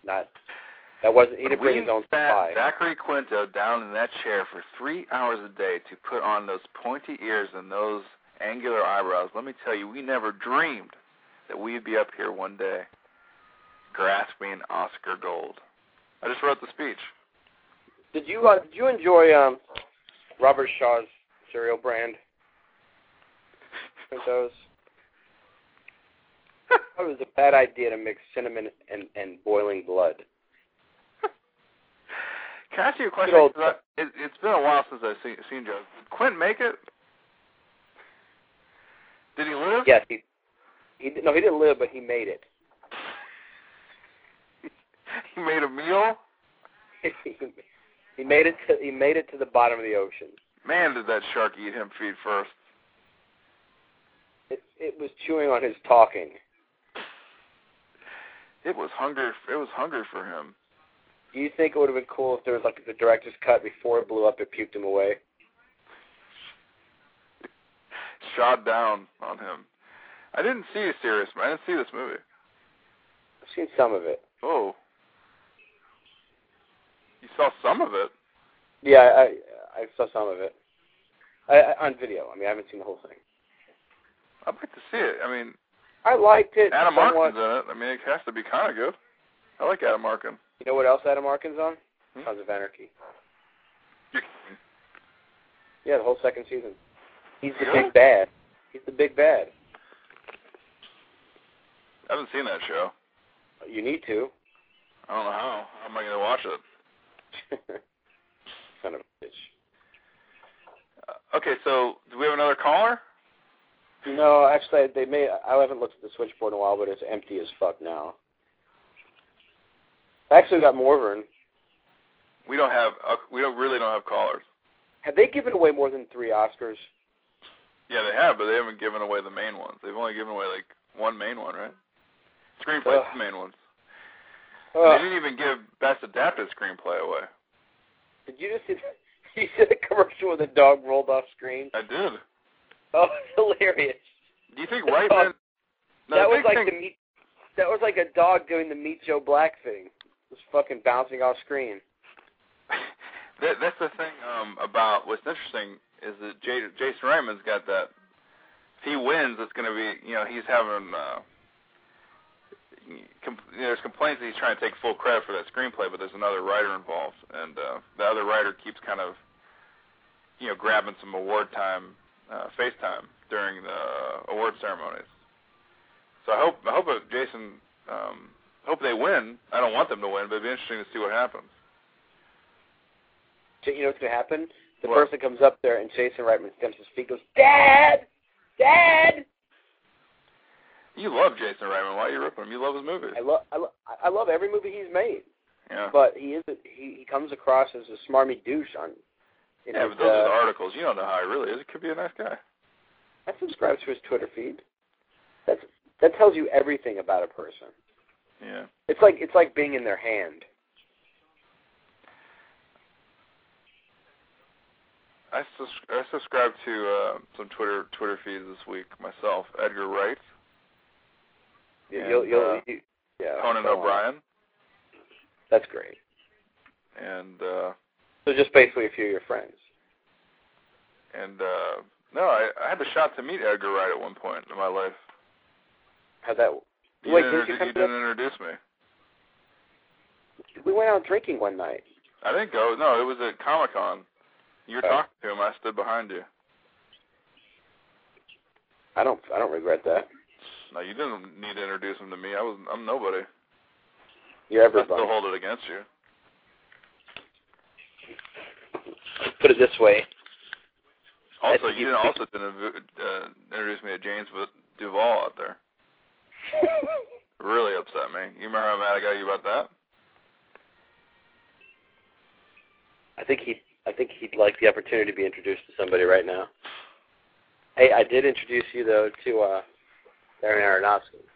Not that wasn't he didn't bring his
We
own
sat
spy.
Zachary Quinto down in that chair for three hours a day to put on those pointy ears and those angular eyebrows. Let me tell you, we never dreamed that we'd be up here one day grasping Oscar gold. I just wrote the speech.
Did you uh, did you enjoy um Robert Shaw's cereal brand? With those? It was a bad idea to mix cinnamon and and boiling blood.
Can I ask you a question?
Good old-
'Cause I- it, it's been a while since I've seen, seen Joe. Did Quint make it? Did he live?
Yes, he he did- no he didn't live, but he made it.
He made a meal?
he made it to he made it to the bottom of the ocean.
Man, did that shark eat him feet first.
It it was chewing on his talking.
It was hungry. It was hungry for him.
Do you think it would have been cool if there was like the director's cut before it blew up? It puked him away.
shot down on him. I didn't see Sirius. I didn't see this movie.
I've seen some of it.
Oh, you saw some of it.
Yeah, I I, I saw some of it I, I, on video. I mean, I haven't seen the whole thing.
I'd like to see it. I mean,
I liked it
Adam
somewhat.
Arkin's in it. I mean, it has to be kind of good. I like Adam Arkin.
You know what else Adam Arkin's on?
Hmm?
Sons of Anarchy.
You're
Yeah, the whole second season. He's the
Really?
big bad. He's the big bad.
I haven't seen that show.
You need to.
I don't know how. How am I going to watch it?
Son of a bitch.
Uh, okay, so do we have another caller?
No, actually, they may. I haven't looked at the switchboard in a while, but it's empty as fuck now. I actually got Morvern.
We don't have. Uh, we don't really don't have callers.
Have they given away more than three Oscars?
Yeah, they have, but they haven't given away the main ones. They've only given away like one main one, right?
Ugh.
Screenplay's the main ones.
Ugh. uh, Oh,
They didn't even give best adapted screenplay away.
Did you just see? The, you see the commercial where the dog rolled off screen?
I did.
Oh, it's hilarious.
Do you think right then? No,
that
the
was
big
like
thing,
the meet. That was like a dog doing the meet Joe Black thing, just fucking bouncing off screen.
that, that's the thing um, about what's interesting is that J, Jason Raymond's got that. If he wins, it's going to be you know he's having uh, com- you know, there's complaints that he's trying to take full credit for that screenplay, but there's another writer involved, and uh, the other writer keeps kind of you know grabbing some award time, uh, face time during the award ceremonies. So I hope I hope if Jason um, hope they win. I don't want them to win, but it'd be interesting to see what happens.
So you know what's gonna happen? The
What?
person comes up there and Jason Reitman stamps his feet, goes, "Dad, Dad!"
You love Jason Reitman. Why are you ripping him? You love his movies.
I love, I, lo- I love every movie he's made,
Yeah.
but he is, a, he, he comes across as a smarmy douche on. in
yeah,
his,
but those are the
uh,
articles. You don't know how he really is. It could be a nice guy.
I subscribe to his Twitter feed. That's that tells you everything about a person.
Yeah.
It's like it's like being in their hand.
I, sus- I subscribed to uh, some Twitter Twitter feeds this week myself. Edgar Wright,
You,
And,
you'll you'll
uh,
you, yeah.
Conan
Oh, go on.
O'Brien,
That's great.
and uh,
So just basically a few of your friends.
and uh, no, I, I had a shot to meet Edgar Wright at one point in my life.
How that?
You
Wait,
didn't,
didn't you
introdu-
come
you
to that-
didn't introduce me.
We went out drinking one night.
I didn't go. No, it was at Comic Con. You were
Oh.
talking to him. I stood behind you.
I don't I don't regret that.
No, you didn't need to introduce him to me. I was I'm nobody.
You're
I
everybody.
still hold it against you.
Put it this way.
Also,
think you-
you didn't also didn't uh, introduce me to James Duval out there. really upset me. You remember how mad I got at you about that?
I think he I think he'd like the opportunity to be introduced to somebody right now. Hey, I did introduce you though to uh Darren Aronofsky.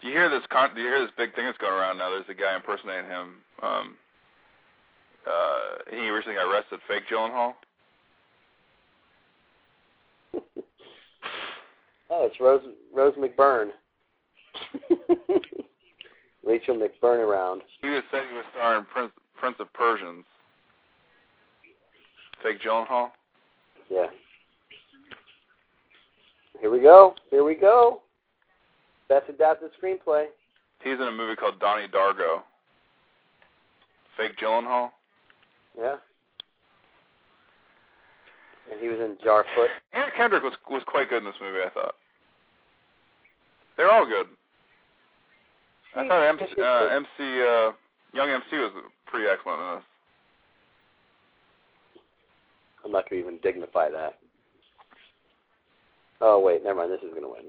Do you hear this? Con- do you hear this big thing that's going around now? There's a guy impersonating him. Um, uh, he recently got arrested. Fake Gyllenhaal.
Oh, it's Rose Rose McBurn. Rachel McBurn around.
He was said he was starring Prince Prince of Persians. Fake Gyllenhaal.
Yeah. Here we go. Here we go. Best adapted screenplay.
He's in a movie called Donnie Dargo. Fake Gyllenhaal.
Yeah. And he was in Jarfoot.
Anna Kendrick was was quite good in this movie. I thought they're all good. I thought MC, uh, MC uh, Young MC was pretty excellent in this.
I'm not gonna even dignify that. Oh wait, never mind. This is gonna win.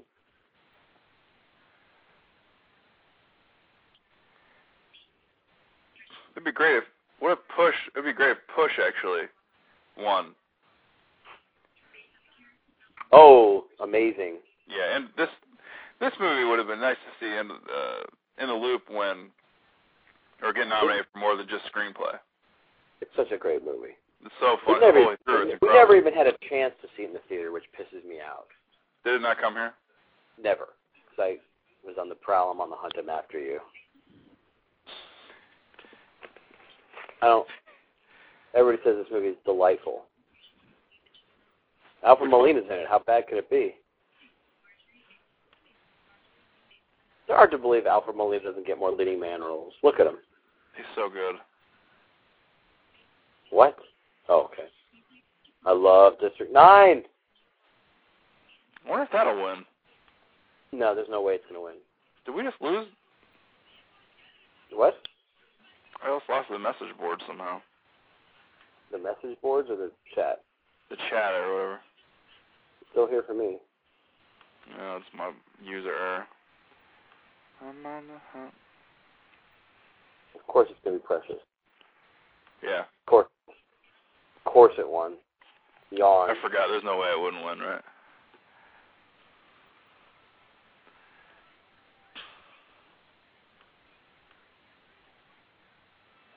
It'd be great if what if push. It'd be great if push actually won.
Oh, amazing.
Yeah, and this this movie would have been nice to see in uh, in the loop when or get nominated for more than just screenplay.
It's such a great movie.
It's so
We
fun.
never,
Holy through, Oh, it's
we
incredible.
never even had a chance to see it in the theater, which pisses me out.
Did it not come here?
Never. 'Cause I was on the prowl. I'm on the hunt. I'm after you. I don't. Everybody says this movie is delightful. Alfred Molina's in it. How bad could it be? It's hard to believe Alfred Molina doesn't get more leading man roles. Look at him.
He's so good.
What? Oh, okay. I love District 9.
I wonder if that'll win.
No, there's no way it's going to win.
Did we just lose
What?
I just lost the message board somehow.
The message boards or the chat?
The chat or whatever.
Still here for me.
No, it's my user error. I'm on the hunt.
Of course it's gonna be precious.
Yeah.
Of course. Of course it won. Yawn.
I forgot. There's no way it wouldn't win, right?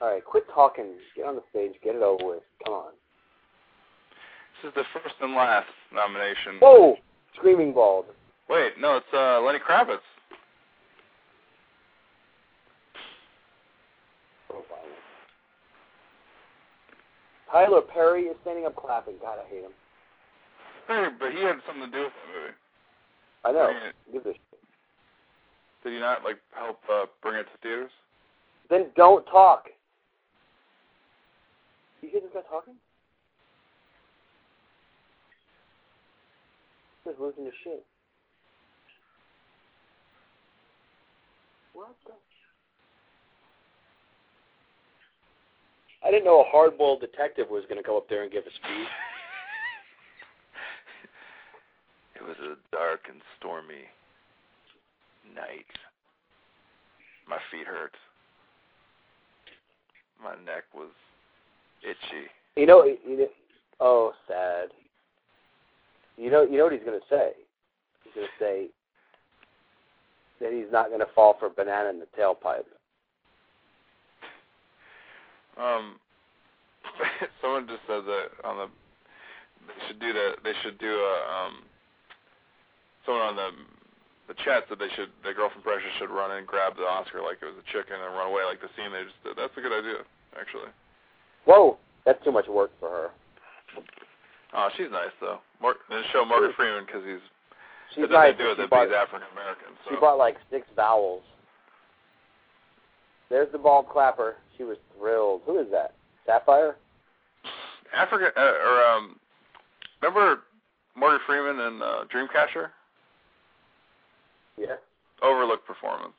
All right, quit talking. Get on the stage. Get it over with. Come on.
This is the first and last nomination.
Whoa! Screaming bald.
Wait, no, it's uh, Lenny Kravitz.
Profiling. Tyler Perry is standing up clapping. God, I hate him.
Hey, but he had something to do with that movie.
I know.
Yeah.
Give this. shit.
Did he not like help uh, bring it to theaters?
Then don't talk. You hear this guy talking? He's losing his shit. What the? I didn't know a hardboiled detective was going to come up there and give a speech.
It was a dark and stormy night. My feet hurt. My neck was itchy.
You know, you know, oh, sad. You know, you know what he's gonna say. He's gonna say that he's not gonna fall for banana in the tailpipe.
Um, someone just said that on the they should do the they should do a um. Someone on the the chat said they should the girl from Precious should run and grab the Oscar like it was a chicken and run away like the scene they just did. That's a good idea actually.
Whoa, that's too much work for her.
Oh, she's nice though. Mark, and show Morgan Freeman because he's
She's
it doesn't
nice.
do it
but she
that
bought,
he's African American.
she
So
bought like six vowels. There's the ball clapper. She was thrilled. Who is that? Sapphire?
Africa uh, or um, remember Morgan Freeman in uh, Dreamcatcher?
Yeah.
Overlook performance.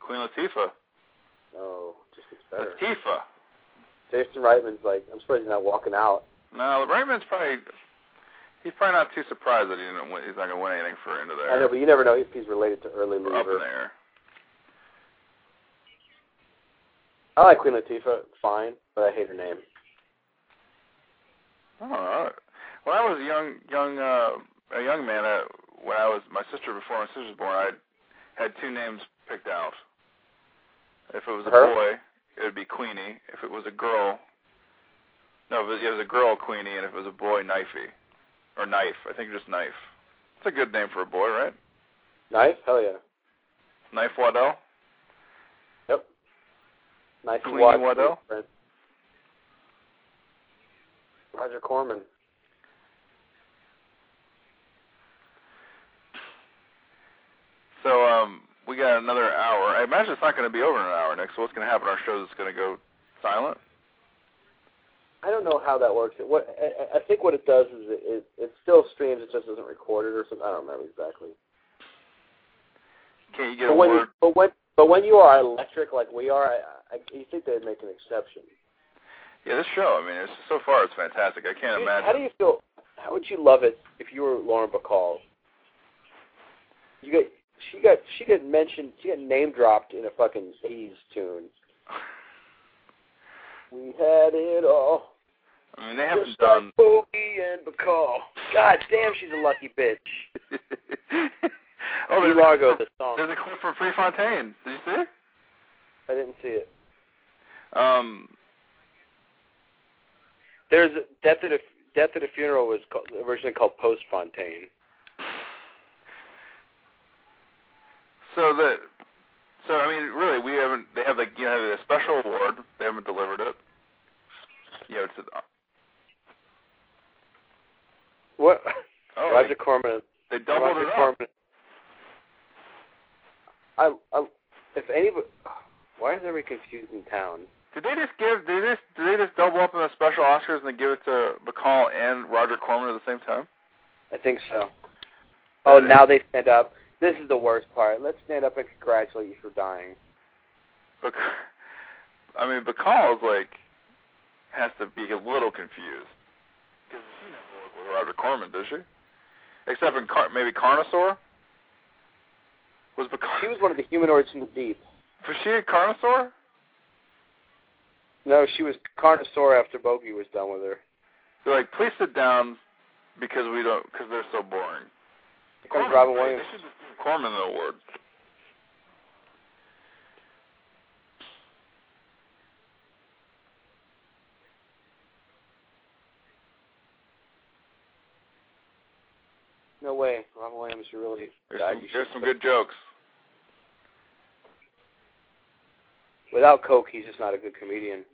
Queen Latifah.
No, just gets better.
Latifah.
Jason Reitman's like, I'm surprised he's not walking out.
No, Raymond's probably he's probably not too surprised that he didn't win, he's not gonna win anything for Into
I know,
There.
but you never know if he's related to early
or Up in
mover.
the air.
I like Queen Latifah, fine, but I hate her name.
I don't know. When I was a young, young, uh, a young man, uh, when I was my sister before my sister was born, I had two names picked out. If it was a
Her?
boy, it would be Queenie. If it was a girl, no, if it was, it was a girl, Queenie, and if it was a boy, Knifey, or Knife. I think just Knife. It's a good name for a boy, right?
Knife? Hell yeah.
Knife Waddell.
Yep. Knife
Queenie Waddell?
Roger Corman.
So um, we got another hour. I imagine it's not going to be over in an hour, Nick. So what's going to happen? Our show is going to go silent.
I don't know how that works. It, what I, I- I think what it does is it, it it still streams. It just isn't recorded or something. I don't remember exactly.
Can you get
But
a
when
word?
but when but when you are electric like we are, I, I, you think they'd make an exception.
Yeah, this show. I mean, it's so far it's fantastic. I can't
Dude,
imagine.
How do you feel? How would you love it if you were Lauren Bacall? You got she got she got mentioned. She got name dropped in a fucking Z's tune. We had it all.
I mean, they haven't
Just like
done.
Boogie and Bacall. God damn, she's a lucky bitch.
oh,
Lou
there's
Largo,
a,
the song.
there's a clip from Prefontaine. Did you see? it?
I didn't see it.
Um,
There's Death at a Death at a Funeral was called, originally called Post Fontaine.
so the, so I mean, really, we haven't. They have like you know a special award. They haven't delivered it. You know, it's an,
What?
oh,
Roger Corman.
they, they doubled
Roger
it up.
Corman. I, I, if anybody, why is everybody confused in town?
Did they just give? Did they just? Did they just double up on the special Oscars and then give it to Bacall and Roger Corman at the same time?
I think so. Oh,
Uh,
now they stand up. This is the worst part. Let's stand up and congratulate you for dying.
Bac- I mean, Bacall is like has to be a little confused because she never worked with Roger Corman, did she? Except in Car- maybe Carnosaur. Was Bacall?
She was one of the humanoids from the deep.
Was she a Carnosaur?
No, she was Carnosaur after Bogey was done with her.
Oh, They're like, please sit down because we don't because they're so boring.
Here comes Robin Williams.
They should just give Corman the award.
No way, Robin Williams, you really.
There's
died.
some,
You
there's
should-
some good jokes.
Without coke, he's just not a good comedian.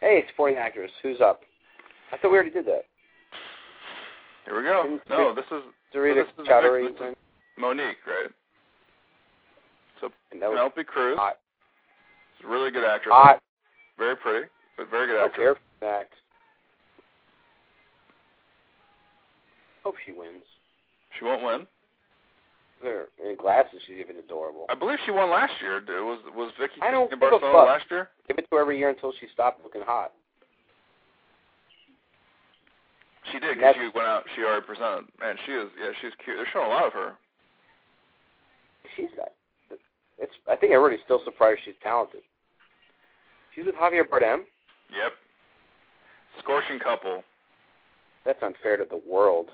Hey, supporting actress, who's up? I thought we already did that.
Here we go.
Didn't
No,
Sarita-
this is
Dorita
this is-
Chowdhury,
this is- Monique, right? So
and that was
Penelope Cruz,
hot,
is a really good actress,
hot,
very pretty, but very good actress.
hair act. Hope she wins.
She won't win.
There, in glasses, she's even adorable.
I believe she won last year. It was was Vicky
I don't
in
give a
Barcelona
fuck.
last year?
Give it to her every year until she stopped looking hot.
She did. 'cause
That's-
She went out. She already presented, and she is yeah, she's cute. They're showing a lot of her.
She's got. It's. I think everybody's still surprised she's talented. She's with Javier Bardem.
Yep. Scorching couple.
That's unfair to the world.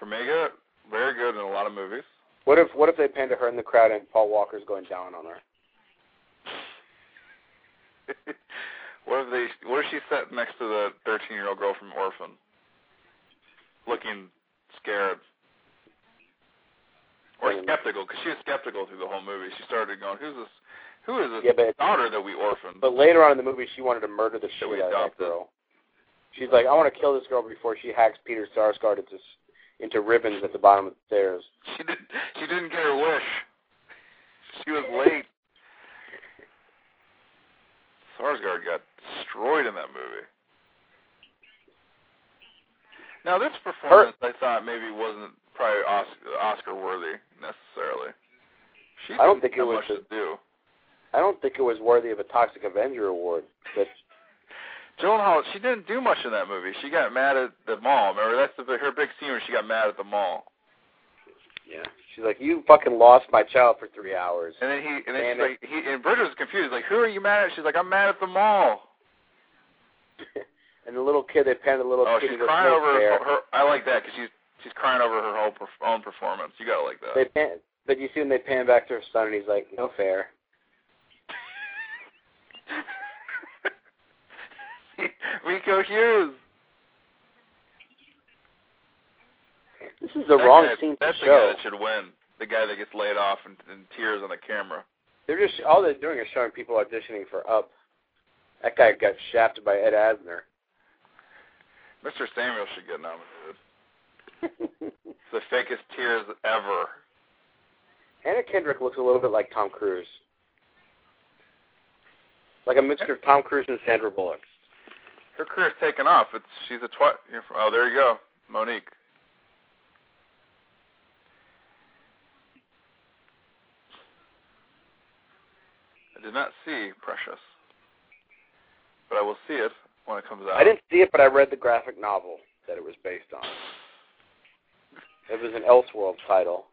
Formiga, very good in a lot of movies.
What if what if they pan to her in the crowd and Paul Walker's going down on her?
what if they? What if she sat next to the 13-year-old girl from Orphan, looking scared or
Mm.
skeptical? Because she was skeptical through the whole movie. She started going, "Who's this? Who is this
Yeah, but
daughter that we orphaned?"
but later on in the movie she wanted to murder the
That
shit
we
out of that
adopted.
girl. She's like, I want to kill this girl before she hacks Peter Sarsgaard into s- into ribbons at the bottom of the stairs.
She didn't. She didn't get her wish. She was late. Sarsgaard got destroyed in that movie. Now this performance, I thought maybe wasn't probably Oscar, Oscar worthy necessarily. She
I don't
didn't
think it
have
was
much to do.
I don't think it was worthy of a Toxic Avenger award. But
Gyllenhaal, she didn't do much in that movie. She got mad at the mall. Remember that's the, her big scene where she got mad at the mall.
yeah, she's like, you fucking lost my child for three hours.
And then he and then
And
she's like he and Bridget was confused, like, Who are you mad at? She's like, I'm mad at the mall.
and the little kid, they panned the little
Oh,
kid
she's
with
crying
no
over
hair.
her. I like that because she's she's crying over her whole perf- own performance. You gotta like
They
that.
pan, but you see when they pan back to her son, and he's like, no fair.
Rico Hughes.
This is the
That
wrong
guy-
scene to
That's the guy
show.
that should win. The guy that gets laid off and, and tears on the camera.
They're just all they're doing is showing people auditioning for Up. That guy got shafted by Ed Asner.
Mr. Samuel should get nominated. It's the fakest tears ever.
Anna Kendrick looks a little bit like Tom Cruise, like a mixture of Tom Cruise and Sandra Bullock.
Her career's taken off. It's she's a twat. You're from, oh, there you go, Monique. I did not see Precious, but I will see it when it comes out.
I didn't see it, but I read the graphic novel that it was based on. It was an Elseworld title.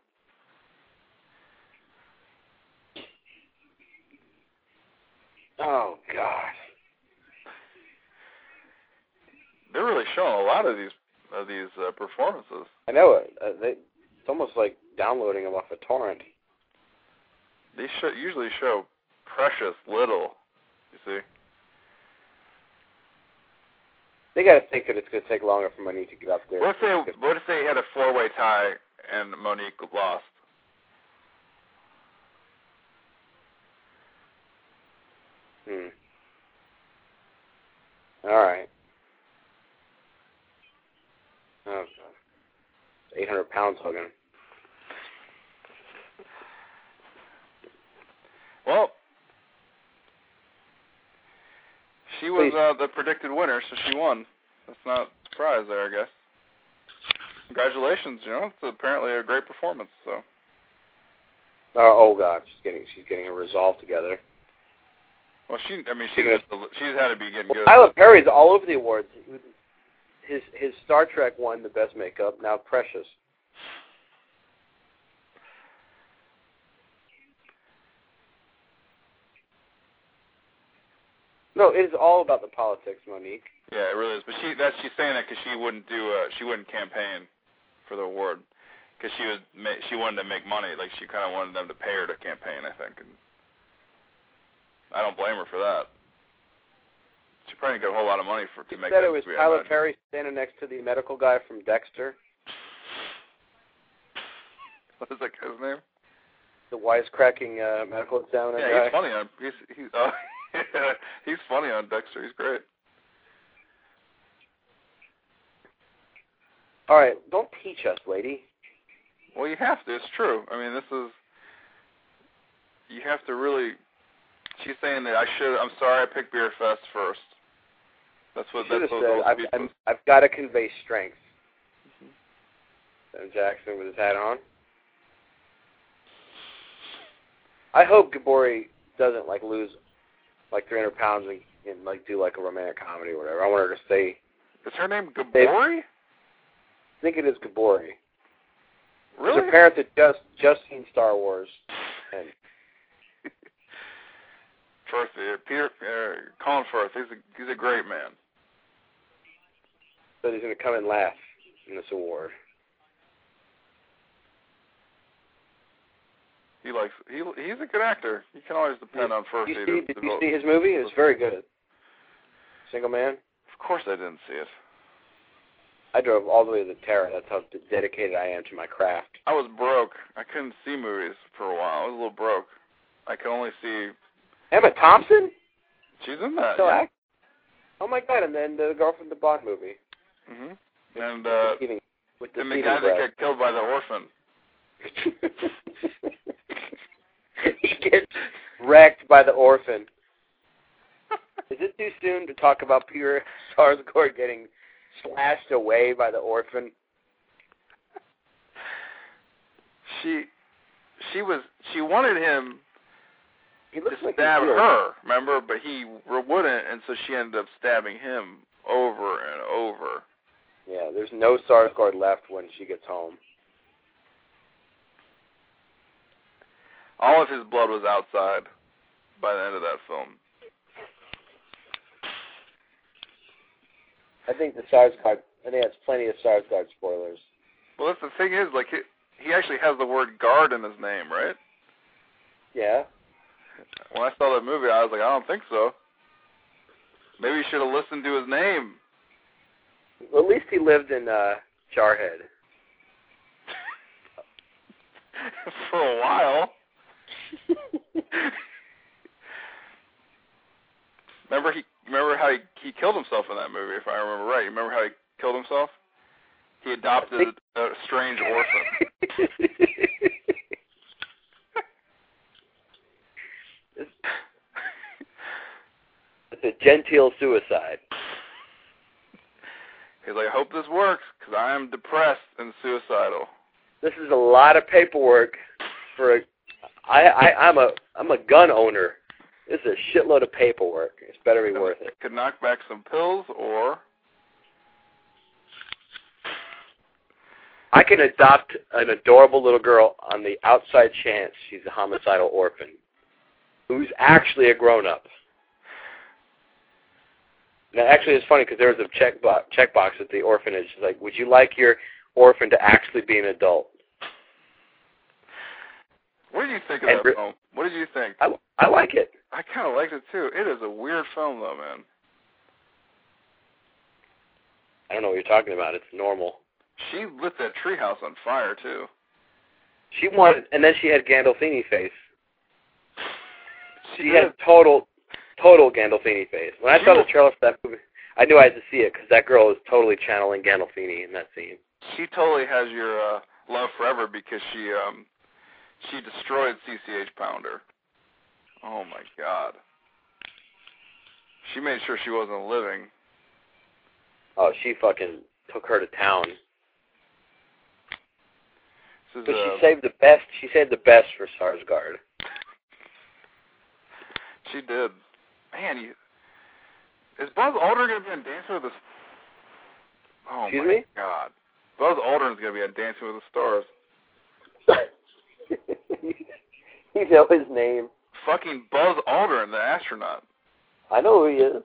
Oh God.
They're really showing a lot of these of these uh, performances.
I know it. Uh, they, it's almost like downloading them off a torrent.
They show, usually show Precious little. You see.
They got to think that it's going to take longer for money to get up there.
What if they What if they had a four way tie and Monique lost?
Hmm. All right. Oh, God. 800 pounds hugging.
Well, she was uh, the predicted winner, so she won. That's not a surprise there, I guess. Congratulations, you know. It's apparently a great performance, so.
Oh, oh God, she's getting she's getting her resolve together.
Well, she, I mean, she's, just, she's had to be getting good.
Tyler Perry's all over the awards. His his Star Trek won the best makeup. Now Precious. No, it is all about the politics, Monique.
Yeah, it really is. But she that she's saying that because she wouldn't do uh she wouldn't campaign for the award because she was ma- she wanted to make money. Like she kind of wanted them to pay her to campaign, I think. And I don't blame her for that. She probably got a whole lot of money for to
She
make
said
that
it was
movie. I
Tyler
imagine.
Perry standing next to the medical guy from Dexter,
What is that guy's name?
the wisecracking uh, medical examiner
Yeah,
guy.
he's funny on he's he's oh, he's funny on Dexter. He's great.
All right, don't teach us, lady.
Well, you have to. It's true. I mean, this is you have to really. She's saying that I should. I'm sorry, I picked Beer Fest first. That's what
Should
that's
have
what
said,
those
I've,
people-
I'm, I've got to convey strength.
Mm-hmm.
Sam Jackson with his hat on. I hope Gabori doesn't like lose like 300 pounds and, and like do like a romantic comedy or whatever. I want her to stay.
Is her name Gabori?
I think it is Gabori.
Really?
It's a parent that just just seen Star Wars. And
Firth, uh, Peter, uh, Colin Firth. He's a he's a great man.
so he's going to come and laugh in this award.
He likes he he's a good actor. You can always depend on Firth.
You
to-
see,
to
did you
vote.
see his movie? It was very good. Single Man.
Of course, I didn't see it.
I drove all the way to the Terra. That's how d- dedicated I am to my craft.
I was broke. I couldn't see movies for a while. I was a little broke. I could only see.
Emma Thompson?
She's in that.
Still
Uh, yeah.
act? Oh my god! And then the girl from the Bond movie.
hmm And uh,
with the thieving- with the
and the guy that got killed by the orphan.
thieving breath. he gets wrecked by the orphan. Is it too soon to talk about Peter Sarsgaard getting slashed away by the orphan?
She she was she wanted him
He
to
looks like
stab
he's
her, remember? But he wouldn't, and so she ended up stabbing him over and over.
Yeah, there's no Sarsgaard left when she gets home.
All of his blood was outside by the end of that film.
I think the Sarsgaard. I think that's plenty of Sarsgaard spoilers.
Well, that's the thing is, like he, he actually has the word guard in his name, right?
Yeah.
When I saw that movie, I was like, I don't think so. Maybe you should have listened to his name.
Well, at least he lived in uh Jarhead.
for a while. remember he remember how he he killed himself in that movie, if I remember right. You remember how he killed himself? He adopted a, a strange orphan.
It's a genteel suicide.
He's like, I hope this works because I am depressed and suicidal.
This is a lot of paperwork for a. I, I I'm a I'm a gun owner. This is a shitload of paperwork. It's better be worth it.
Could knock back some pills or
I can adopt an adorable little girl on the outside chance she's a homicidal orphan, who's actually a grown up. Now, actually, it's funny because there was a check bo- checkbox at the orphanage. It's like, would you like your orphan to actually be an adult?
what did you think of
And
that
re-
film? What did you think?
I, I like it.
I kind of liked it too. It is a weird film though, man.
I don't know what you're talking about. It's normal.
She lit that treehouse on fire too.
She wanted, and then she had Gandolfini face. She
did.
had total, total Gandolfini face. When I
She
saw the
was-
trailer for that movie, I knew I had to see it because that girl is totally channeling Gandolfini in that scene.
she totally has your uh, love forever because she um she destroyed CCH Pounder. Oh my God. She made sure she wasn't living.
Oh, she fucking took her to town.
This is
But
uh,
she saved the best. She saved the best for Sarsgaard.
She did. Man, you is Buzz Aldrin gonna be on Dancing with the? S- Oh
Excuse
my
me?
God, Buzz Aldrin's gonna be on Dancing with the Stars.
you know his name.
Fucking Buzz Aldrin, the astronaut.
I know who he is.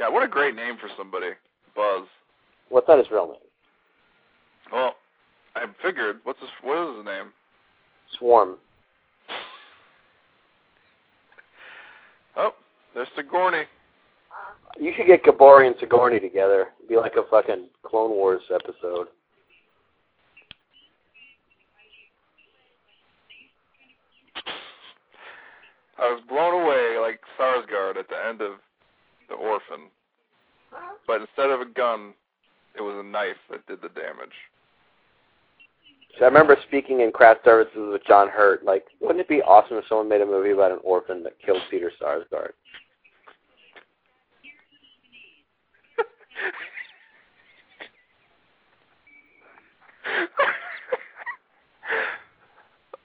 God, what a great name for somebody, Buzz.
Well, it's not his real name.
Well, I figured. What's his? What is his name?
Swarm.
Oh, there's Sigourney.
You should get Gabori and Sigourney together. It'd be like a fucking Clone Wars episode.
I was blown away like Sarsgaard at the end of The Orphan. But instead of a gun, it was a knife that did the damage.
So I remember speaking in craft services with John Hurt. Like, wouldn't it be awesome if someone made a movie about an orphan that killed Peter Sarsgaard?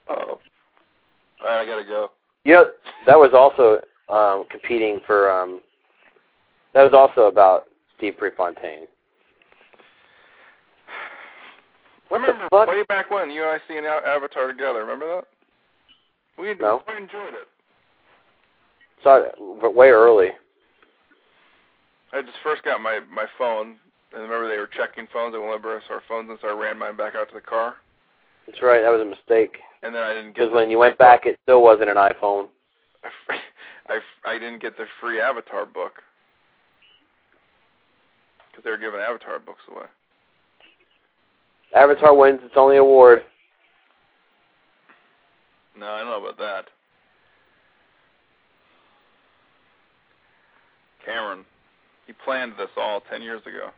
oh. All right, I gotta go.
You know, that was also um, competing for. Um, that was also about Steve Prefontaine. What
I
the
remember
fuck?
way back when you and I seen Av- Avatar together. Remember that? We,
No.
we enjoyed it.
Saw it w- way early.
I just first got my my phone, and remember they were checking phones. They wouldn't let us our phones, and so I ran mine back out to the car.
That's right. That was a mistake.
And then I didn't get
Because when you went back, it still wasn't an iPhone.
I, I didn't get the free Avatar book because they were giving Avatar books away.
Avatar wins its only award.
No, I don't know about that. Cameron, he planned this all ten years ago,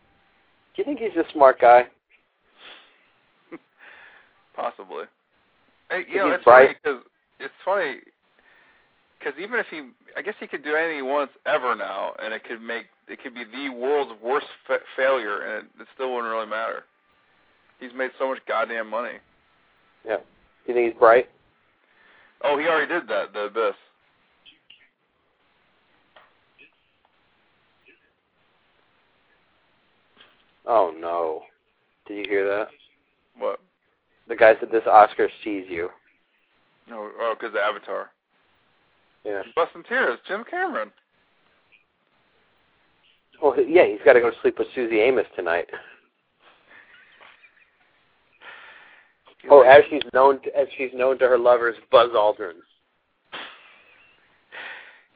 Do you think he's a smart guy?
possibly. Hey,
Could
you know,
you
it's funny
write-
because it's funny because even if he, I guess he could do anything he wants ever now, and it could make it could be the world's worst fa- failure, and it, it still wouldn't really matter. He's made so much goddamn money.
Yeah. Do you think he's bright?
Oh, he already did that. The abyss.
Oh no. Did you hear that?
What?
The guy said this Oscar sees you.
No, oh, because the Avatar.
Yeah.
Busting tears. Jim Cameron.
Well, he- yeah, he's got to go to sleep with Susie Amos tonight. Oh, as she's known to, as she's known to her lovers, Buzz Aldrin.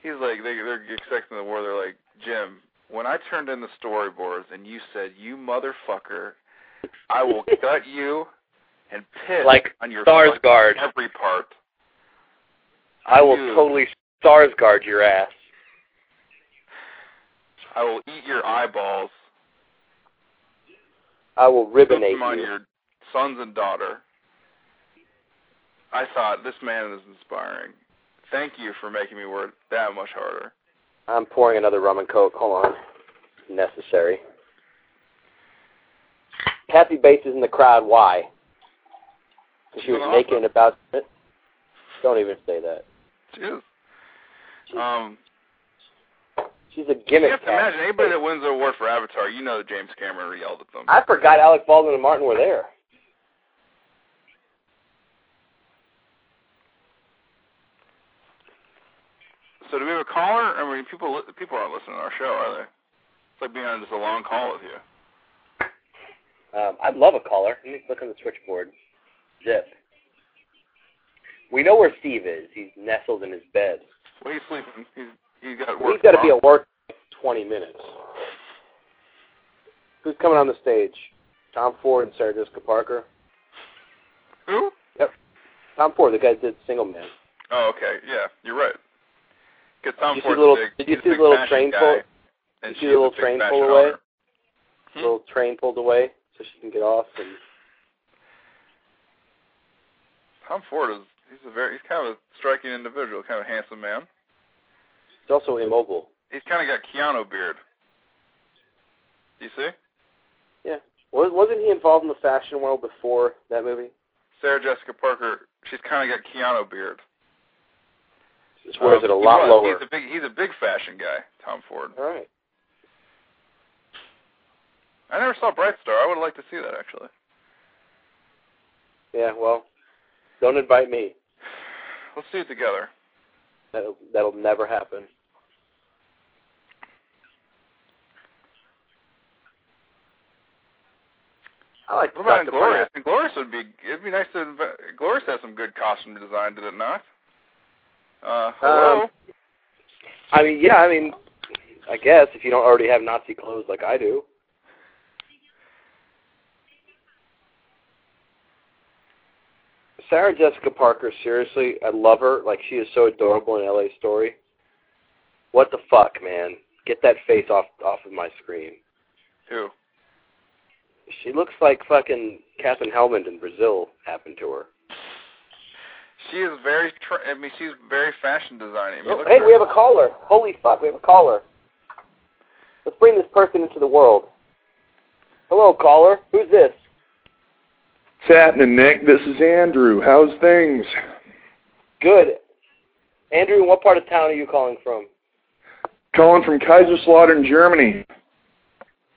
He's like they they're expecting the war. They're like Jim. When I turned in the storyboards and you said you motherfucker, I will cut you and piss
Like
on your fucking
Sarsgaard,
every part.
I will
Dude.
totally Sarsgaard your ass.
I will eat your eyeballs.
I will
Put
ribbonate
them on
you.
your sons and daughter. I thought this man is inspiring. Thank you for making me work that much harder.
I'm pouring another rum and coke. Hold on. Necessary. Kathy Bates is in the crowd. Why? 'Cause she
She's
was
an
naked
offer.
and about. Don't even say that.
Jeez. Um,
She's a
you
gimmick.
have to
cat.
imagine anybody that wins an award for Avatar, you know that James Cameron yelled at them.
I forgot Alec Baldwin and Martin were there.
So do we have a caller? I mean, people li- people aren't listening to our show, are they? It's like being on just a long call with you.
Um, I'd love a caller. Let me look on the switchboard. Zip. We know where Steve is. He's nestled in his bed.
Well, he's sleeping. He's he's got work.
He's got to be
tomorrow.
at work in 20 minutes. Who's coming on the stage? Tom Ford and Sarah Jessica Parker.
Who?
Tom Ford, the guy that did Single Man.
Oh, okay. Yeah, you're right. Cause Tom
Did you see
Ford's
the little-
a big.
did you
he's a
see the
big
little
fashion
train
guy,
pull-
And
you see the
she's a
little
big
train
fashion
pull away?
owner. Hmm?
Little train pulled away so she can get off. And
Tom Ford is he's a very he's kind of a striking individual, kind of a handsome man.
He's also immobile.
He's kind of got Keanu beard. You see?
Yeah. Was, wasn't he involved in the fashion world before that movie?
Sarah Jessica Parker, she's kind of got Keanu beard.
Just wears
Um,
it a
he
lot
was.
lower.
He's a big he's a big fashion guy, Tom Ford.
All right.
I never saw Bright Star. I would like to see that actually.
Yeah. Well, don't invite me.
Let's see it together.
That'll that'll never happen. I like
What about
Dr.
Inglorious? Inglorious would be. It'd be nice to. inv- Inglorious has some good costume design, did it not? Uh, hello.
Um, I mean, yeah, I mean, I guess if you don't already have Nazi clothes like I do. Sarah Jessica Parker, seriously, I love her. Like she is so adorable in LA Story. What the fuck, man? Get that face off off of my screen.
Who?
She looks like fucking Catherine Hellman in Brazil happened to her.
She is very. Tra- I mean, she's very fashion designing. I mean, look
Oh, hey,
at
we
her.
have a caller. Holy fuck, we have a caller. Let's bring this person into the world. Hello, caller. Who's this?
What's happening, Nick? This is Andrew. How's things?
Good. Andrew, what part of town are you calling from?
Calling from Kaiserslautern, Germany.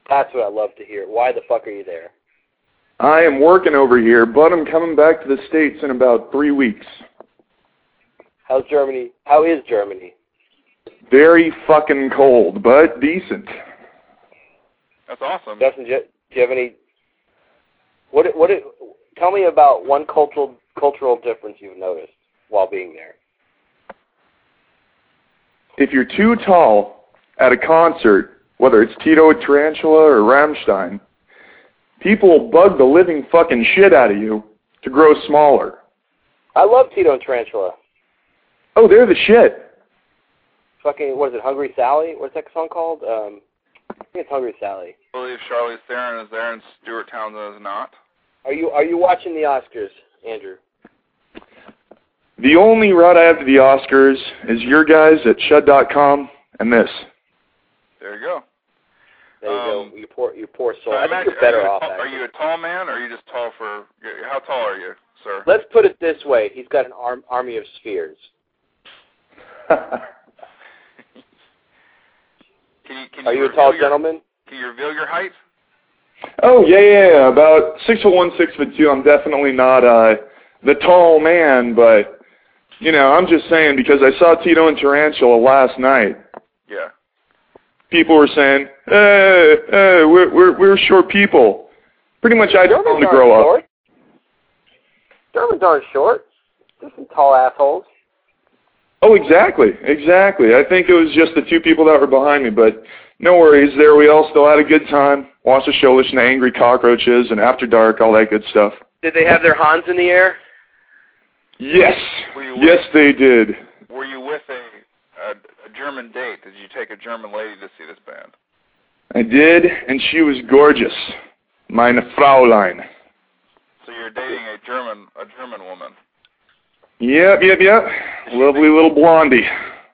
That's what I love to hear. Why the fuck are you there?
I am working over here, but I'm coming back to the States in about three weeks.
How's Germany? How is Germany?
Very fucking cold, but decent.
That's awesome.
Justin, do you, do you have any? What? What? Tell me about one cultural cultural difference you've noticed while being there.
If you're too tall at a concert, whether it's Tito Tarantula or Rammstein, people will bug the living fucking shit out of you to grow smaller.
I love Tito and Tarantula.
Oh, they're the shit.
Fucking what is it? Hungry Sally? What's that song called? Um, I think it's Hungry Sally.
I believe Charlize Theron is there and Stuart Townsend is not.
Are you are you watching the Oscars, Andrew?
The only route I have to the Oscars is your guys at Shud.com and this.
There you go.
There you
Um,
go. You poor you poor soul.
So
I
I'm
think
actually-
you're better
are you a
off.
tall- Are
actually.
you a tall man or are you just tall for. How tall are you, sir?
Let's put it this way: he's got an arm, army of spheres.
Can you, can
Are you a
reveal
tall
your-
gentleman?
Can you reveal your height?
oh yeah, yeah, yeah, about six foot one, six foot two. I'm definitely not uh, the tall man, but you know, I'm just saying because I saw Tito and Tarantula last night.
Yeah.
People were saying, "Hey, hey, we're we're, we're short people." Pretty much, I told them
Germans
to
aren't
grow up.
short. Germans aren't short. There's some tall assholes.
Oh, exactly, exactly. I think it was just the two people that were behind me, but no worries. There, we all still had a good time. Watched the show, listened to Angry Cockroaches and After Dark, all that good stuff.
Did they have their Hans in the air?
Yes,
Were you
yes, they did.
Were you with a, a, a German date? Did you take a German lady to see this band?
I did, and she was gorgeous. Meine Fraulein.
So you're dating a German a German woman.
Yep, yep, yep. Lovely little blondie.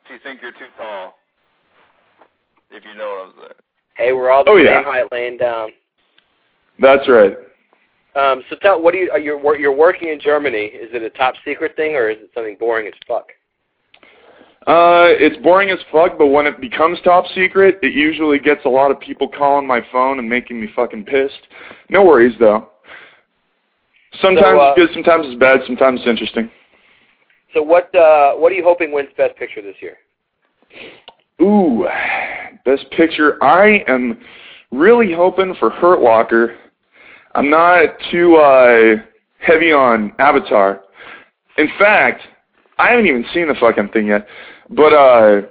Do you think you're too tall? If you know what I'm saying.
Hey, we're all the
Oh,
same
yeah.
height, laying down.
That's right.
Um, so tell, what do you are you wor- you're working in Germany? Is it a top secret thing or is it something boring as fuck?
Uh, it's boring as fuck, but when it becomes top secret, it usually gets a lot of people calling my phone and making me fucking pissed. No worries though. Sometimes
So, uh,
it's good, sometimes it's bad, sometimes it's interesting.
So what uh, what are you hoping wins Best Picture this year?
Ooh, best picture. I am really hoping for Hurt Locker. I'm not too uh, heavy on Avatar. In fact, I haven't even seen the fucking thing yet. But uh,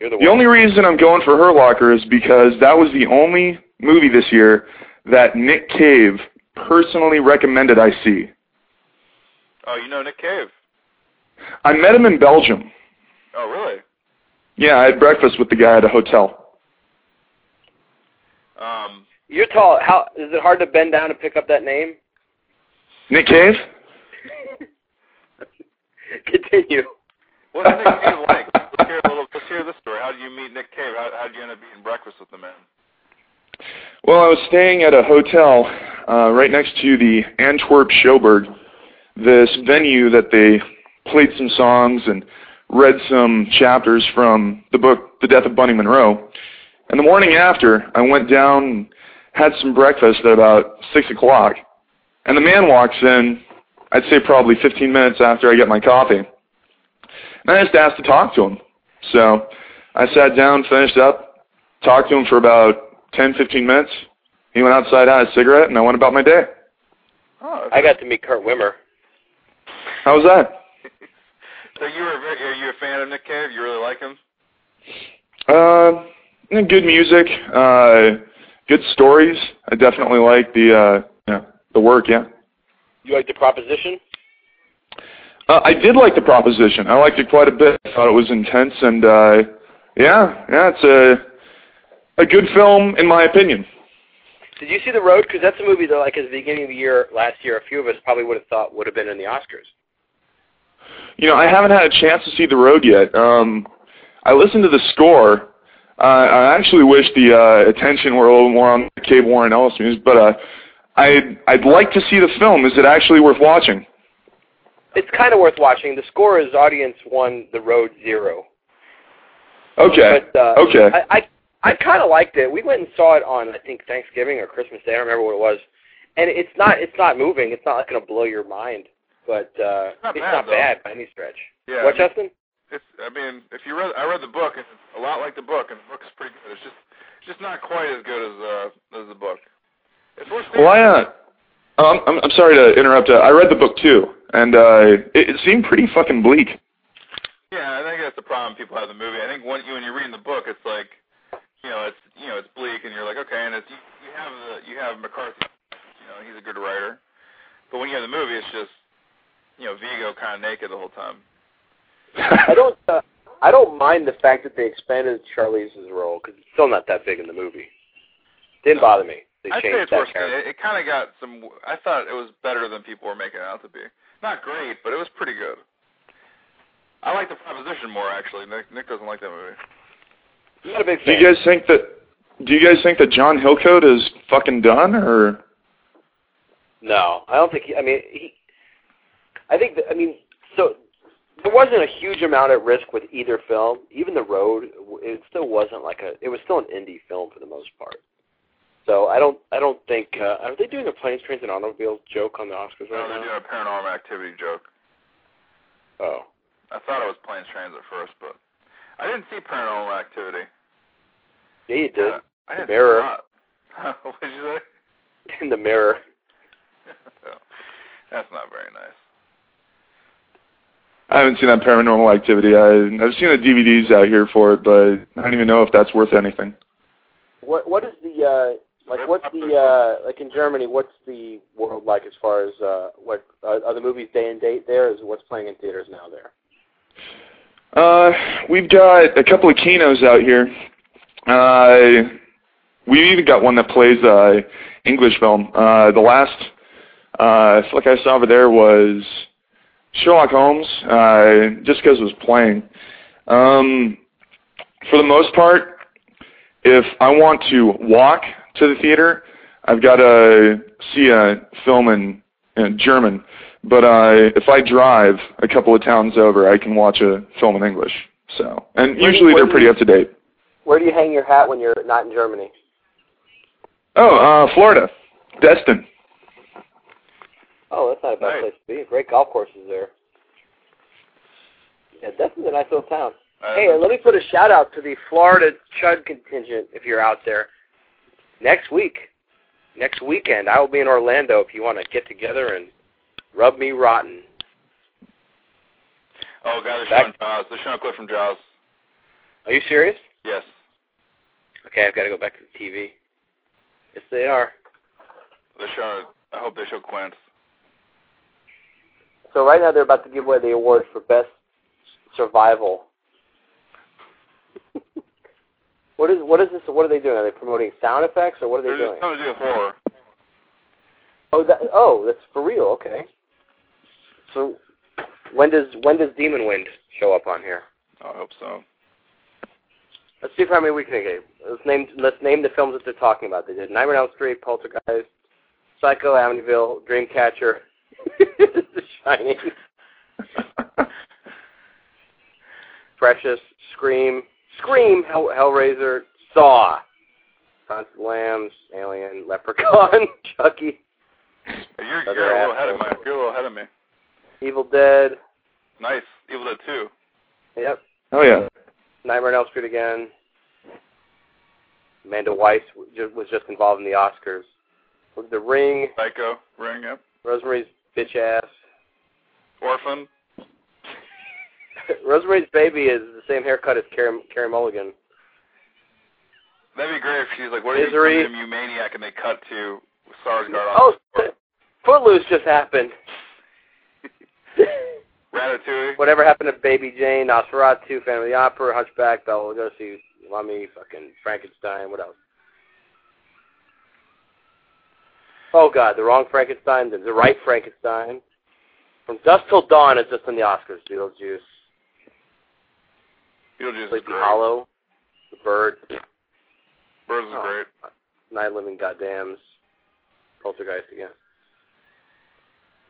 You're the,
the
one.
only reason I'm going for Hurt Locker is because that was the only movie this year that Nick Cave personally recommended I see.
Oh, you know Nick Cave.
I met him in Belgium.
Oh, really?
Yeah, I had breakfast with the guy at a hotel.
Um,
You're tall. How is it hard to bend down and pick up that name?
Nick Cave?
Continue.
What's Nick Cave like? Let's hear a little. Let's hear this story. How did you meet Nick Cave? How how did you end up eating breakfast with the man?
Well, I was staying at a hotel uh, right next to the Antwerp Schouwburg, this venue that they played some songs and read some chapters from the book The Death of Bunny Monroe. And the morning after, I went down and had some breakfast at about 6 o'clock. And the man walks in, I'd say probably 15 minutes after I get my coffee. And I just asked to talk to him. So I sat down, finished up, talked to him for about 10, 15 minutes. He went outside, had a cigarette, and I went about my day.
Oh, okay.
I got to meet Kurt Wimmer.
How was that?
So you were very, are you a fan of Nick Cave? You really like him?
Uh, yeah, good music, uh, good stories. I definitely like the uh, yeah, the work. Yeah,
You like the proposition?
uh, I did like the proposition. I liked it quite a bit. I thought it was intense, and uh, yeah, yeah, it's a a good film in my opinion.
Did you see The Road? Because that's a movie that, like, at the beginning of the year last year, a few of us probably would have thought would have been in the Oscars.
You know, I haven't had a chance to see The Road yet. Um, I listened to the score. Uh, I actually wish the uh, attention were a little more on the Cave Warren Ellis music, but uh, I'd, I'd like to see the film. Is it actually worth watching?
It's kind of worth watching. The score is audience one, The Road zero.
Okay.
But, uh,
okay.
I I, I kind of liked it. We went and saw it on I think Thanksgiving or Christmas Day. I don't remember what it was. And it's not it's not moving. It's not like going to blow your mind, but uh,
It's not
it's
bad,
not
though.
bad by any stretch.
Yeah.
what,
I mean,
Justin?
it's I mean, if you read I read the book and it's a lot like the book and the book is pretty good. It's just it's just not quite as good as uh as the book. It's worth seeing.
well, I, uh, um, I'm, I'm sorry to interrupt. Uh, I read the book too, and uh, it, it seemed pretty fucking bleak.
Yeah, I think that's the problem people have with the movie. I think when you when you're reading the book, it's like, you know, it's you know, it's bleak, and you're like, okay, and it's you, you have the you have McCarthy, you know, he's a good writer, but when you have the movie, it's just, you know, Vigo kind of naked the whole time.
I don't uh, I don't mind the fact that they expanded Charlize's role because it's still not that big in the movie. Didn't bother me. They
I'd say
changed
it's
that
worth
character.
seeing. It, it kind of got some. I thought it was better than people were making it out to be. Not great, but it was pretty good. I like the proposition more actually. Nick Nick doesn't like that movie.
I'm not a big
Do
fan.
you guys think that? Do you guys think that John Hillcoat is fucking done, or
No, I don't think. He, I mean, he. I think. That, I mean, so there wasn't a huge amount at risk with either film. Even the road, it still wasn't like a. It was still an indie film for the most part. So I don't. I don't think. Uh, are they doing the planes, trains, and automobiles joke on the Oscars
No,
right
they're
now?
doing Oh, a Paranormal Activity joke.
Oh,
I thought it was Planes, Trains at first, but I didn't see Paranormal Activity.
yeah, you did.
Uh, I didn't
mirror.
see that. what did you say?
In the mirror.
Oh, That's not very nice.
I haven't seen that Paranormal Activity. I, I've seen the DVDs out here for it, but I don't even know if that's worth anything.
What What is the uh, like? What's the uh, like in Germany? What's the world like as far as uh, what uh, are the movies day and date there? Is what's playing in theaters now there?
Uh, we've got a couple of kinos out here. Uh, we've even got one that plays uh, English film. Uh, the last uh, flick I saw over there was Sherlock Holmes, uh, just because it was playing. Um, for the most part, if I want to walk to the theater, I've got to see a film in, in German. But uh, if I drive a couple of towns over, I can watch a film in English. So, and
Where do-
usually
where
they're
do
pretty
you-
up to date.
Where do you hang your hat when you're not in Germany?
Oh, uh, Florida, Destin.
Oh, that's not a bad
Nice.
place to be. Great golf courses there. Yeah, Destin's a nice little town.
I
Hey, let me put a shout out to the Florida Chud contingent if you're out there. Next week, next weekend, I will be in Orlando if you want to get together and rub me rotten.
oh god, they're showing Jaws. They're showing a clip from Jaws.
Are you serious?
Yes.
Okay, I've got to go back to the TV. Yes, they are.
They're showing. I hope they show Quint.
So right now they're about to give away the award for best survival. what is what is this? What are they doing? Are they promoting sound effects or what are
They're
they doing?
just trying to do horror.
Oh, that, oh, that's for real. Okay. So When does when does Demon Wind show up on here?
I hope so.
Let's see how many we can get. Let's name let's name the films that they're talking about. They did Nightmare on Elm Street, Poltergeist, Psycho, Amityville, Dreamcatcher, The Shining, Precious, Scream, Scream, Hell, Hellraiser, Saw, Silence of the Lambs, Alien, Leprechaun, Chucky,
You're,
Other
you're a little ahead of me.
assholes.
You're a little ahead of me.
Evil Dead.
Nice. Evil Dead 2.
Yep.
Oh yeah.
Nightmare on Elm Street again. Amanda Weiss w- ju- was just involved in the Oscars. The Ring,
Psycho. Ring. Yep.
Rosemary's Bitch Ass.
Orphan.
Rosemary's Baby is the same haircut as Carrie, Carrie Mulligan.
That'd be great if she's like, what are
Misery.
you, doing, you maniac? And they cut to Sarsgaard
Oh,
on
Footloose just happened.
Ratatouille.
Whatever happened to Baby Jane, Nosferatu, Phantom of the Opera, Hunchback, Bela Lugosi, Mummy, fucking Frankenstein, what else? Oh God, the wrong Frankenstein, the, the right Frankenstein. From Dusk Till Dawn is just in the Oscars. Beetlejuice,
Beetlejuice is
Sleepy
great.
Hollow, The Bird,
Birds is
Oh.
great.
Night of the Living Goddams, Poltergeist again.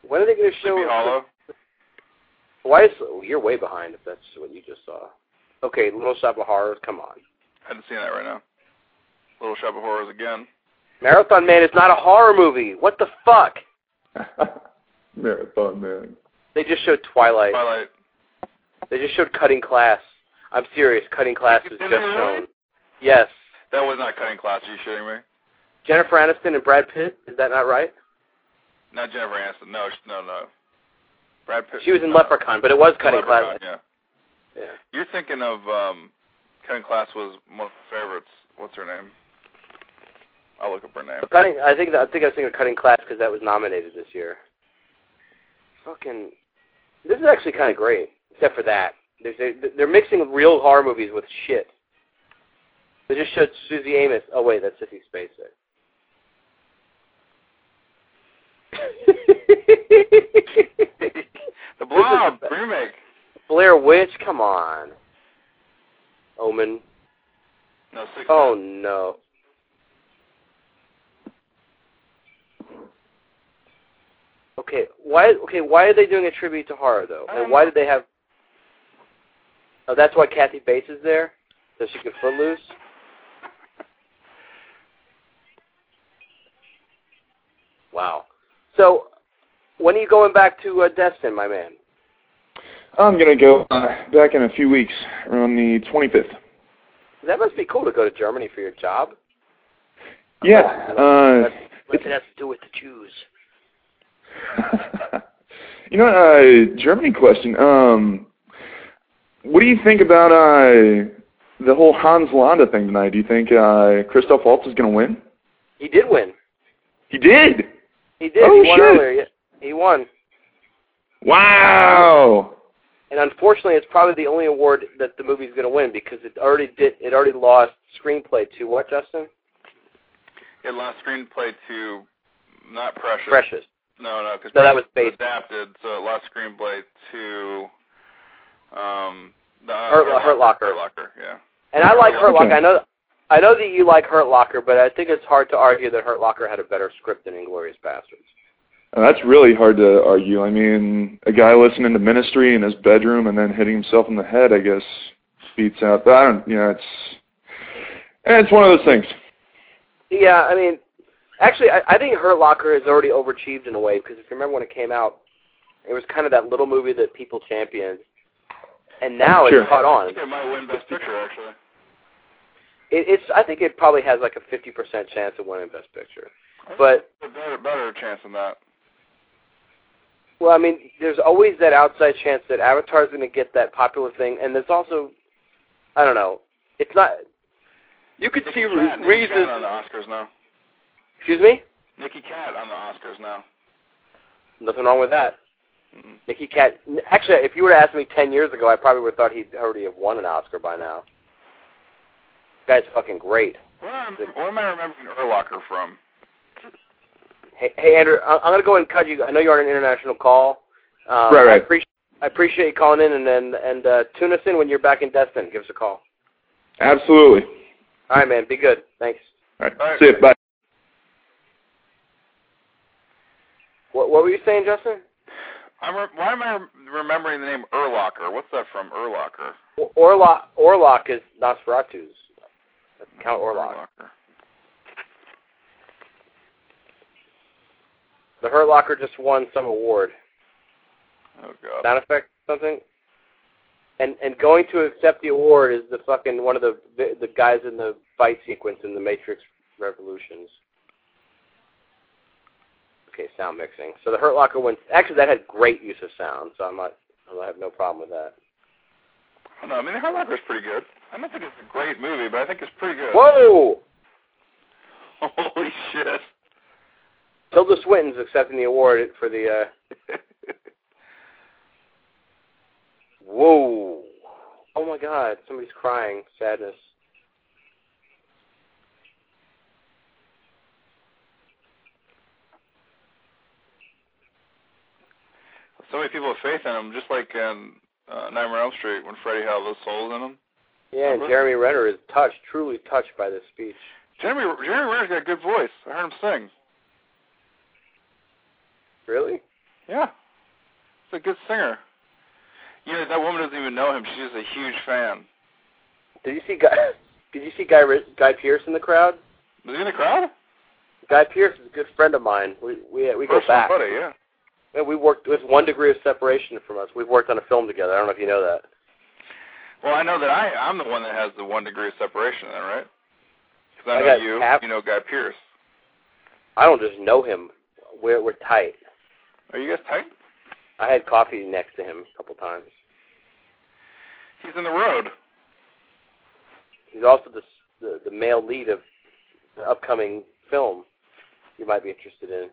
When are they going to show?
Sleepy Hollow.
Why is you're way behind if that's what you just saw? Okay, Little Shop of Horrors, come on.
Hadn't seen that right now. Little Shop of Horrors again.
Marathon Man is not a horror movie. What the fuck?
Marathon man.
They just showed Twilight.
Twilight.
They just showed Cutting Class. I'm serious. Cutting Class was
Did
just
they really?
shown. Yes.
That was not cutting class. Are you shitting me?
Jennifer Aniston and Brad Pitt. Is that not right?
Not Jennifer Aniston. No, sh- no, no. Brad Pitt.
She was in
no.
Leprechaun, but it was
In
Cutting
Leprechaun,
Class.
Yeah.
Yeah.
You're thinking of um Cutting Class was one of my favorites. What's her name? I'll look up her name.
But Cutting. I think. that- I think I was thinking of Cutting Class because that was nominated this year. Fucking. This is actually kind of great, except for that. They're, they're, they're mixing real horror movies with shit. They just showed Susie Amos. Oh wait, that's Sissy Spacek.
The Blob remake.
Blair Witch, come on. Omen.
No, six.
Oh no. Okay, why? Okay, why are they doing a tribute to horror though?
I don't
And why
know.
did they have? Oh, that's why Kathy Bates is there, so she can footloose. Wow. So, when are you going back to uh, Destin, my man?
I'm gonna go uh, back in a few weeks, around the 25th.
That must be cool to go to Germany for your job.
Yeah.
What
Uh,
does it have to do with the Jews?
you know, uh, Germany question. Um, what do you think about uh, the whole Hans Landa thing tonight? Do you think uh, Christoph Waltz is going to win?
He did win.
He did.
He did.
Oh,
he won
shit.
earlier. Yeah, He won.
Wow.
And unfortunately, it's probably the only award that the movie's going to win because it already did. It already lost screenplay to what, Justin?
It lost screenplay to not Precious.
Precious.
No, no, because
No, that was based-
adapted, so it lost screenplay to um the
Hurt- Hurt Locker.
Hurt Locker, yeah.
And I like Hurt
Okay.
Locker. I know. I know that you like Hurt Locker, but I think it's hard to argue that Hurt Locker had a better script than Inglorious Bastards.
Uh, That's really hard to argue. I mean, a guy listening to ministry in his bedroom and then hitting himself in the head, I guess, beats out. But I don't. You know, it's it's one of those things.
Yeah, I mean, actually, I, I think Hurt Locker is already overachieved in a way because if you remember when it came out, it was kind of that little movie that people championed, and now
Sure.
it's caught
I
on.
think it might win Best Picture actually.
It, it's I think it probably has like a fifty percent chance of winning Best Picture, but
A better better chance than that.
well, I mean, there's always that outside chance that Avatar's going to get that popular thing, and there's also, I don't know, it's not. You could
Nicky
see
Cat,
re-
Nicky
reasons.
Cat on the Oscars now.
Excuse me.
Nicky Cat on the Oscars now.
Nothing wrong with that.
Mm-mm.
Nicky Cat. Actually, if you would have asked me ten years ago, I probably would have thought he'd already have won an Oscar by now. Guy's fucking great.
Where, am, where am I remembering Urlacher from?
Hey, hey Andrew, I- I'm gonna go ahead and cut you. I know you're on an international call. Um,
Right,
I
right.
appreciate, I appreciate you calling in, and and, and uh, tune us in when you're back in Destin. Give us a call.
Absolutely.
All right, man. Be good. Thanks.
All right.
All right.
See you. Bye.
What what were you saying, Justin?
I'm re- why am I rem- remembering the name Erlocker? What's that from? Erlocker.
O- Orlok Orlok is Nosferatu's. That's Count Orlok. The Hurt Locker just won some award.
Oh god.
Sound effect something. And and going to accept the award is the fucking one of the the, the guys in the fight sequence in the Matrix Revolutions. Okay, sound mixing. So the Hurt Locker wins. Actually, that had great use of sound, so I'm not. I don't have no problem with that.
I don't know. I mean, The Hurt Locker's pretty good. I don't think it's a great movie, but I think it's pretty good.
Whoa!
Holy shit.
Tilda Swinton's accepting the award for the. uh Whoa! Oh my God! Somebody's crying. Sadness.
So many people have faith in him, just like in uh, Nightmare on Elm Street when Freddy had all those souls in him.
Yeah, and
Uh-huh.
Jeremy Renner is touched, truly touched by this speech.
Jeremy Jeremy Renner's got a good voice. I heard him sing.
Really?
Yeah. He's a good singer. You know, that woman doesn't even know him. She's just a huge fan.
Did you see Guy? Did you see Guy Ri- Guy Pierce in the crowd?
Was he in the crowd?
Guy Pierce is a good friend of mine. We we we go
Personal
back.
buddy, yeah.
Yeah, we worked with one degree of separation from us. We've worked on a film together. I don't know if you know that.
Well, I know that I I'm the one that has the one degree of separation, then, right? Because I,
I
know
got
you,
half-
you know Guy Pierce.
I don't just know him. We're we're tight.
Are you guys tight?
I had coffee next to him a couple times.
He's in the road. Oh
He's also the s- the, the male lead of the upcoming film you might be interested in.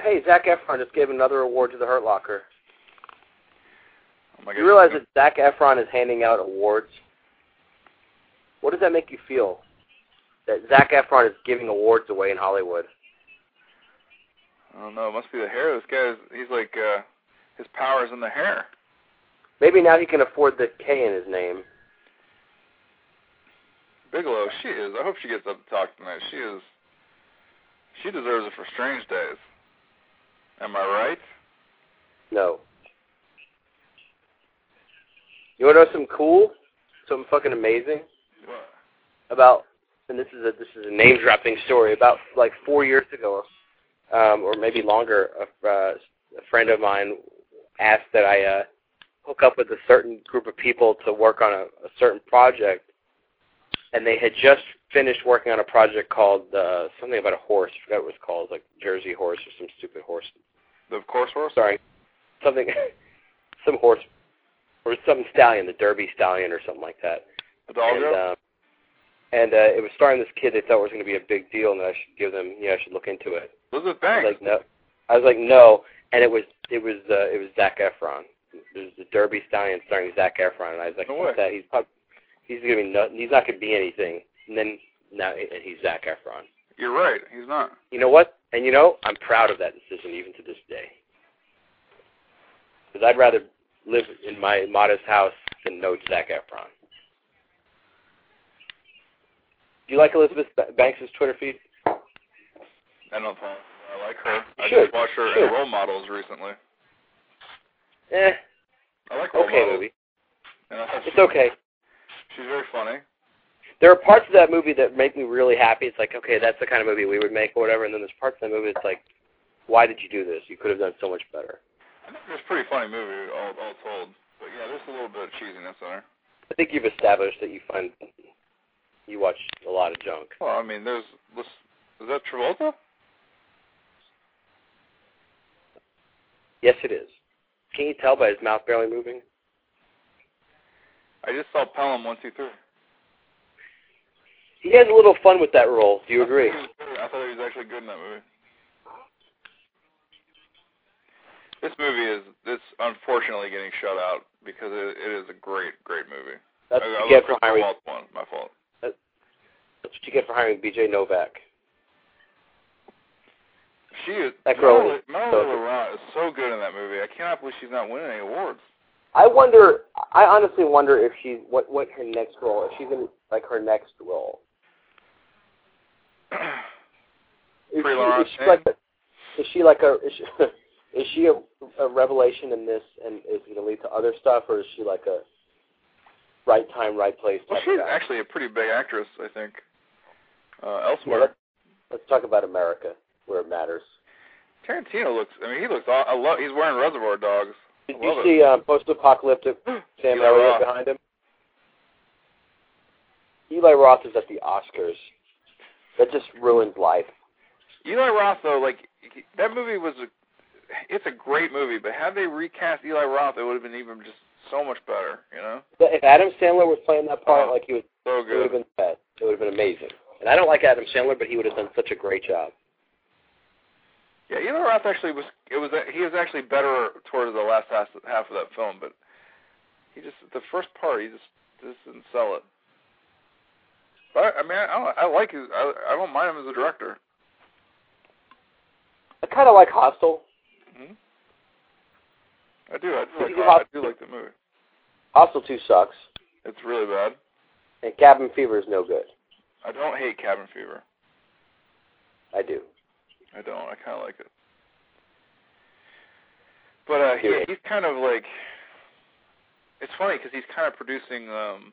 Hey, Zach Efron just gave another award to the Hurt Locker.
Oh my god.
You realize that Zach Efron is handing out awards? What does that make you feel? That Zach Efron is giving awards away in Hollywood.
I don't know. It must be the hair. This guy is he's like uh his power's in the hair.
Maybe now he can afford the K in his name.
Bigelow, she is. I hope she gets up to talk tonight. She is. She deserves it for Strange Days. Am I right?
No. You wanna know something cool? Something fucking amazing?
What?
about and this is a this is a name dropping story about like four years ago um or maybe longer a, uh, a friend of mine asked that i uh hook up with a certain group of people to work on a, a certain project and they had just finished working on a project called uh something about a horse i forgot what it was called like jersey horse or some stupid horse
The course horse.
sorry, something, some horse, or some stallion, the Derby stallion or something like that.
The dog
And,
rope?
um, and uh, it was starring this kid they thought was going to be a big deal, and that I should give them, you know, I should look into it.
Elizabeth
I was
Banks.
like no, I was like no, and it was it was uh, it was Zac Efron. There's the Derby stallion starring Zac Efron, and I was like,
No
what's
way.
that? He's prob- he's going to be no, he's not going to be anything. And then now and he's Zac Efron.
You're right. He's not.
You know what? And you know, I'm proud of that decision even to this day. Because I'd rather live in my modest house than no Zac Efron. Do you like Elizabeth Ba- Banks' Twitter feed?
I don't follow. her. I like her. I
Sure,
just watched her
sure.
in Role Models recently.
Eh,
I like Role
okay
Models.
movie.
And I thought
It's
she-
okay.
She's very funny.
There are parts of that movie that make me really happy. It's like, okay, that's the kind of movie we would make or whatever. And then there's parts of that movie that's like, why did you do this? You could have done so much better.
I think it's a pretty funny movie, all, all told. But yeah, there's a little bit of cheesiness in her.
I think you've established that you find you watch a lot of junk.
Well, I mean, there's. Was, is that Travolta?
Yes, it is. Can you tell by his mouth barely moving?
I just saw Pelham one two three.
He has a little fun with that role. Do you agree?
I thought he was actually good in that movie. This movie is this unfortunately getting shut out because it, it is a great, great movie.
That's
I, I
what
love
you get for
Christopher
hiring.
Waltz one. My fault.
That's what you get for hiring B.J. Novak.
She is.
That girl is
Marilyn
so good.
Laurent is so good in that movie. I cannot believe she's not winning any awards.
I wonder. I honestly wonder if she's what what her next role. If she's in like her next role. Is
Free
she, is
Laurent
she like a, is she like a is she, is she a, a revelation in this and is it gonna lead to other stuff or is she like a right time right place
Well,
type
she's
guy?
actually a pretty big actress, I think. Uh,
Yeah,
elsewhere,
let's, let's talk about America where it matters.
Tarantino looks. I mean, he looks. aw- I love. He's wearing Reservoir Dogs.
Did
Love
you
it.
see uh, post-apocalyptic Sam
Eli
Elliott
Roth.
behind him? Eli Roth is at the Oscars. That just ruins life.
Eli Roth though, like he- that movie was a, it's a great movie, but had they recast Eli Roth, it would have been even just so much better, you know?
But If Adam Sandler was playing that part
Oh,
like he was,
So
it would have
good.
been bad. It would have been amazing. And I don't like Adam Sandler, but he would have done such a great job.
Yeah, Eli Roth actually was it was he was actually better towards the last half, half of that film, but he just the first part he just just didn't sell it. But I mean, I, don't- I like his I, I don't mind him as a director.
I kind of like Hostel.
hmm I do. I do
Did
like
you give
I
up-
do like the movie.
Hostel 2 sucks,
It's really bad.
and Cabin Fever is no good.
I don't hate Cabin Fever.
I do.
I don't. I kind of like it. But uh, he,
Yeah.
he's kind of like. It's funny because he's kind of producing um,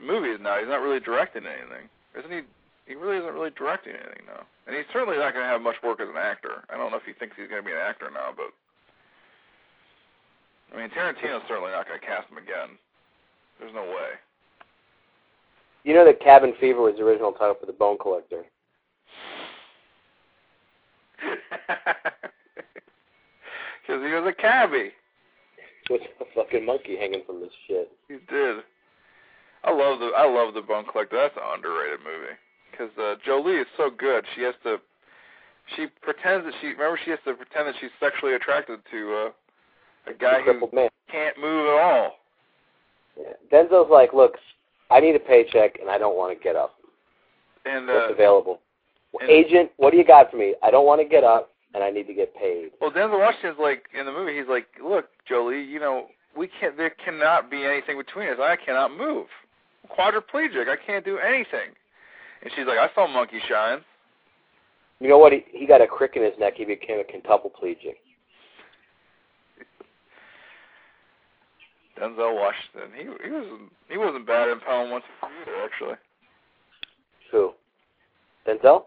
movies now. He's not really directing anything, isn't he? He really isn't really directing anything now, and he's certainly not going to have much work as an actor. I don't know if he thinks he's going to be an actor now, but I mean, Tarantino's certainly not going to cast him again. There's no way.
You know that Cabin Fever was the original title for The Bone Collector.
Because he was a cabbie.
With a fucking monkey hanging from this shit.
He did. I love the I love the Bone Collector. That's an underrated movie because uh, Jolie is so good. She has to. She pretends that she remember she has to pretend that she's sexually attracted to uh, a guy
The
who
crippled man.
can't move at all.
Yeah. Denzel's like, look, I need a paycheck and I don't want to get up.
And
What's
uh,
available?
and-
Agent, what do you got for me? I don't want to get up and I need to get paid.
well, Denzel Washington's like in the movie. He's like, look, Jolie, you know we can't. There cannot be anything between us. I cannot move. I'm quadriplegic. I can't do anything. And she's like, I saw monkey shines.
You know what? He, he got a crick in his neck. He became a quintupleplegic.
Denzel Washington. He he was he wasn't bad in Pound once either, actually.
Who? Denzel?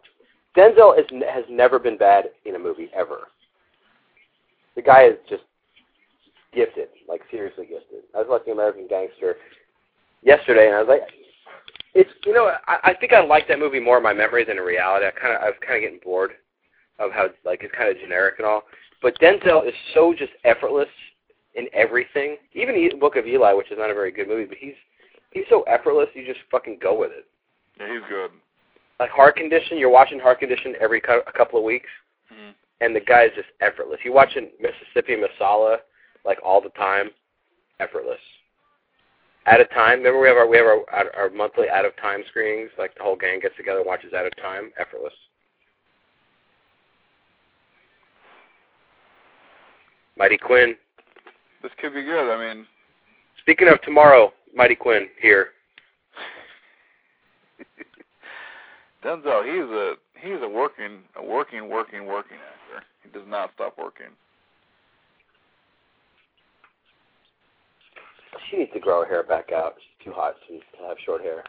Denzel is, n- has never been bad in a movie, ever. The guy is just gifted, like seriously gifted. I was watching American Gangster yesterday, and I was like, it's you know I, I think I like that movie more in my memory than in reality. I kind of I was kind of getting bored of how like it's kind of generic and all. But Denzel is so just effortless in everything. Even E- Book of Eli, which is not a very good movie, but he's he's so effortless. You just fucking go with it
Yeah, he's good.
like Heart Condition. You're watching Heart Condition every cou- a couple of weeks,
Mhm.
and the guy is just effortless. You're watching Mississippi Masala like all the time, effortless. Out of time. Remember we have our we have our our- our monthly out of time screenings. Like the whole gang gets together and watches Out of Time, effortless. Mighty Quinn.
This could be good. I mean,
Speaking of tomorrow, Mighty Quinn here.
Denzel, he's a he's a working a working working working actor. He does not stop working.
She needs to grow her hair back out. She's too hot to to have short hair.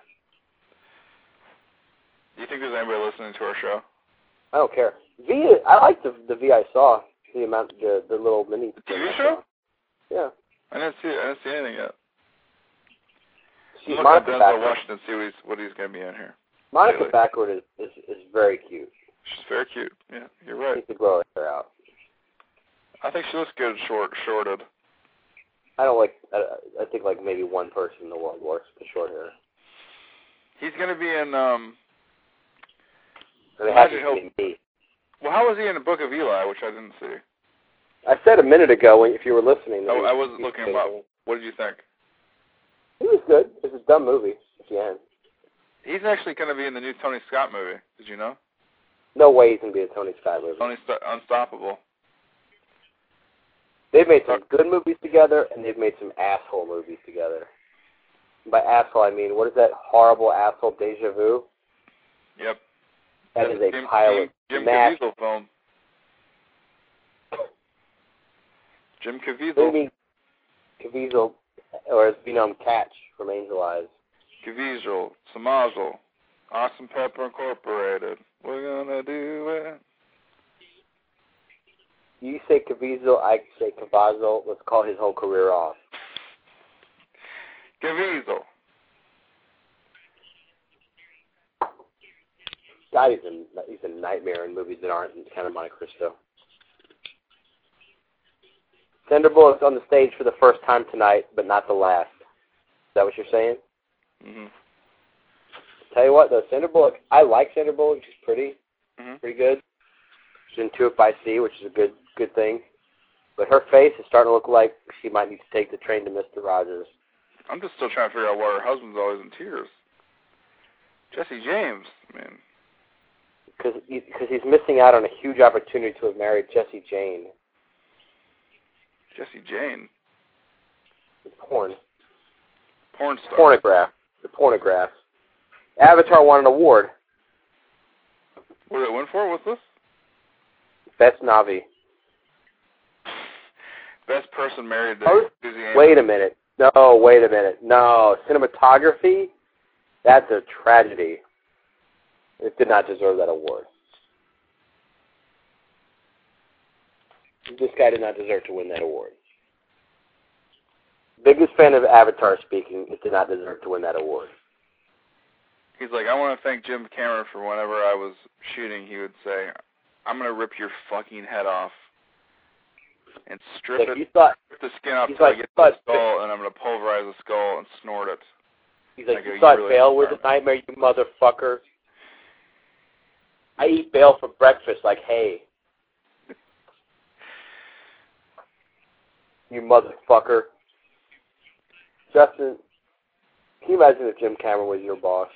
Do you think there's anybody listening to our show?
I don't care. V, I like the the V I saw the amount the the little mini.
The TV show?
Yeah,
I didn't see I didn't see anything yet.
see,
Look at
Monica
Denzel
Backward.
Washington. See what he's what he's gonna be in here.
Monica
Really?
Backward is, is is very cute.
She's very cute. Yeah, you're
She
right.
needs to grow her hair out.
I think she looks good short shorted.
I don't like. I, I think like maybe one person in the world works with short hair.
He's gonna be in um.
And it
Imagine
happens to be me.
Well, how was he in the Book of Eli, which I didn't see?
I said a minute ago when if you were listening. that
Oh,
he-
I, I wasn't
he-
looking him up. What did you think?
He was good. It's a dumb movie at the end.
He's actually going to be in the new Tony Scott movie. Did you know?
No way he's gonna be a Tony Scott movie.
Tony St- Unstoppable.
They've made some good movies together, and they've made some asshole movies together. By asshole, I mean what is that horrible asshole Deja Vu?
Yep.
That
That's
is a
Jim,
pile of
Jim, Jim
smash.
Caviezel film. Jim Caviezel.
Maybe Caviezel, or as we know him, Catch from Angel Eyes.
Caviezel. Samazel. Austin Pepper Incorporated. We're gonna do it.
You say Caviezel, I say Cavazel. Let's call his whole career off.
Caviezel.
God, he's a he's a nightmare in movies that aren't in Count of Monte Cristo. Thunderbolt's on the stage for the first time tonight, but not the last. Is that what you're saying?
Mhm.
Tell you what, though, Sandra Bullock, I like Sandra Bullock. She's pretty,
Mhm.
pretty good. She's in Two If I See, which is a good, good thing. But her face is starting to look like she might need to take the train to Mister Rogers.
I'm just still trying to figure out why her husband's always in tears. Jesse James, man.
because because he's missing out on a huge opportunity to have married Jesse Jane.
Jesse Jane,
The porn,
porn star.
pornograph, the pornograph. Avatar won an award,
What did it win for? What's this?
best Navi.
Best person married to
Oh,
Susie Ann.
Wait a minute, no, wait a minute, no, cinematography. That's a tragedy. It did not deserve that award. This guy did not deserve to win that award. Biggest fan of Avatar speaking, it did not deserve to win that award.
He's like, I want to thank Jim Cameron for whenever I was shooting, he would say, I'm going to rip your fucking head off and strip
Like,
it,
you thought
rip the skin off
he's
till I
like,
get to the
"But-
skull, and I'm going to pulverize the skull and snort it.
He's like,
Like, are
you
you
thought
really
Bale was
starving?
a nightmare, you motherfucker. I eat Bale for breakfast like hay. You motherfucker. Justin, can you imagine if Jim Cameron was your boss?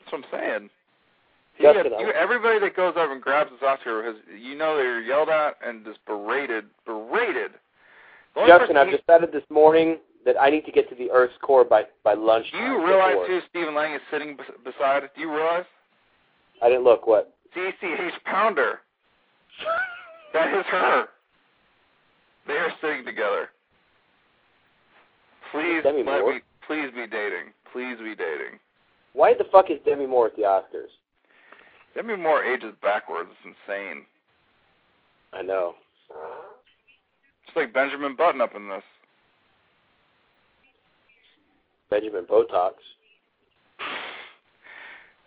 That's what I'm saying. He
Yes,
gets-
and I-
you- everybody that goes up and grabs this Oscar, has, you know they're yelled at and just berated, berated. The only
Justin,
person
I've
he-
decided this morning that I need to get to the Earth's core by, by lunch.
Do you realize who Stephen Lang is sitting bes- beside? Do you realize?
I didn't look. What?
DCH Pounder. That is her. They are sitting together. Please
Demi
let
Moore.
me. Please be dating. Please be dating.
Why the fuck is Demi Moore at the Oscars?
Demi Moore ages backwards. It's insane.
I know.
It's like Benjamin Button up in this.
Benjamin Botox.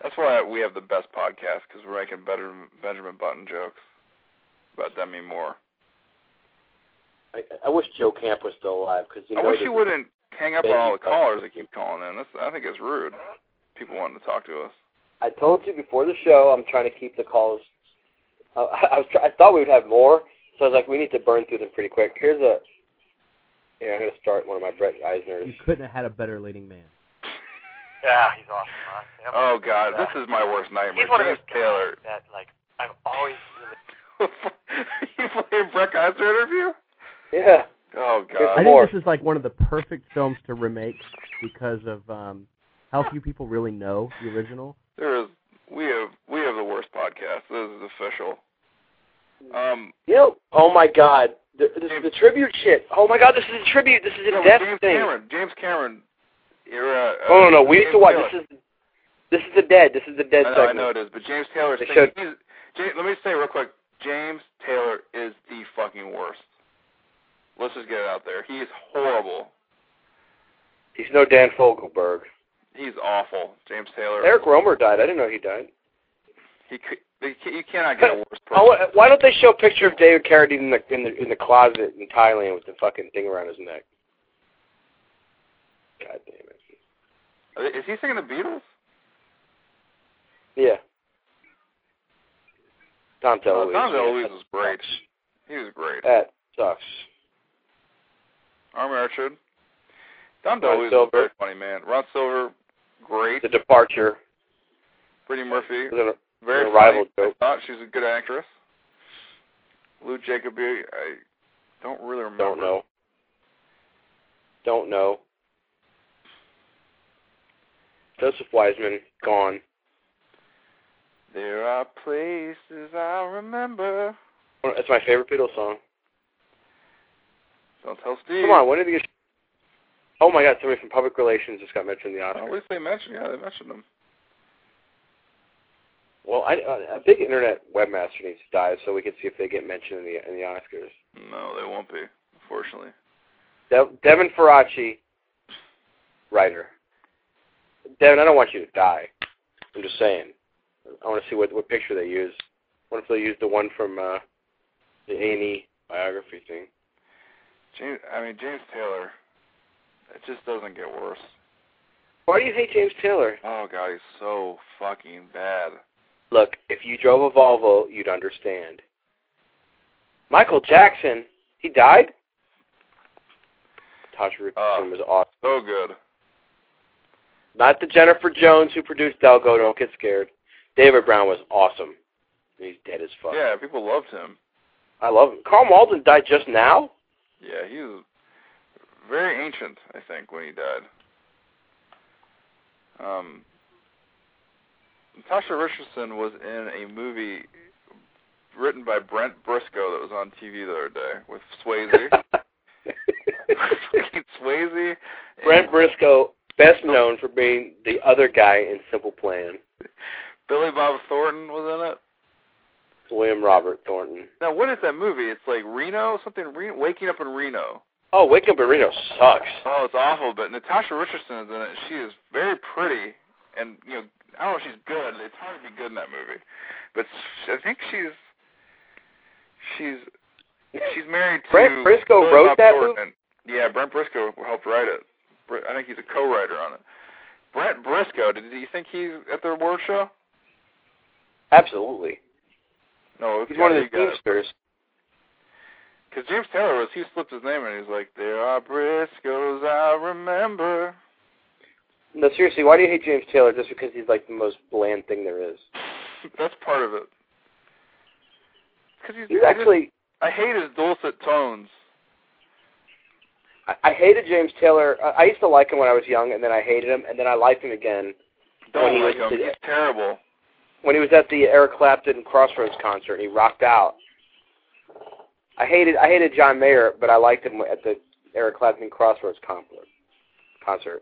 That's why we have the best podcast because we're making better Benjamin Button jokes about Demi Moore.
I, I wish Joe Camp was still alive because you
I
know
wish
this
you
is-
wouldn't hang up on
Benji
all the
Button.
callers that keep calling in. That's, I think it's rude. People wanting to talk to us.
I told you before the show I'm trying to keep the calls. I, I was try, I thought we would have more, so I was like, we need to burn through them pretty quick. Here's a. Here, I'm gonna start one of my Brett Eisner's.
You couldn't have had a better leading man.
Yeah, he's awesome. Huh? Yep.
Oh God,
Yeah.
this is my worst nightmare.
he's one of
James
those
Taylor.
guys that like I've always really
you play a Brett Eisner interview?
Yeah,
Oh
Good
I
God.
More.
think this is like one of the perfect films to remake because of um, how few people really know the original.
There is we have we have the worst podcast. This is official. Um
you know. Oh my God, the, this is the tribute shit. Oh my God, this is a tribute. This is
no,
a
but
death
James
thing.
Cameron. James Cameron era uh,
Oh no, no, we
James
used to watch.
Taylor.
This is this is the dead. This is the dead
I know, I
segment.
know it is, but James Taylor
They
he's,
showed-
James, let me say real quick, James Taylor is the fucking worst. Let's just get it out there. He is horrible.
He's no Dan Fogelberg.
He's awful. James Taylor.
Eric Romer died. I didn't know he died.
He, could- they ca- you cannot get a worse person.
Oh, why don't they show a picture of David Carradine in the in the in the closet in Thailand with the fucking thing around his neck? God damn it!
Is he singing the Beatles?
Yeah. Tom
Oh,
DeLuise.
Tom
man,
DeLuise
that
was great.
sucks.
He was great.
That sucks.
Arm Richard. Tom
Ron
DeLuise was
Silver.
a very funny man. Ron Silver, great.
The departure.
Brittany Murphy,
Was it a-
Very
Your
funny.
rival joke.
I thought she's a good actress. Lou Jacoby, I don't really remember.
Don't know. Don't know. Joseph Wiseman gone.
There are places I remember.
That's my favorite Beatles song.
Don't tell Steve.
Come on, when did he? get- Oh my God! Somebody from public relations just got mentioned in the
At
Oscars.
least they mentioned. Yeah, they mentioned them.
Well, I, a big internet webmaster needs to die so we can see if they get mentioned in the in the Oscars.
No, they won't be. Unfortunately.
De- Devin Faraci, writer. Devin, I don't want you to die. I'm just saying. I want to see what what picture they use. What if they use the one from uh, the A and E biography thing?
James, I mean James Taylor. It just doesn't get worse.
Why do you hate James Taylor?
Oh god, he's so fucking bad.
Look, if you drove a Volvo, you'd understand. Michael Jackson, he died. Tasha
Uh.
Richardson was awesome.
So good.
Not the Jennifer Jones who produced Delgo. Don't get scared. David Brown was awesome. He's dead as fuck.
Yeah, people loved him.
I love him. Carl Malden died just now.
Yeah, he was very ancient, I think, when he died. Um, Natasha Richardson was in a movie written by Brent Briscoe that was on TV the other day with Swayze. Fucking Swayze. and-
Brent Briscoe, best known for being the other guy in Simple Plan.
Billy Bob Thornton was in it.
William Robert Thornton.
Now, what is that movie? It's like Reno, something. Re- Waking up in Reno.
Oh, Wake Up in Reno sucks.
Oh, it's awful. But Natasha Richardson is in it. She is very pretty, and you know, I don't know if she's good. It's hard to be good in that movie, but sh I think she's she's she's married to
Brent Briscoe
Billy
wrote
Bob
that
Thornton. Yeah, Brent Briscoe helped write it. Br- I think he's a co-writer on it. Brent Briscoe. Did you think he's at the award show?
Absolutely.
No,
He's one of the
you got it.
teamsters.
Because James Taylor was, he slipped his name and he's like, There are Briscoes I remember.
No, seriously, why do you hate James Taylor just because he's like the most bland thing there is?
That's part of it. Because he's,
He's
I just-
actually
I hate his dulcet tones.
I, I hated James Taylor. I, I used to like him when I was young, and then I hated him, and then I liked him again When
Don't
he
like
was
him.
the-
He's terrible.
when he was at the Eric Clapton Crossroads concert. and He rocked out. I hated I hated John Mayer, but I liked him at the Eric Clapton Crossroads concert. Concert.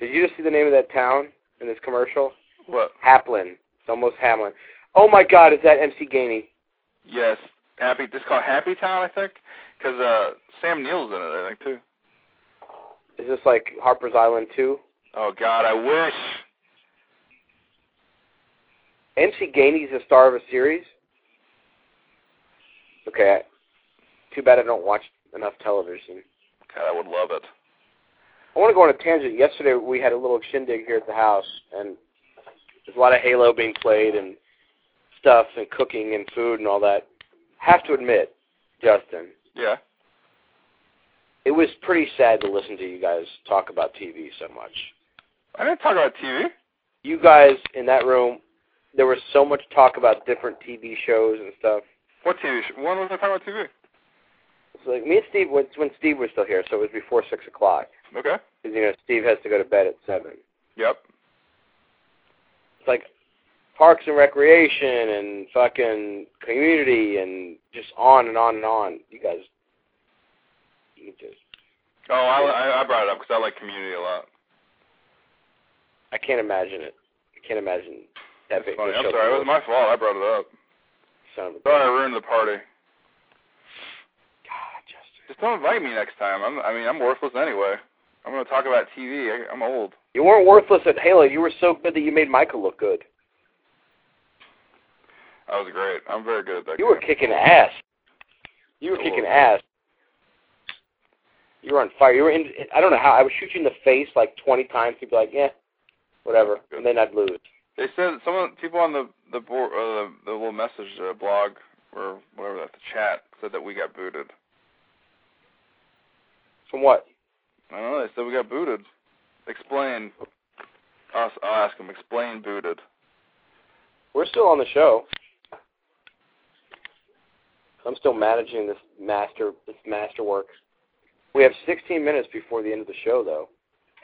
Did you just see the name of that town in this commercial?
What?
Haplin. It's almost Hamlin. Oh my God! Is that MC Gainey?
Yes. Happy. This is called Happy Town, I think. Because uh, Sam Neill's in it, I think, too.
Is this like Harper's Island too?
Oh, God, I wish.
MC Gainey's the star of a series. Okay. Too bad I don't watch enough television.
God, I would love it.
I want to go on a tangent. Yesterday we had a little shindig here at the house, and there's a lot of Halo being played and stuff and cooking and food and all that. Have to admit, Justin,
Yeah.
it was pretty sad to listen to you guys talk about TV so much.
I didn't talk about TV.
You guys in that room, there was so much talk about different TV shows and stuff.
What TV? sh- When was I talking about TV?
It's like me and Steve was when Steve was still here, so it was before six o'clock.
Okay.
'Cause, you know Steve has to go to bed at seven.
Yep.
It's like Parks and Recreation and fucking Community and just on and on and on. You guys, you just
Oh, I, I- I brought it up because I like Community a lot.
I can't imagine it. I can't imagine that
That's
big
funny.
show.
I'm sorry. It was my fault. I brought it up.
Son of a
Sorry, I
God,
ruined the party.
Justin.
Just don't invite me next time. I'm, I mean, I'm worthless anyway. I'm going to talk about TV. I, I'm old.
You weren't worthless at Halo. You were so good that you made Michael look good.
I was great. I'm very good at that.
You were
game.
kicking ass. You were
Cool.
kicking ass. You were on fire. You were in. I don't know how. I would shoot you in the face like 20 times. You'd be like, yeah, whatever. And then I'd lose.
They said some of people on the the board, uh, the, the little message uh, blog or whatever that the chat said that we got booted.
From what?
I don't know. They said we got booted. Explain. I'll, I'll ask them. Explain booted.
We're still on the show. I'm still managing this master this masterwork. We have 16 minutes before the end of the show, though,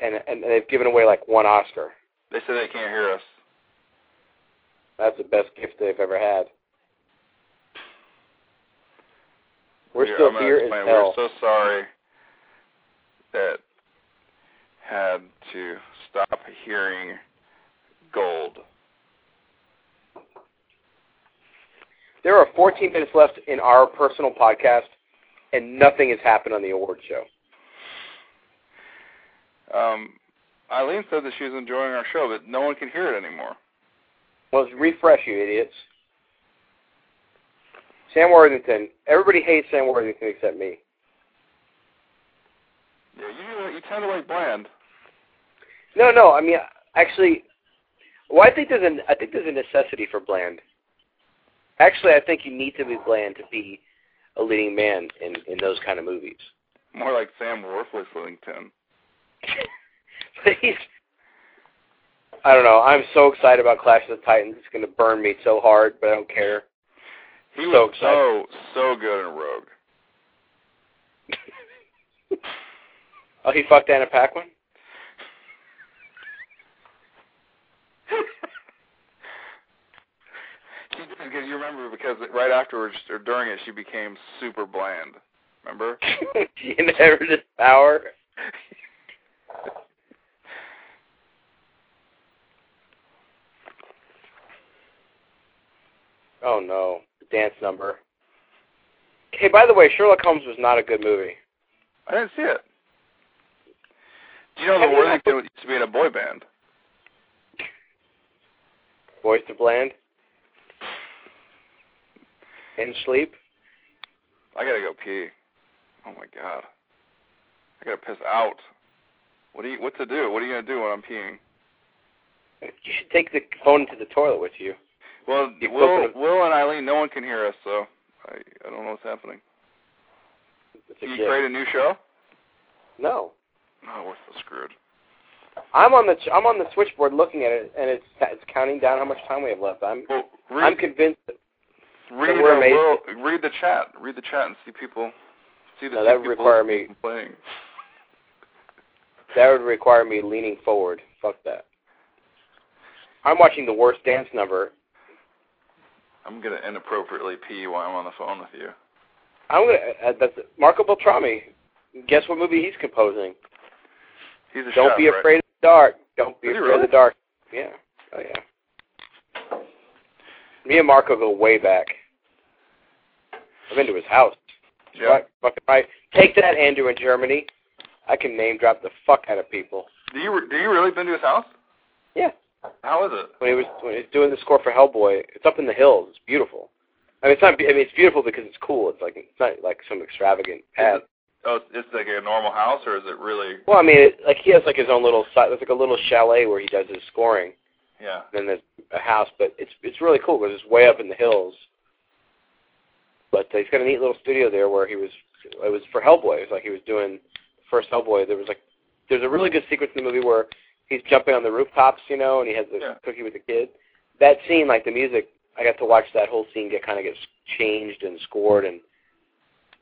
and and they've given away like one Oscar.
They say they can't hear us.
That's the best gift they've ever had. We're
Here,
still
I'm gonna
here as
explain.
hell.
We're so sorry that had to stop hearing gold.
There are 14 minutes left in our personal podcast, and nothing has happened on the award show.
Um, Eileen said that she was enjoying our show, but no one can hear it anymore.
Well, refresh, you idiots. Sam Worthington. Everybody hates Sam Worthington except me.
Yeah, you you tend to like bland.
No, no. I mean, actually, well, I think there's an I think there's a necessity for bland. Actually, I think you need to be bland to be a leading man in in those kind of movies.
More like Sam Worthless Lillington.
But he's I don't know. I'm so excited about Clash of the Titans. It's going to burn me so hard, but I don't care.
He
So
was so
excited.
so good in Rogue.
Oh, he fucked Anna Paquin.
She did because you remember because right afterwards or during it she became super bland. Remember?
in Everett's Power. oh no, dance number. Hey, by the way, Sherlock Holmes was not a good movie.
I didn't see it. Do you know
Have
the
you
Worthington used to be in a boy band?
Voice to Bland. In Sleep.
I gotta go pee. Oh my god. I gotta piss out. What do you what to do? What are you gonna do when I'm peeing?
You should take the phone into the toilet with you.
Well
You
Will
open it.
Will and Eileen, no one can hear us, so I I don't know what's happening.
It's a
Can you
gift.
create a new show?
No.
Oh, we're so screwed.
I'm on the ch- I'm on the switchboard looking at it, and it's it's counting down how much time we have left. I'm
Well read
I'm convinced
read,
we're
uh,
amazing.
Will- read the chat. Read the chat and see people see the
No,
two
that would
people
require me.
playing.
That would require me leaning forward. Fuck that. I'm watching the worst dance number.
I'm gonna inappropriately pee while I'm on the phone with you.
I'm gonna. Uh, that's Marco Beltrami. Guess what movie he's composing?
He's a
Don't
chef,
be
right?
afraid of the dark. Don't be
Is he
afraid of
really?
the dark. Yeah. Oh yeah. Me and Marco go way back. I've been to his house.
Yeah.
Right, fucking right. Take that, Andrew in Germany. I can name drop the fuck out of people.
Do you re- do you really been to his house?
Yeah.
How is it?
when he was when he was doing the score for Hellboy. It's up in the hills. It's beautiful. I mean, it's not. be- I mean, it's beautiful because it's cool. It's like it's not like some extravagant pad.
Is it, oh, it's like a normal house, or is it really?
Well, I mean, it, like he has like his own little. si- It's like a little chalet where he does his scoring.
Yeah.
Then there's a house, but it's it's really cool because it's way up in the hills. But uh, he's got a neat little studio there where he was. It was for Hellboy. It was like he was doing the first Hellboy. There was like there's a really good sequence in the movie where he's jumping on the rooftops, you know, and he has the
Yeah.
cookie with the kid. That scene, like the music, I got to watch that whole scene get kind of get changed and scored, and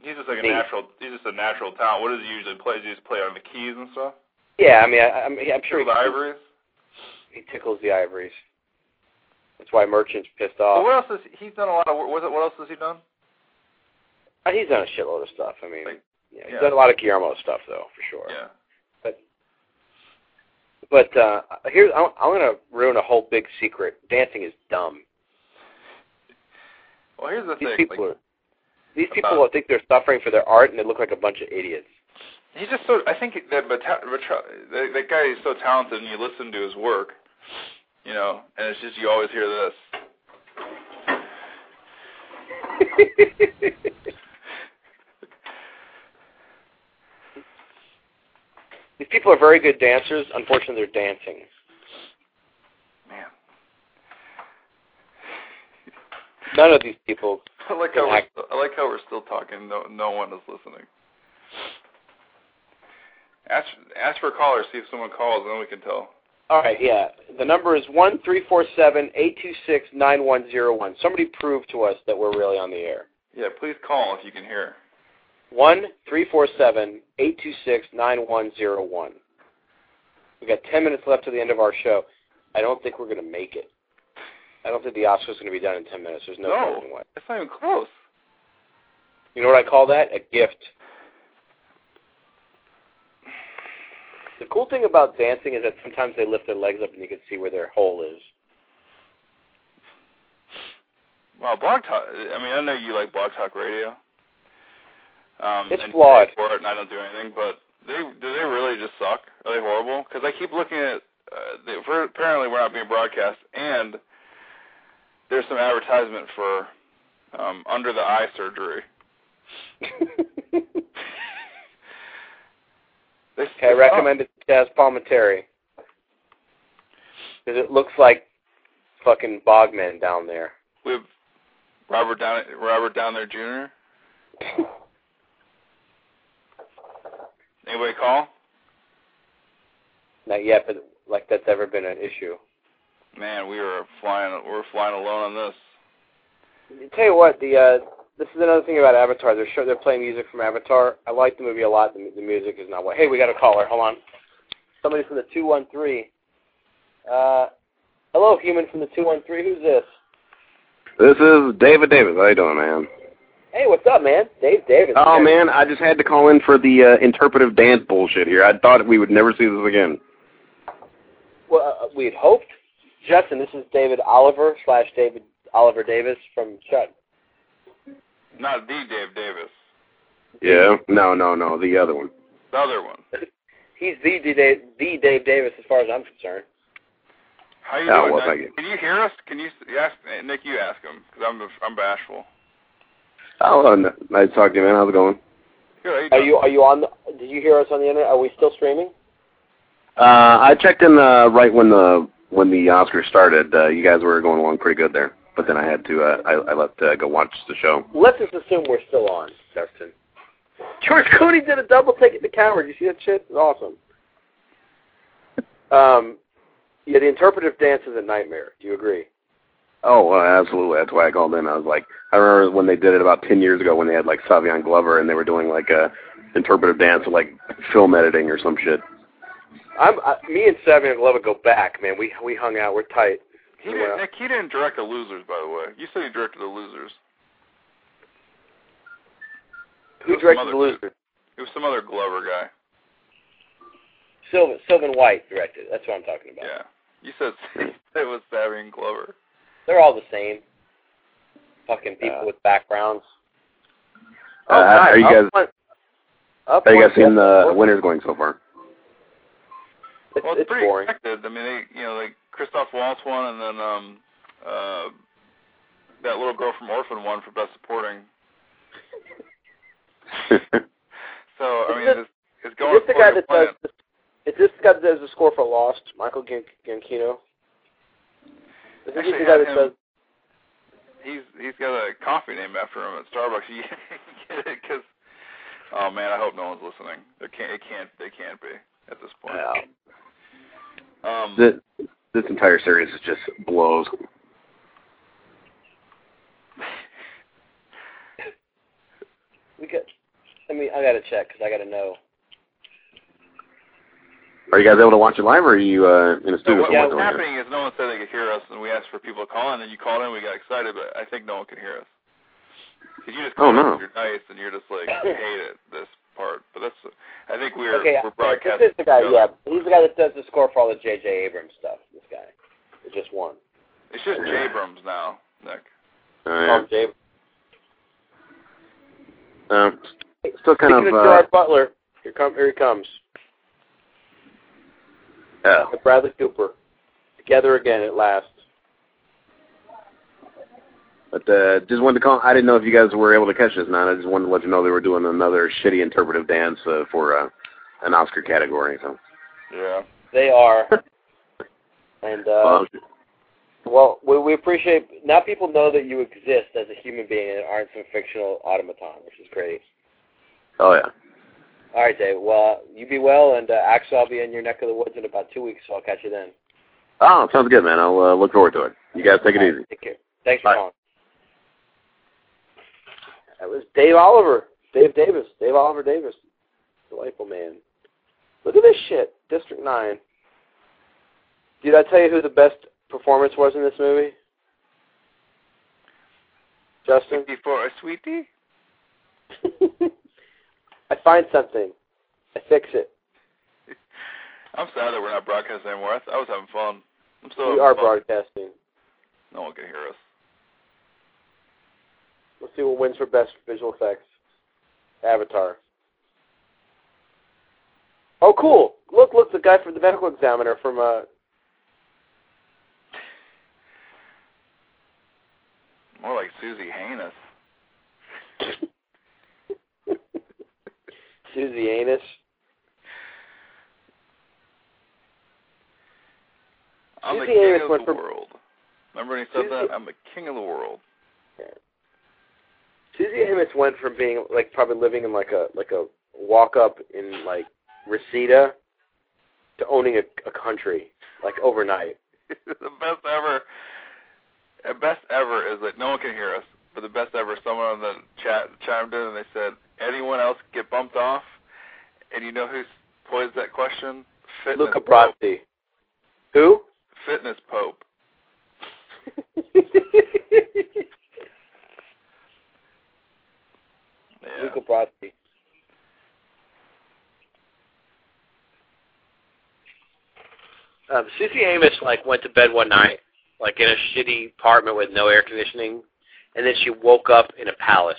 He's just like a
Neat.
natural. He's just a natural talent. What does he usually play? Does he just play on the keys and stuff?
yeah, I mean, I, I'm, I'm sure he,
Or the ivories.
he tickles the ivories. That's why Merchant's pissed
But
off.
what else has he's done? A lot of. wor- Was it? What else has he done?
Uh, He's done a shitload of stuff. I mean,
Like,
yeah,
yeah.
he's done a lot of Guillermo stuff though, for sure.
Yeah.
But uh here's I'm, I'm gonna ruin a whole big secret. Dancing is dumb.
Well, here's the
These
thing.
people
Like,
are these people
about-
think they're suffering for their art, and they look like a bunch of idiots.
he's just so. I think that Bata- Bata- that that guy is so talented, and you listen to his work, you know, and it's just you always hear this.
These people are very good dancers. Unfortunately, they're dancing.
Man.
None of these people.
I like how
Like-
we're, I like how we're still talking. No, no one is listening. Ask ask for a caller. See if someone calls, and then we can tell.
All right, yeah. The number is one three four seven eight two six nine one zero one. Somebody prove to us that we're really on the air.
Yeah, please call if you can hear.
One three four seven eight two six nine one zero one. We got ten minutes left to the end of our show. I don't think we're going to make it. I don't think the Oscar's going to be done in ten minutes. There's no,
No.
fucking way.
That's not even close.
You know what I call that? A gift. The cool thing about dancing is that sometimes they lift their legs up and you can see where their hole is.
Well, Blog Talk. I mean, I know you like Blog Talk Radio. Um,
It's
and
flawed.
For it, and I don't do anything. But they do they really just suck? Are they horrible? Because I keep looking at. Uh, they, for, apparently, we're not being broadcast, and there's some advertisement for um, under the eye surgery. They,
Okay, I recommend it to Chaz Palminteri. Because it looks like fucking Bogman down there.
with Robert down Robert down there Jr. Anybody call?
Not yet, but like that's ever been an issue.
Man, we were flying we were flying alone on this.
Tell you what, the uh, this is another thing about Avatar. They're show, they're playing music from Avatar. I like the movie a lot. The, mu- the music is not what. Hey, we got a caller. Hold on. Somebody from the two one three. Uh, hello, human from the two one three. Who's this?
This is David Davis. How you doing, man?
Hey, what's up, man? Dave Davis.
Oh man, I just had to call in for the uh, interpretive dance bullshit here. I thought we would never see this again.
Well, uh, we had hoped. Justin, this is David Oliver slash David Oliver Davis from Shut.
Not the Dave Davis.
Yeah. No, no, no. The other one.
The other one.
He's the D- Dave, the Dave Davis, as far as I'm concerned.
How you
Oh,
doing? Nick?
well, thank you.
Can you hear us? Can you s- you ask eh, Nick? You ask him because I'm I'm bashful.
Oh, uh, nice to talk to you, man. How's it going?
Good. how you
Are
doing?
you are you on? The, did you hear us on the internet? Are we still streaming?
Uh, I checked in uh, right when the when the Oscars started. Uh, you guys were going along pretty good there, but then I had to. Uh, I, I left to go watch the show.
Let's just assume we're still on, Justin. George Clooney did a double take at the camera. Did you see that shit? It's awesome. Um, yeah, the interpretive dance is a nightmare. Do you agree?
Oh, well, absolutely. That's why I called in. I was like, I remember when they did it about ten years ago when they had like Savion Glover and they were doing like a interpretive dance with like film editing or some shit.
I'm I, me and Savion Glover go back, man. We we hung out. We're tight.
He
you
didn't,
were-
Nick, he didn't direct the losers, by the way. You said he directed the losers.
Who
It was some
directed
other
The Loser?
dude. It was some other Glover guy.
Sylvan, Sylvan White directed. it. That's what I'm talking about.
Yeah. You said you said it was Savian Glover.
They're all the same. Fucking people with backgrounds.
Uh, how- are you guys-
One, up
Have you
one
guys seen
step,
the
up one-
winners going so far?
It's,
Well, it's,
it's
pretty
boring.
expected. I mean, they, you know, like Christoph Waltz won, and then um, uh, that little girl from Orphan won for best supporting. So I
Is
mean,
this-
it's, it's
Is
going.
this the guy
according
that
to plan.
does? The, is this the guy that does the score for Lost? Michael Gian- Giancino. Is this
Actually,
the guy
had
that
him-
does?
He's he's got a coffee name after him at Starbucks. You get it? Because oh man, I hope no one's listening. They can't. It can't. They can't be at this point.
Wow.
Um,
This, this entire series is just blows.
We got. I mean, I gotta check because I gotta know.
Are you guys able to watch it live, or are you uh, in a
so
studio?
what,
somewhere
what's
doing it?
happening is no one said they could hear us, and we asked for people to call in, and you called in. We got excited, but I think no one could hear us. 'Cause you just
Oh,
called
no.
You're nice, and you're just like I hate it this part. But that's I think we're
okay,
we're
yeah,
broadcasting.
this is the guy.
each other.
Yeah, he's the guy that does the score for all the J.J. Abrams stuff. This guy, It's just one.
It's just Jabrams now, Nick.
Oh,
Called J.
yeah. Uh, still kind
Speaking of,
of. Uh,
Gerard Butler, here come here he comes.
oh.
And Bradley Cooper, together again at last.
But uh, just wanted to call. I didn't know if you guys were able to catch this, man. I just wanted to let you know they were doing another shitty interpretive dance uh, for uh, an Oscar category. So,
Yeah.
They are. and uh,
well,
Well, we, we appreciate now people know that you exist as a human being and aren't some fictional automaton, which is great.
oh yeah,
All right, Dave. Well, you be well, and uh, Axel, I'll be in your neck of the woods in about two weeks, so I'll catch you then.
Oh, sounds good, man. I'll uh, look forward to it. You guys take it easy.
Take care. Thanks for
Bye.
calling. That was Dave Oliver. Dave Davis. Dave Oliver Davis. Delightful man. Look at this shit. District 9. Did I tell you who the best performance was in this movie? Justin?
Before a sweetie?
I find something. I fix it.
I'm sad that we're not broadcasting anymore. I, th- I was having fun. I'm still
we
having
are
fun.
broadcasting.
No one can hear us.
Let's see what wins for best visual effects. Avatar. Oh, cool! Look, look, the guy from the medical examiner from uh.
More like Susie Heinous.
Susie Anus.
I'm the
Susie Heinous
king of
went
the
from-
world. Remember when he said
Susie-
that? I'm the king of the world.
Susie Amos went from being like probably living in like a like a walk up in like Reseda to owning a, a country like overnight.
the best ever. The best ever is that no one can hear us, but the best ever. Someone on the chat chimed in and they said, "Anyone else get bumped off?" And you know who's posed that question? Fitness
Luca
Pope.
Brasi. Who?
Fitness Pope. Yeah.
Luca Brasi. Um, Susie Amos like went to bed one night, like in a shitty apartment with no air conditioning, and then she woke up in a palace.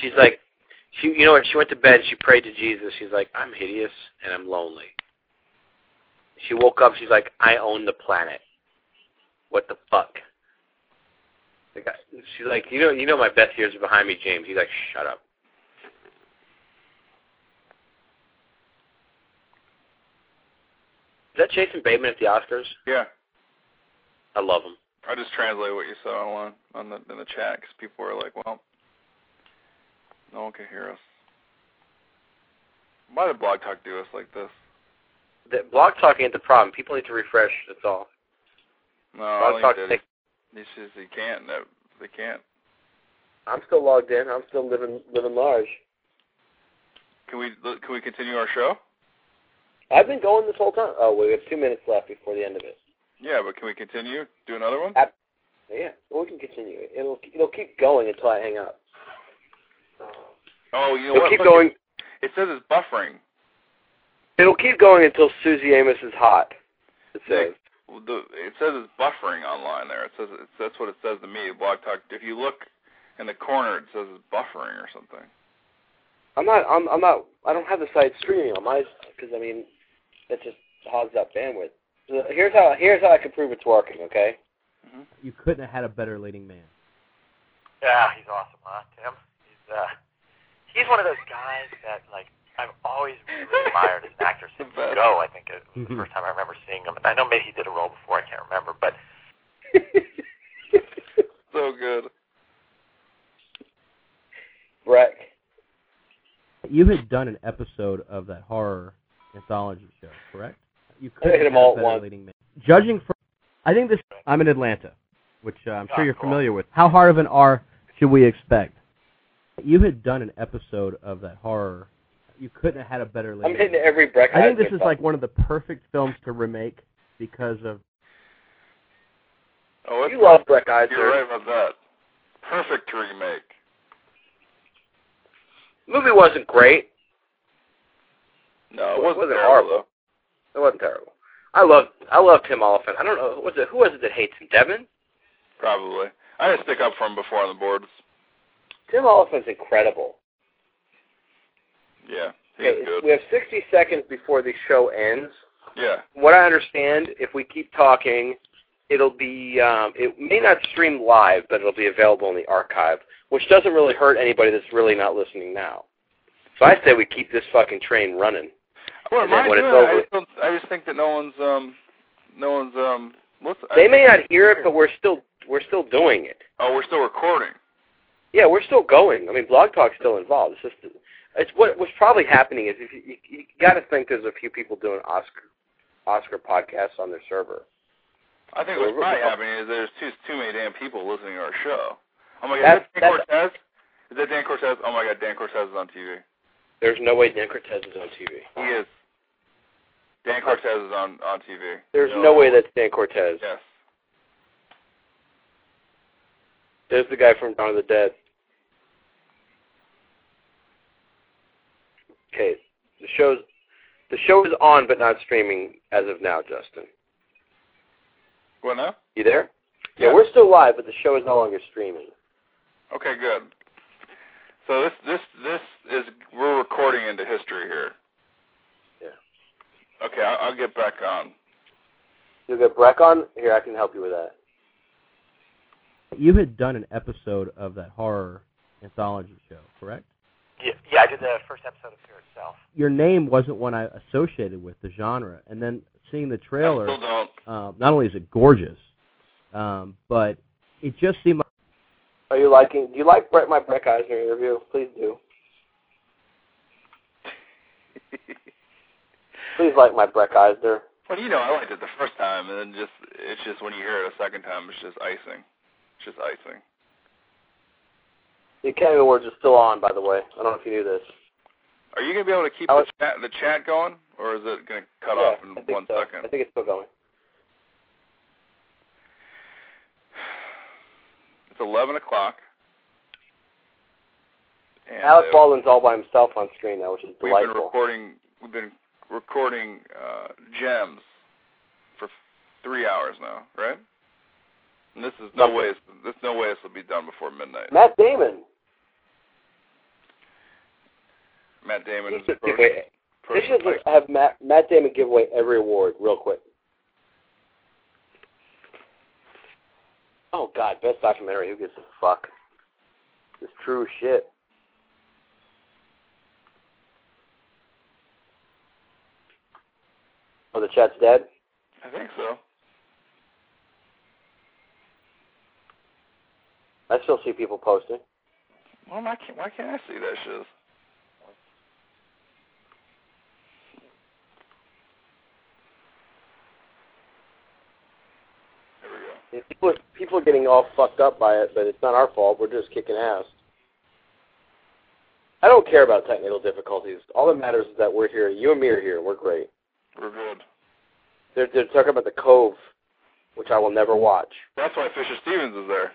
She's like, she you know what? She went to bed. She prayed to Jesus. She's like, I'm hideous and I'm lonely. She woke up. She's like, I own the planet. What the fuck? Like, I- she's like, you know, you know, my best years are behind me, James. He's like, shut up. Is that Jason Bateman at the Oscars?
Yeah.
I love him.
I just translate what you said online on the in the chat because people were like, "Well, no one can hear us." Why did Blog Talk do us like this?
The, block talking ain't the problem. People need to refresh. That's all.
No, I
Blog
think
talk.
that
takes-
he, he says he can't. No, they can't.
I'm still logged in. I'm still living living large.
Can we can we continue our show?
I've been going this whole time. Oh, we have two minutes left before the end of it.
Yeah, but can we continue? Do another one?
Yeah, well, we can continue. It'll it'll keep going until I hang up.
Oh, you know
It'll
what?
keep
Look,
going.
It, it says it's buffering.
It'll keep going until Susie Amos is hot. It
Nick,
says.
the, it says it's buffering online there. It says it's, that's what it says to me. Blog Talk. If you look in the corner, it says it's buffering or something.
I'm not. I'm. I'm not. I don't have the site streaming on my because I mean, that just hogs up bandwidth. So here's how. Here's how I can prove it's working. Okay. Mm-hmm.
You couldn't have had a better leading man.
Yeah, he's awesome, huh, Tim? He's uh, he's one of those guys that like I've always really admired as an actor since
The best.
Go. I think it was the first time I remember seeing him, and I know maybe he did a role before. I can't remember, but
So good.
Breck.
You had done an episode of that horror anthology show, correct? You
I hit 'em
have
all at
better
once.
leading man. Judging from, I think this. I'm in Atlanta, which uh,
Ah,
I'm sure you're familiar with. How hard of an R should we expect? You had done an episode of that horror. You couldn't have had a better
I'm
leading.
hitting every Breck.
I think
Eisner
this is
button.
like one of the perfect films to remake because of
Oh, it's
You love Breck
You're
Eisner.
right about that. Perfect to remake.
Movie wasn't great.
No,
It
it wasn't
wasn't
terrible,
horrible. It wasn't terrible. I loved. I love Tim Oliphant. I don't know. Who was it? Who was it that hates him? Devin.
though, Probably. I had to stick up for him before on the boards.
Tim Oliphant's incredible.
Yeah, he's
Okay,
good.
we have 60 seconds before the show ends.
Yeah.
From what I understand, if we keep talking, it'll be um, it may not stream live, but it'll be available in the archive, which doesn't really hurt anybody that's really not listening now. So I say we keep this fucking train running.
Well,
And then
mine
when it's
too, I
over-
just, don't, I just think that no one's um, no one's um. What's,
They may not hear it, but we're still we're still doing it.
oh, we're still recording.
Yeah, we're still going. I mean, Blog Talk's still involved. It's just, it's what what's probably happening is if you, you, you got to think there's a few people doing Oscar Oscar podcasts on their server.
I think what's
Well,
probably
well-
happening is there's too too many damn people listening to our show. Oh my
That's-
god, is that Dan Cortez? Is that Dan Cortez? Oh my god, Dan Cortez is on TV.
There's no way Dan Cortez is on TV.
He is. Dan Cortez is on on TV.
There's no way that's Dan Cortez.
Yes.
There's the guy from Dawn of the Dead. Okay, the show's the show is on but not streaming as of now, Justin.
What now?
You there?
Yeah.
we're still live, but the show is no longer streaming.
Okay, good. So this this this is we're recording into history here. Yeah. Okay, I'll, I'll get back on.
You'll get Breck on? Here, I can help you with that.
You had done an episode of that horror anthology show, correct?
Yeah, yeah, I did the first episode of Fear itself.
Your name wasn't one I associated with the genre, and then seeing the
I
trailer,
still don't.
uh, not only is it gorgeous, um, but it just seemed like
Are you liking? Do you like Brett my Breck Eisner interview? Please do. Please like my Breck Eisner.
Well, you know, I liked it the first time, and then just it's just when you hear it a second time, it's just icing. It's just icing.
The Academy Awards are still on, by the way. I don't know if you knew this.
Are you gonna be able to keep
I
the
was-
chat the chat going, or is it gonna cut
yeah,
off in
I think
one
so.
second?
I think it's still going.
It's eleven o'clock. And,
Alec
uh,
Baldwin's all by himself on screen now, which is
We've been
delightful.
recording. We've been recording uh, gems for three hours now, right? And this is no
Nothing.
way. This no way this will be done before midnight.
Matt Damon.
Matt Damon
He
is
should give
approaching.
away- They should just have Matt, Matt Damon give away every award real quick. Oh God, best documentary. Who gives a fuck? It's true shit. Oh, the chat's dead.
I think so.
I still see people posting.
Well, why can't why can't I see that shit? There we go.
Yeah, People are, people are getting all fucked up by it, but it's not our fault. We're just kicking ass. I don't care about technical difficulties. All that matters is that we're here. You and me are here. We're great.
We're good.
They're, they're talking about the Cove, which I will never watch.
That's why Fisher Stevens is there.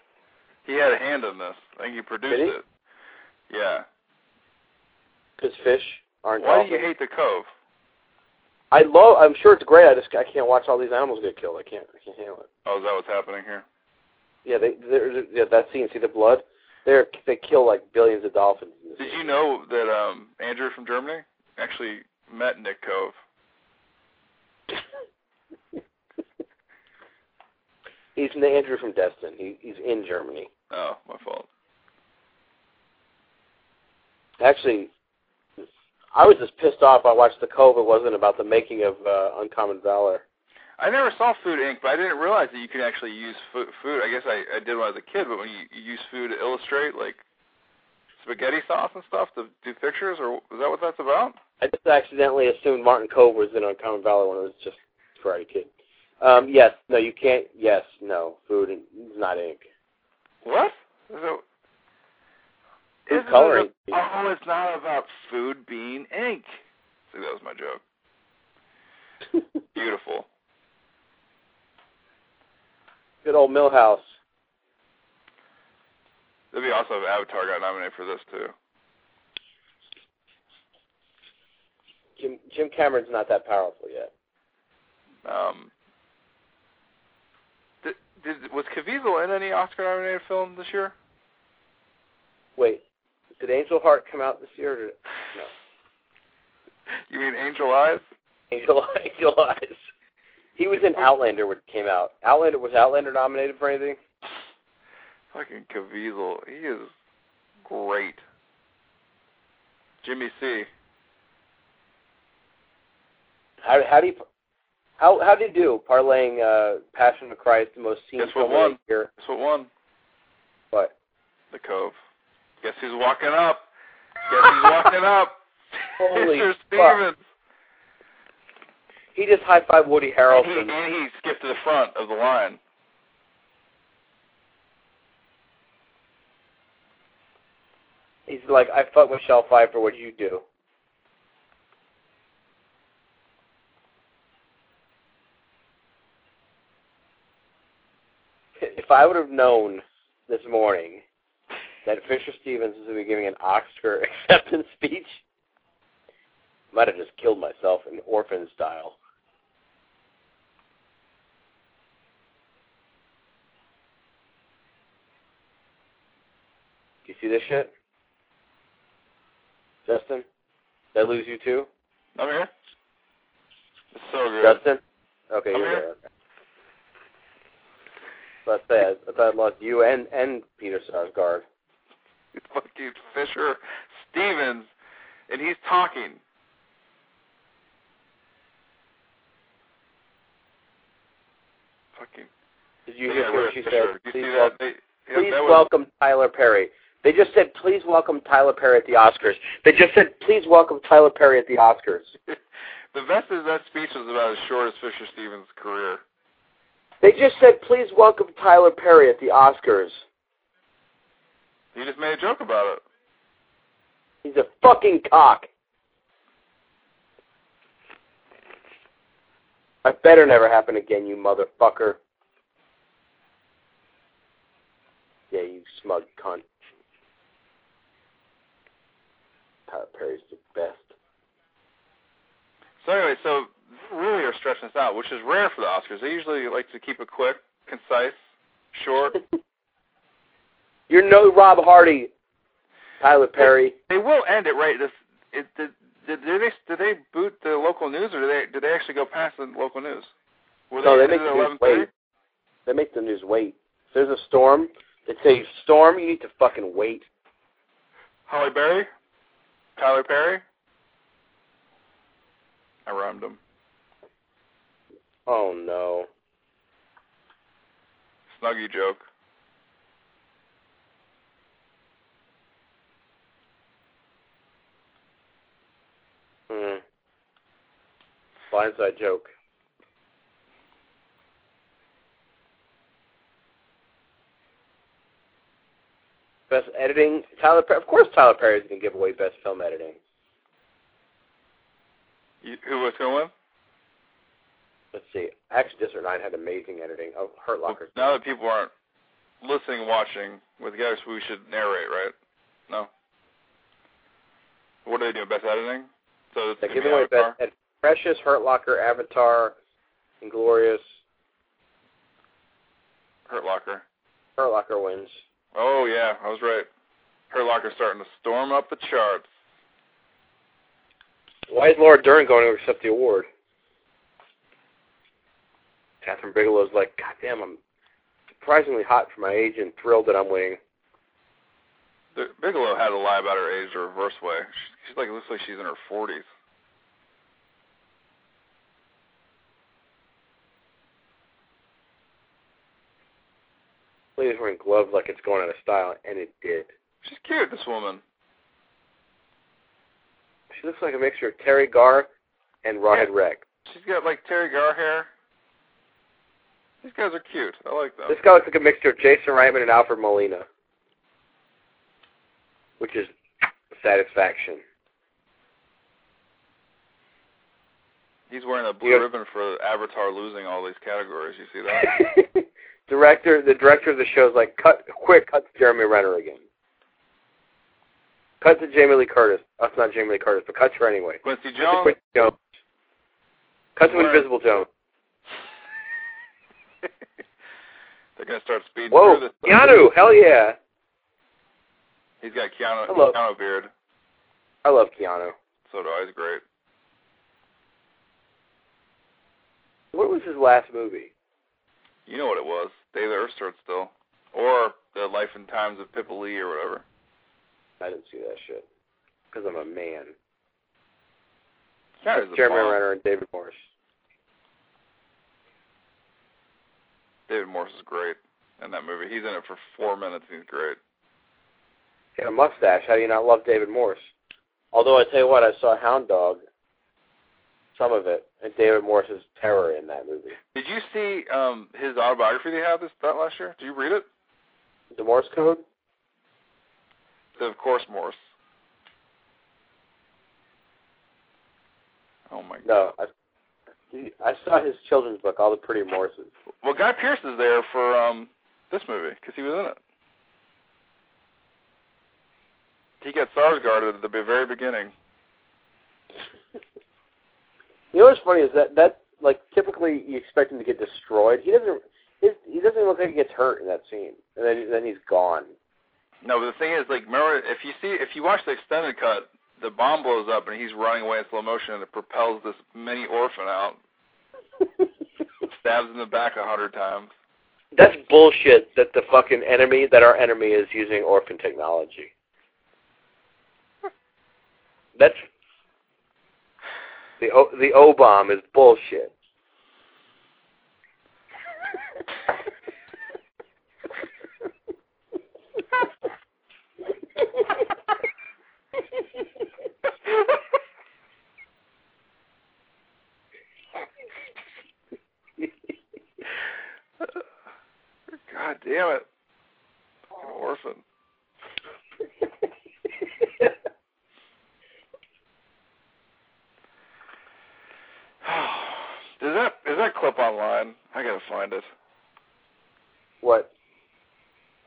He had a hand in this. I think he produced
Did he?
it. Yeah.
Because fish aren't
Why do
dolphins.
you hate the Cove?
I love. I'm sure it's great. I just I can't watch all these animals get killed. I can't. I can't handle it.
Oh, is that what's happening here?
Yeah, they. They're, yeah, that scene. See the blood. They're they kill like billions of dolphins. in this
Did
scene.
you know that um Andrew from Germany actually met Nick Cove?
He's the Andrew from Destin. He, he's in Germany.
Oh, my fault.
Actually, I was just pissed off. I watched the Cove. It wasn't about the making of uh, Uncommon Valor.
I never saw Food Inc., but I didn't realize that you could actually use food. food. I guess I, I did when I was a kid, but when you, you use food to illustrate like spaghetti sauce and stuff to do pictures, or is that what that's about?
I just accidentally assumed Martin Cove was in Uncommon Valor when it was just Karate Kid. Um, yes, no, you can't. Yes, no, food is not ink.
What? So,
Food
isn't it
coloring.
a- oh, it's not about food being ink. See, that was my joke. Beautiful.
Good old Millhouse.
It'd be awesome if Avatar got nominated for this too.
Jim Jim Cameron's not that powerful yet.
Um, did, did, was Caviezel in any Oscar-nominated film this year?
Wait, did Angel Heart come out this year? Or did, no,
You mean Angel Eyes?
Angel Angel Eyes. He was in Outlander when it came out. Outlander was Outlander nominated for anything?
Fucking Caviezel, he is great. Jimmy C.
How how do you how how do you do parlaying uh, Passion of Christ, the most seen
Guess what
film of
won?
the year?
That's what won
But
the Cove. Guess who's walking up? Guess who's walking up?
Holy
Mr.
fuck.
Stevens.
He just high five Woody
And he,
Harrelson.
and he skipped to the front of the line.
He's like, I fuck Michelle Pfeiffer. What do you do? If I would have known this morning that Fisher Stevens was going to be giving an Oscar acceptance speech, might have just killed myself in orphan style. Do you see this shit? Justin? Did I lose you too?
I'm here. It's so good.
Justin? Okay,
I'm
you're
here.
there. Okay. Let's say I, I thought I lost you and and Peter Sarsgaard.
Fuck you, Fisher Stevens, and he's talking. Fucking.
Did you
yeah,
hear
we're
what she
Fisher.
said?
You
Please,
see
wel-
that? They, yeah,
please
that was,
welcome Tyler Perry. They just said, please welcome Tyler Perry at the Oscars. They just said, please welcome Tyler Perry at the Oscars.
the best is that speech was about as short as Fisher Stevens' career.
They just said, please welcome Tyler Perry at the Oscars.
He just made a joke about it.
He's a fucking cock. I better never happen again, you motherfucker. Yeah, you smug cunt. Tyler Perry's the best.
So anyway, so they really are stretching this out, which is rare for the Oscars. They usually like to keep it quick, concise, short.
You're no Rob Hardy, Tyler Perry.
They will end it right. This it, did, did, did they did they boot the local news or did they did they actually go past the local news? Were
No, they
ended
make
at
the news
11:30?
wait. They make the news wait. If there's a storm, they say, Storm, you need to fucking wait.
Holly Berry, Tyler Perry. I rhymed them.
Oh no.
Snuggie joke.
Mm. Blindside joke. Best editing, Tyler. Per- of course, Tyler Perry's gonna give away best film editing.
You, who was going to win?
Let's see. Actually, District Nine had amazing editing. Oh, Hurt
Well,
Locker.
now that people aren't listening, watching with guys, we should narrate, right? No. What do they do? Best editing? So it's
They
gonna
give
be
away
Avatar?
best ed- Precious, Hurt Locker, Avatar, Inglorious.
Hurt Locker.
Hurt Locker wins.
Oh yeah, I was right. Hurt Locker's starting to storm up the charts.
Why is Laura Dern going to accept the award? Catherine Bigelow's like, God damn, I'm surprisingly hot for my age and thrilled that I'm winning.
The, Bigelow had to lie about her age the reverse way. She's, she's like looks like she's in her forties.
Lady's wearing gloves like it's going out of style, and it did.
She's cute, this woman.
She looks like a mixture of Terry Garr and Rawhead
Yeah.
Rex.
She's got like Terry Gar hair. These guys are cute. I like them.
This guy looks like a mixture of Jason Reitman and Alfred Molina, which is satisfaction.
He's wearing a blue
Yeah.
ribbon for Avatar losing all these categories. You see that?
director, the director of the show is like, cut quick, cut to Jeremy Renner again. Cut to Jamie Lee Curtis. That's not Jamie Lee Curtis, but cut to her anyway.
Quincy
Cut to
Jones.
Quincy Jones. Cut to
Right.
Invisible Jones.
They're gonna start speeding through
Whoa,
this.
Keanu, hell yeah!
He's got Keanu
Hello.
Keanu beard.
I love Keanu.
So do I. He's great.
What was his last movie?
You know what it was? Day of the Earth Stood Still, or the Life and Times of Pippa Lee, or whatever.
I didn't see that shit because I'm a man.
Keanu's the
Jeremy
bomb.
Renner and David Morse.
David Morse is great in that movie. He's in it for four minutes. and He's great.
He had a mustache. How do you not love David Morse? Although I tell you what, I saw Hound Dog, some of it, and David Morse's terror in that movie.
Did you see um his autobiography they had this that last year? Did you read it?
The Morse Code.
The, of course, Morse. Oh my god.
No, I, I saw his children's book, All the Pretty Morses.
Well, Guy Pearce is there for um this movie because he was in it. He got Sarsgaarded at the be- very beginning.
You know what's funny is that that like typically you expect him to get destroyed. He doesn't. His, he doesn't look like he gets hurt in that scene, and then then he's gone.
No, but the thing is, like, remember if you see if you watch the extended cut, the bomb blows up and he's running away in slow motion and it propels this mini orphan out, stabs in the back a hundred times.
That's bullshit. That the fucking enemy, that our enemy is using orphan technology. That's the o, the O bomb is bullshit.
God damn it! Fucking orphan. is that is that clip online? I gotta find it.
What?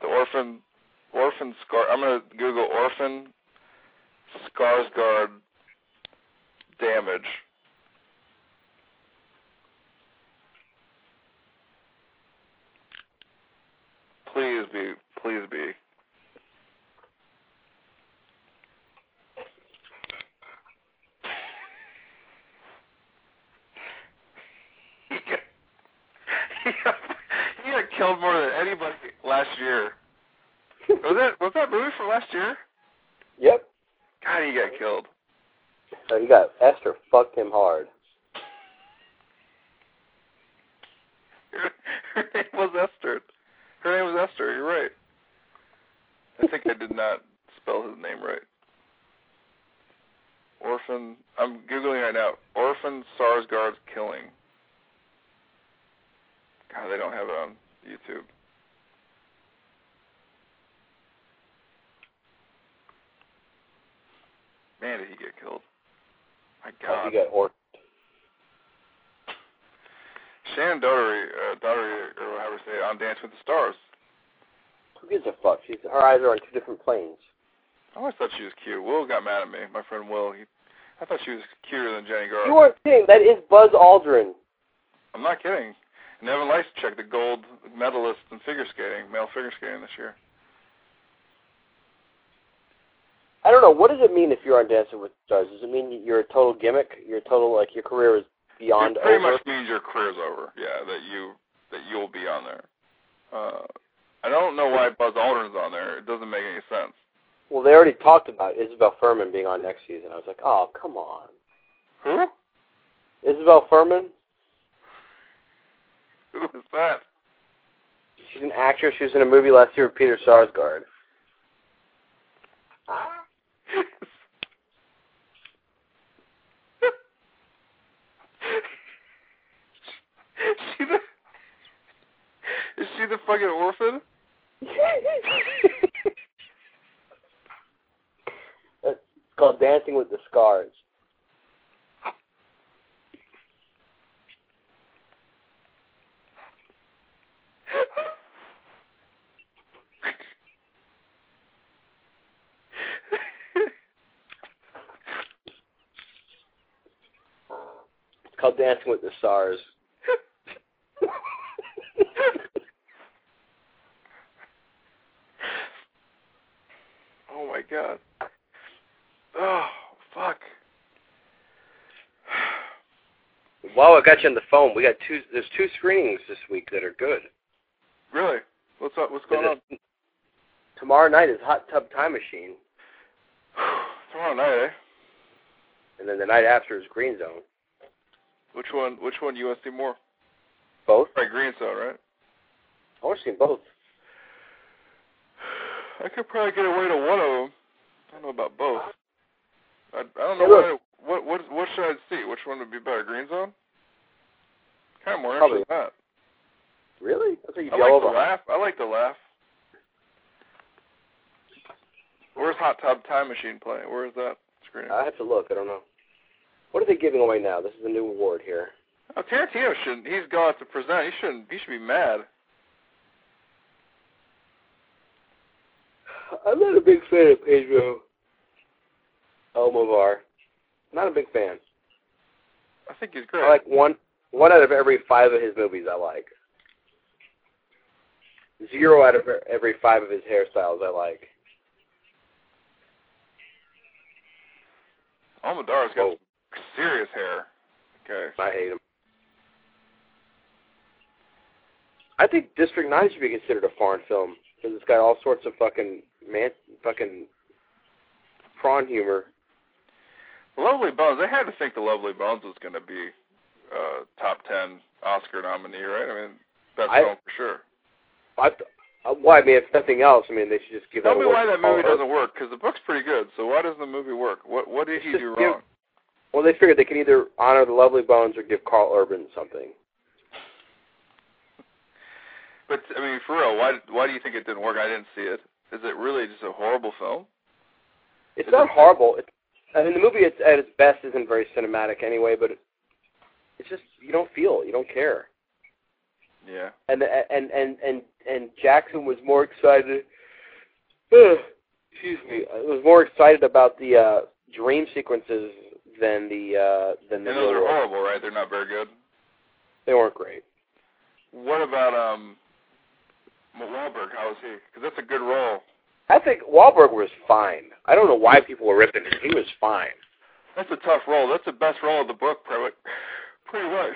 The orphan, orphan scar. I'm gonna Google orphan Skarsgård damage. Please be, please be. He got, he got, he got killed more than anybody last year. Was that was that movie from last year?
Yep.
God, he got killed.
So he Uh, got Esther fucked him hard.
Her, her name was Esther. Her name was Esther. You're right. I think I did not spell his name right. Orphan. I'm googling right now. Orphan Sarsgaard's killing. God, they don't have it on YouTube. Man, did he get killed? My God.
Oh, He got or
Shannon Doherty, uh, Doherty, or however you say it, on Dance with the Stars.
who gives a fuck? She's her eyes are on two different planes.
Oh, I always thought she was cute. Will got mad at me. My friend Will. He, I thought she was cuter than Jenny Garth.
You aren't kidding. That is Buzz Aldrin.
I'm not kidding. And Evan Lyschek, the gold medalist in figure skating, male figure skating this year.
I don't know. What does it mean if you're on Dancing with the Stars? Does it mean you're a total gimmick? You're a total like your career is beyond
it pretty
over?
much means your career's over. Yeah, that you that you'll be on there. Uh, I don't know why Buzz Aldrin's on there. It doesn't make any sense.
Well, they already talked about Isabel Furman being on next season. I was like, oh come on,
Who?
Isabel Furman.
Who is that?
She's an actress. She was in a movie last year with Peter Sarsgaard.
she the, is she the fucking orphan?
It's called Dancing with the Scars. It's called Dancing with the Stars.
Oh my god. Oh fuck.
Wow, I got you on the phone. We got two. There's two screenings this week that are good.
Really? What's up? What's going on?
Tomorrow night is Hot Tub Time Machine,
Tomorrow night, eh?
and then the night after is Green Zone.
Which one? Which one do you want to see more?
Both.
Right, Green Zone, right?
I want to see both.
I could probably get away to one of them. I don't know about both. I, I don't know
Hey, look.
what, what what what should I see? Which one would be better? Green zone? Kind of more
Probably.
interested in that.
Really? That's what you
I
yell
like the
over.
laugh. I like the laugh. Where's Hot Tub Time Machine playing? Where is that screen?
I have to look. I don't know. What are they giving away now? This is a new award here.
oh, Tarantino shouldn't. He's got to present. He shouldn't. He should be mad.
I'm not a big fan of Pedro Almovar. Not a big fan.
I think he's great.
I like one one out of every five of his movies I like. Zero out of every five of his hairstyles I like.
Almodar's
Oh,
got serious hair. Okay.
I hate him. I think District Nine should be considered a foreign film because it's got all sorts of fucking man, fucking prawn humor.
Lovely Bones. I had to think the Lovely Bones was going to be uh top ten Oscar nominee, right? I mean, best
I-
film for sure.
I, th- uh, well, I mean, if nothing else, I mean, they should just give
Tell
that
me
award
why
to
that movie
Oliver.
doesn't work because the book's pretty good. So why doesn't the movie work? What what did he
Just
do
give-
wrong?
Well, they figured they could either honor the Lovely Bones or give Carl Urban something.
But I mean, for real, why why do you think it didn't work? I didn't see it. Is it really just a horrible film?
It's not horrible. It's, I mean, the movie it's, at its best isn't very cinematic anyway, but it, it's just you don't feel, you don't care.
Yeah.
and and and and and Jackson was more excited. excuse me, uh, was more excited about the uh, dream sequences than the uh, than
And
the
those
real
are
world.
horrible, right? They're not very good.
They weren't great.
What about um, Wahlberg? How was he? Because that's a good role.
I think Wahlberg was fine. I don't know why people were ripping him. He was fine.
That's a tough role. That's the best role of the book, pretty much. Pretty much.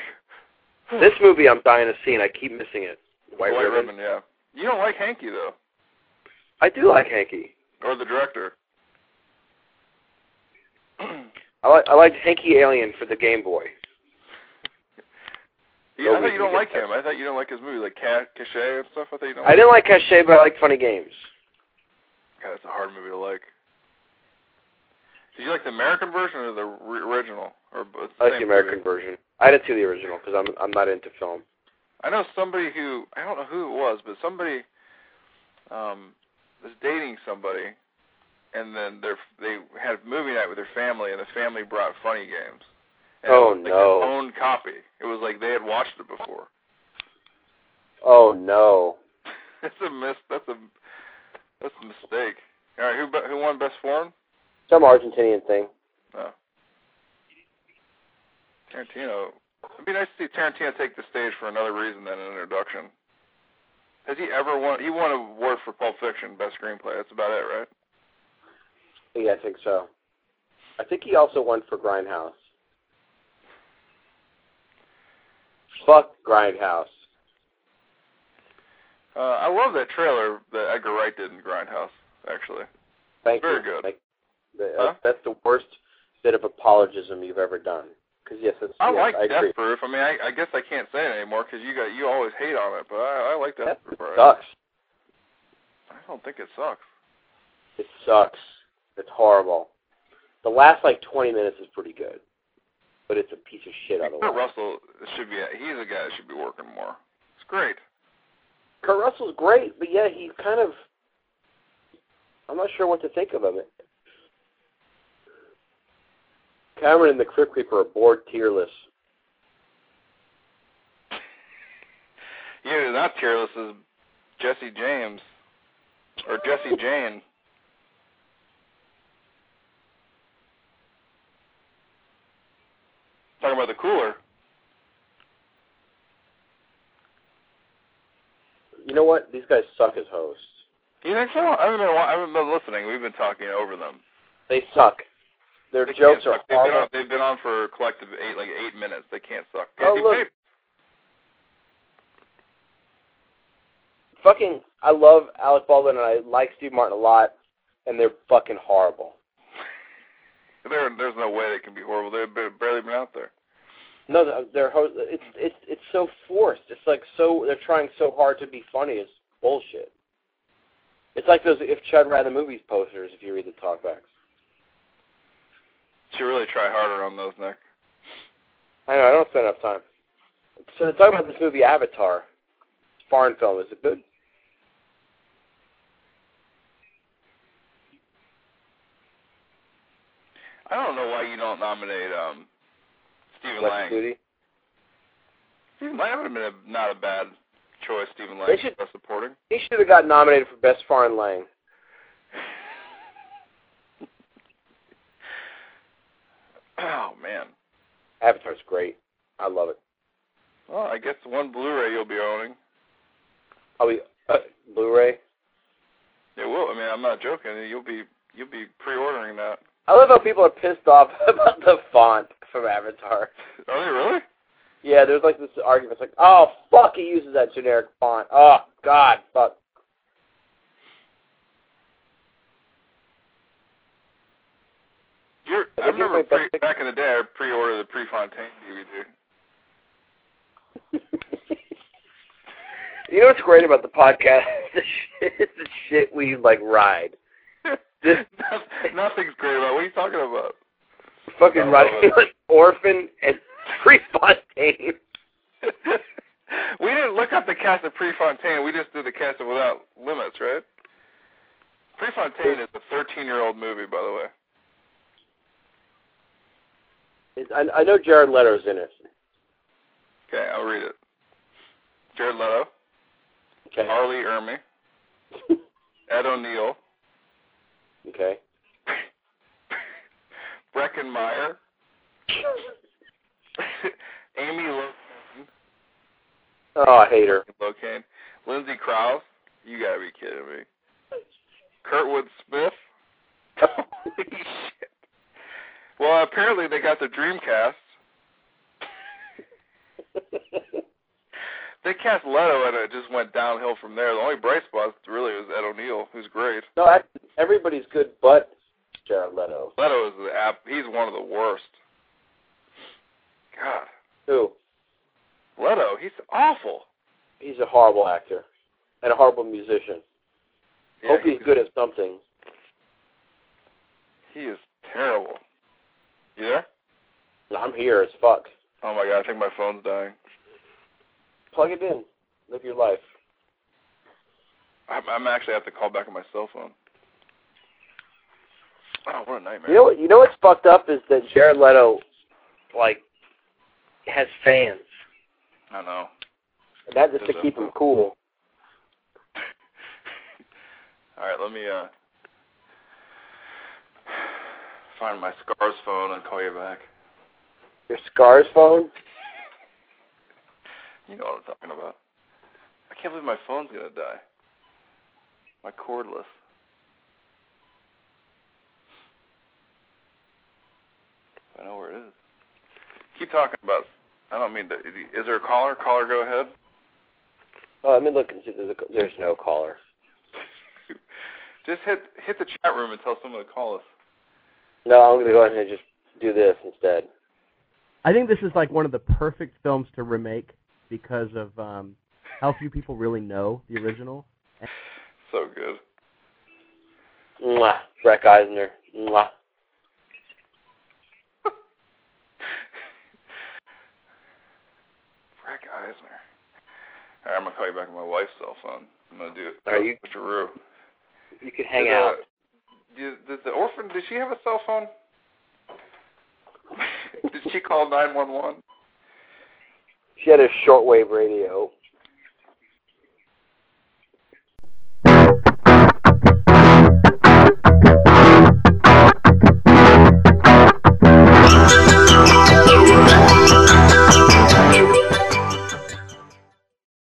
Hmm.
This movie I'm dying to see, and I keep missing it. White,
White
Ribbon.
Ribbon, yeah. You don't like Hanky though,
I do like Hanky.
or the director.
I like I liked Hanky Alien for the Game Boy.
Yeah, I
Nobody
thought
can
you don't
get
like
that.
him. I thought you don't like his movie, like Cat Cachet and stuff. I thought you don't.
I didn't like Cachet, but I liked Funny Games.
God, that's a hard movie to like. Did you like the American version or the r- original? Or both?
I like
Same
the American
movie.
version. I didn't see the original because I'm I'm not into film.
I know somebody who I don't know who it was, but somebody um was dating somebody, and then their they had movie night with their family, and the family brought Funny Games. And
Oh,
it was like
no.
Their own copy. It was like they had watched it before.
Oh no.
that's a miss. That's a that's a mistake. All right, who be- who won best foreign?
some Argentinian thing.
No. Tarantino. It'd be nice to see Tarantino take the stage for another reason than an introduction. Has he ever won? He won an award for Pulp Fiction, best screenplay. That's about it, right?
Yeah, I think so. I think he also won for Grindhouse. Fuck Grindhouse.
Uh, I love that trailer that Edgar Wright did in Grindhouse. Actually,
Thank
Very
you.
good.
Like, the,
Huh?
That's the worst bit of apologism you've ever done. Because yes, that's,
I
yes,
like
I
Death
agree.
Proof. I mean, I, I guess I can't say it anymore because you got you always hate on it, but I, I like Death
That
Proof. alright.
sucks.
I don't think it sucks.
It sucks. It's horrible. The last like 20 minutes is pretty good, but it's a piece of shit
Kurt
otherwise.
Russell should be. He's a guy that should be working more. It's great.
Kurt Russell's great, but yeah, he kind of. I'm not sure what to think of him. Cameron and the Crypt Creeper are bored tearless.
Yeah, not tearless is Jesse James or Jesse Jane. Talking about the cooler.
You know what? These guys suck as hosts.
You think so? I haven't been. wa- I haven't been listening. We've been talking over them.
They suck. Their
They
jokes
can't
are
suck. They've been, on,
horrible.
they've been on for a collective eight, like eight minutes. They can't suck.
Oh,
Can't be
look.
paid.
Fucking, I love Alec Baldwin and I like Steve Martin a lot, and they're fucking horrible.
There, there's no way they can be horrible. They've been, barely been out there.
No, the- their host. It's it's it's so forced. It's like so they're trying so hard to be funny. It's bullshit. It's like those if Chud ran the movies posters if you read the talkbacks.
Should really try harder on those, Nick.
I know I don't spend enough time. So they're talking about this movie Avatar. It's a foreign film. Is it good?
I don't know why you don't nominate um Stephen
Like
Lang.
Duty?
Stephen Lang would have been a, not a bad choice. Stephen Lang
They should-
for best supporting.
He should have got nominated for Best Foreign Lang.
Oh man.
Avatar's great. I love it.
Well, I guess one Blu-ray you'll be owning.
I'll be uh, Blu-ray.
It will. I mean, I'm not joking. You'll be you'll be pre-ordering that.
I love how people are pissed off about the font from Avatar.
Are they really?
Yeah, there's like this argument. It's like, oh fuck, he uses that generic font. Oh god, fuck.
You're,
They
I
do
remember
make
pre,
that-
back in the day, I pre-ordered the Prefontaine DVD.
You know what's great about the podcast? the shit, it's the shit we like ride. Just
Noth- Nothing's great about. What are you talking about?
fucking
Oh,
riding like orphan and Prefontaine.
we didn't look up the cast of Prefontaine. We just did the cast of Without Limits, right? Prefontaine is a 13-year-old movie, by the way.
It's- I, I know Jared Leto's in it.
Okay, I'll read it. Jared Leto,
Okay.
Harley Ermy, Ed O'Neill,
Okay.
Brecken Meyer, Amy Lo-
Oh, I hate her.
Locane, Lindsay Krause. You gotta be kidding me. Kurtwood Smith. Holy shit. Well, apparently they got the Dreamcast. They cast Leto and it just went downhill from there. The only bright spot really was Ed O'Neill, who's great.
no, I, everybody's good, but Jared Leto.
Leto is the app. He's one of the worst. God,
Who?
Leto, he's awful.
He's a horrible actor and a horrible musician.
Yeah,
Hope he's
he's-
good at something.
He is terrible. You there?
I'm here as fuck.
Oh my god, I think my phone's dying.
Plug it in. Live your life.
I'm, I'm actually have to call back on my cell phone. Oh, what a nightmare.
You know what? You know what's fucked up is that Jared Leto, like, has fans.
I know.
And that just to keep him cool.
All right, let me uh find my scars phone and call you back.
Your Scar's phone.
You know what I'm talking about. I can't believe my phone's gonna die. My cordless. I know where it is. Keep talking about. I don't mean to. Is there a caller? Caller, go ahead.
Oh, let me look and see. There's, a, there's no caller.
Just hit hit the chat room and tell someone to call us.
No, I'm gonna go ahead and just do this instead.
I think this is like one of the perfect films to remake because of um, how few people really know the original.
So good.
Mwah. Breck Eisner. Mwah.
Rick Eisner. All right, I'm gonna call you back on my wife's cell phone. I'm gonna do it.
Are you-
Mr. Rue.
You could hang
Did, uh,
out.
Did, did the orphan? Did she have a cell phone? did she call nine one one?
She had a shortwave radio.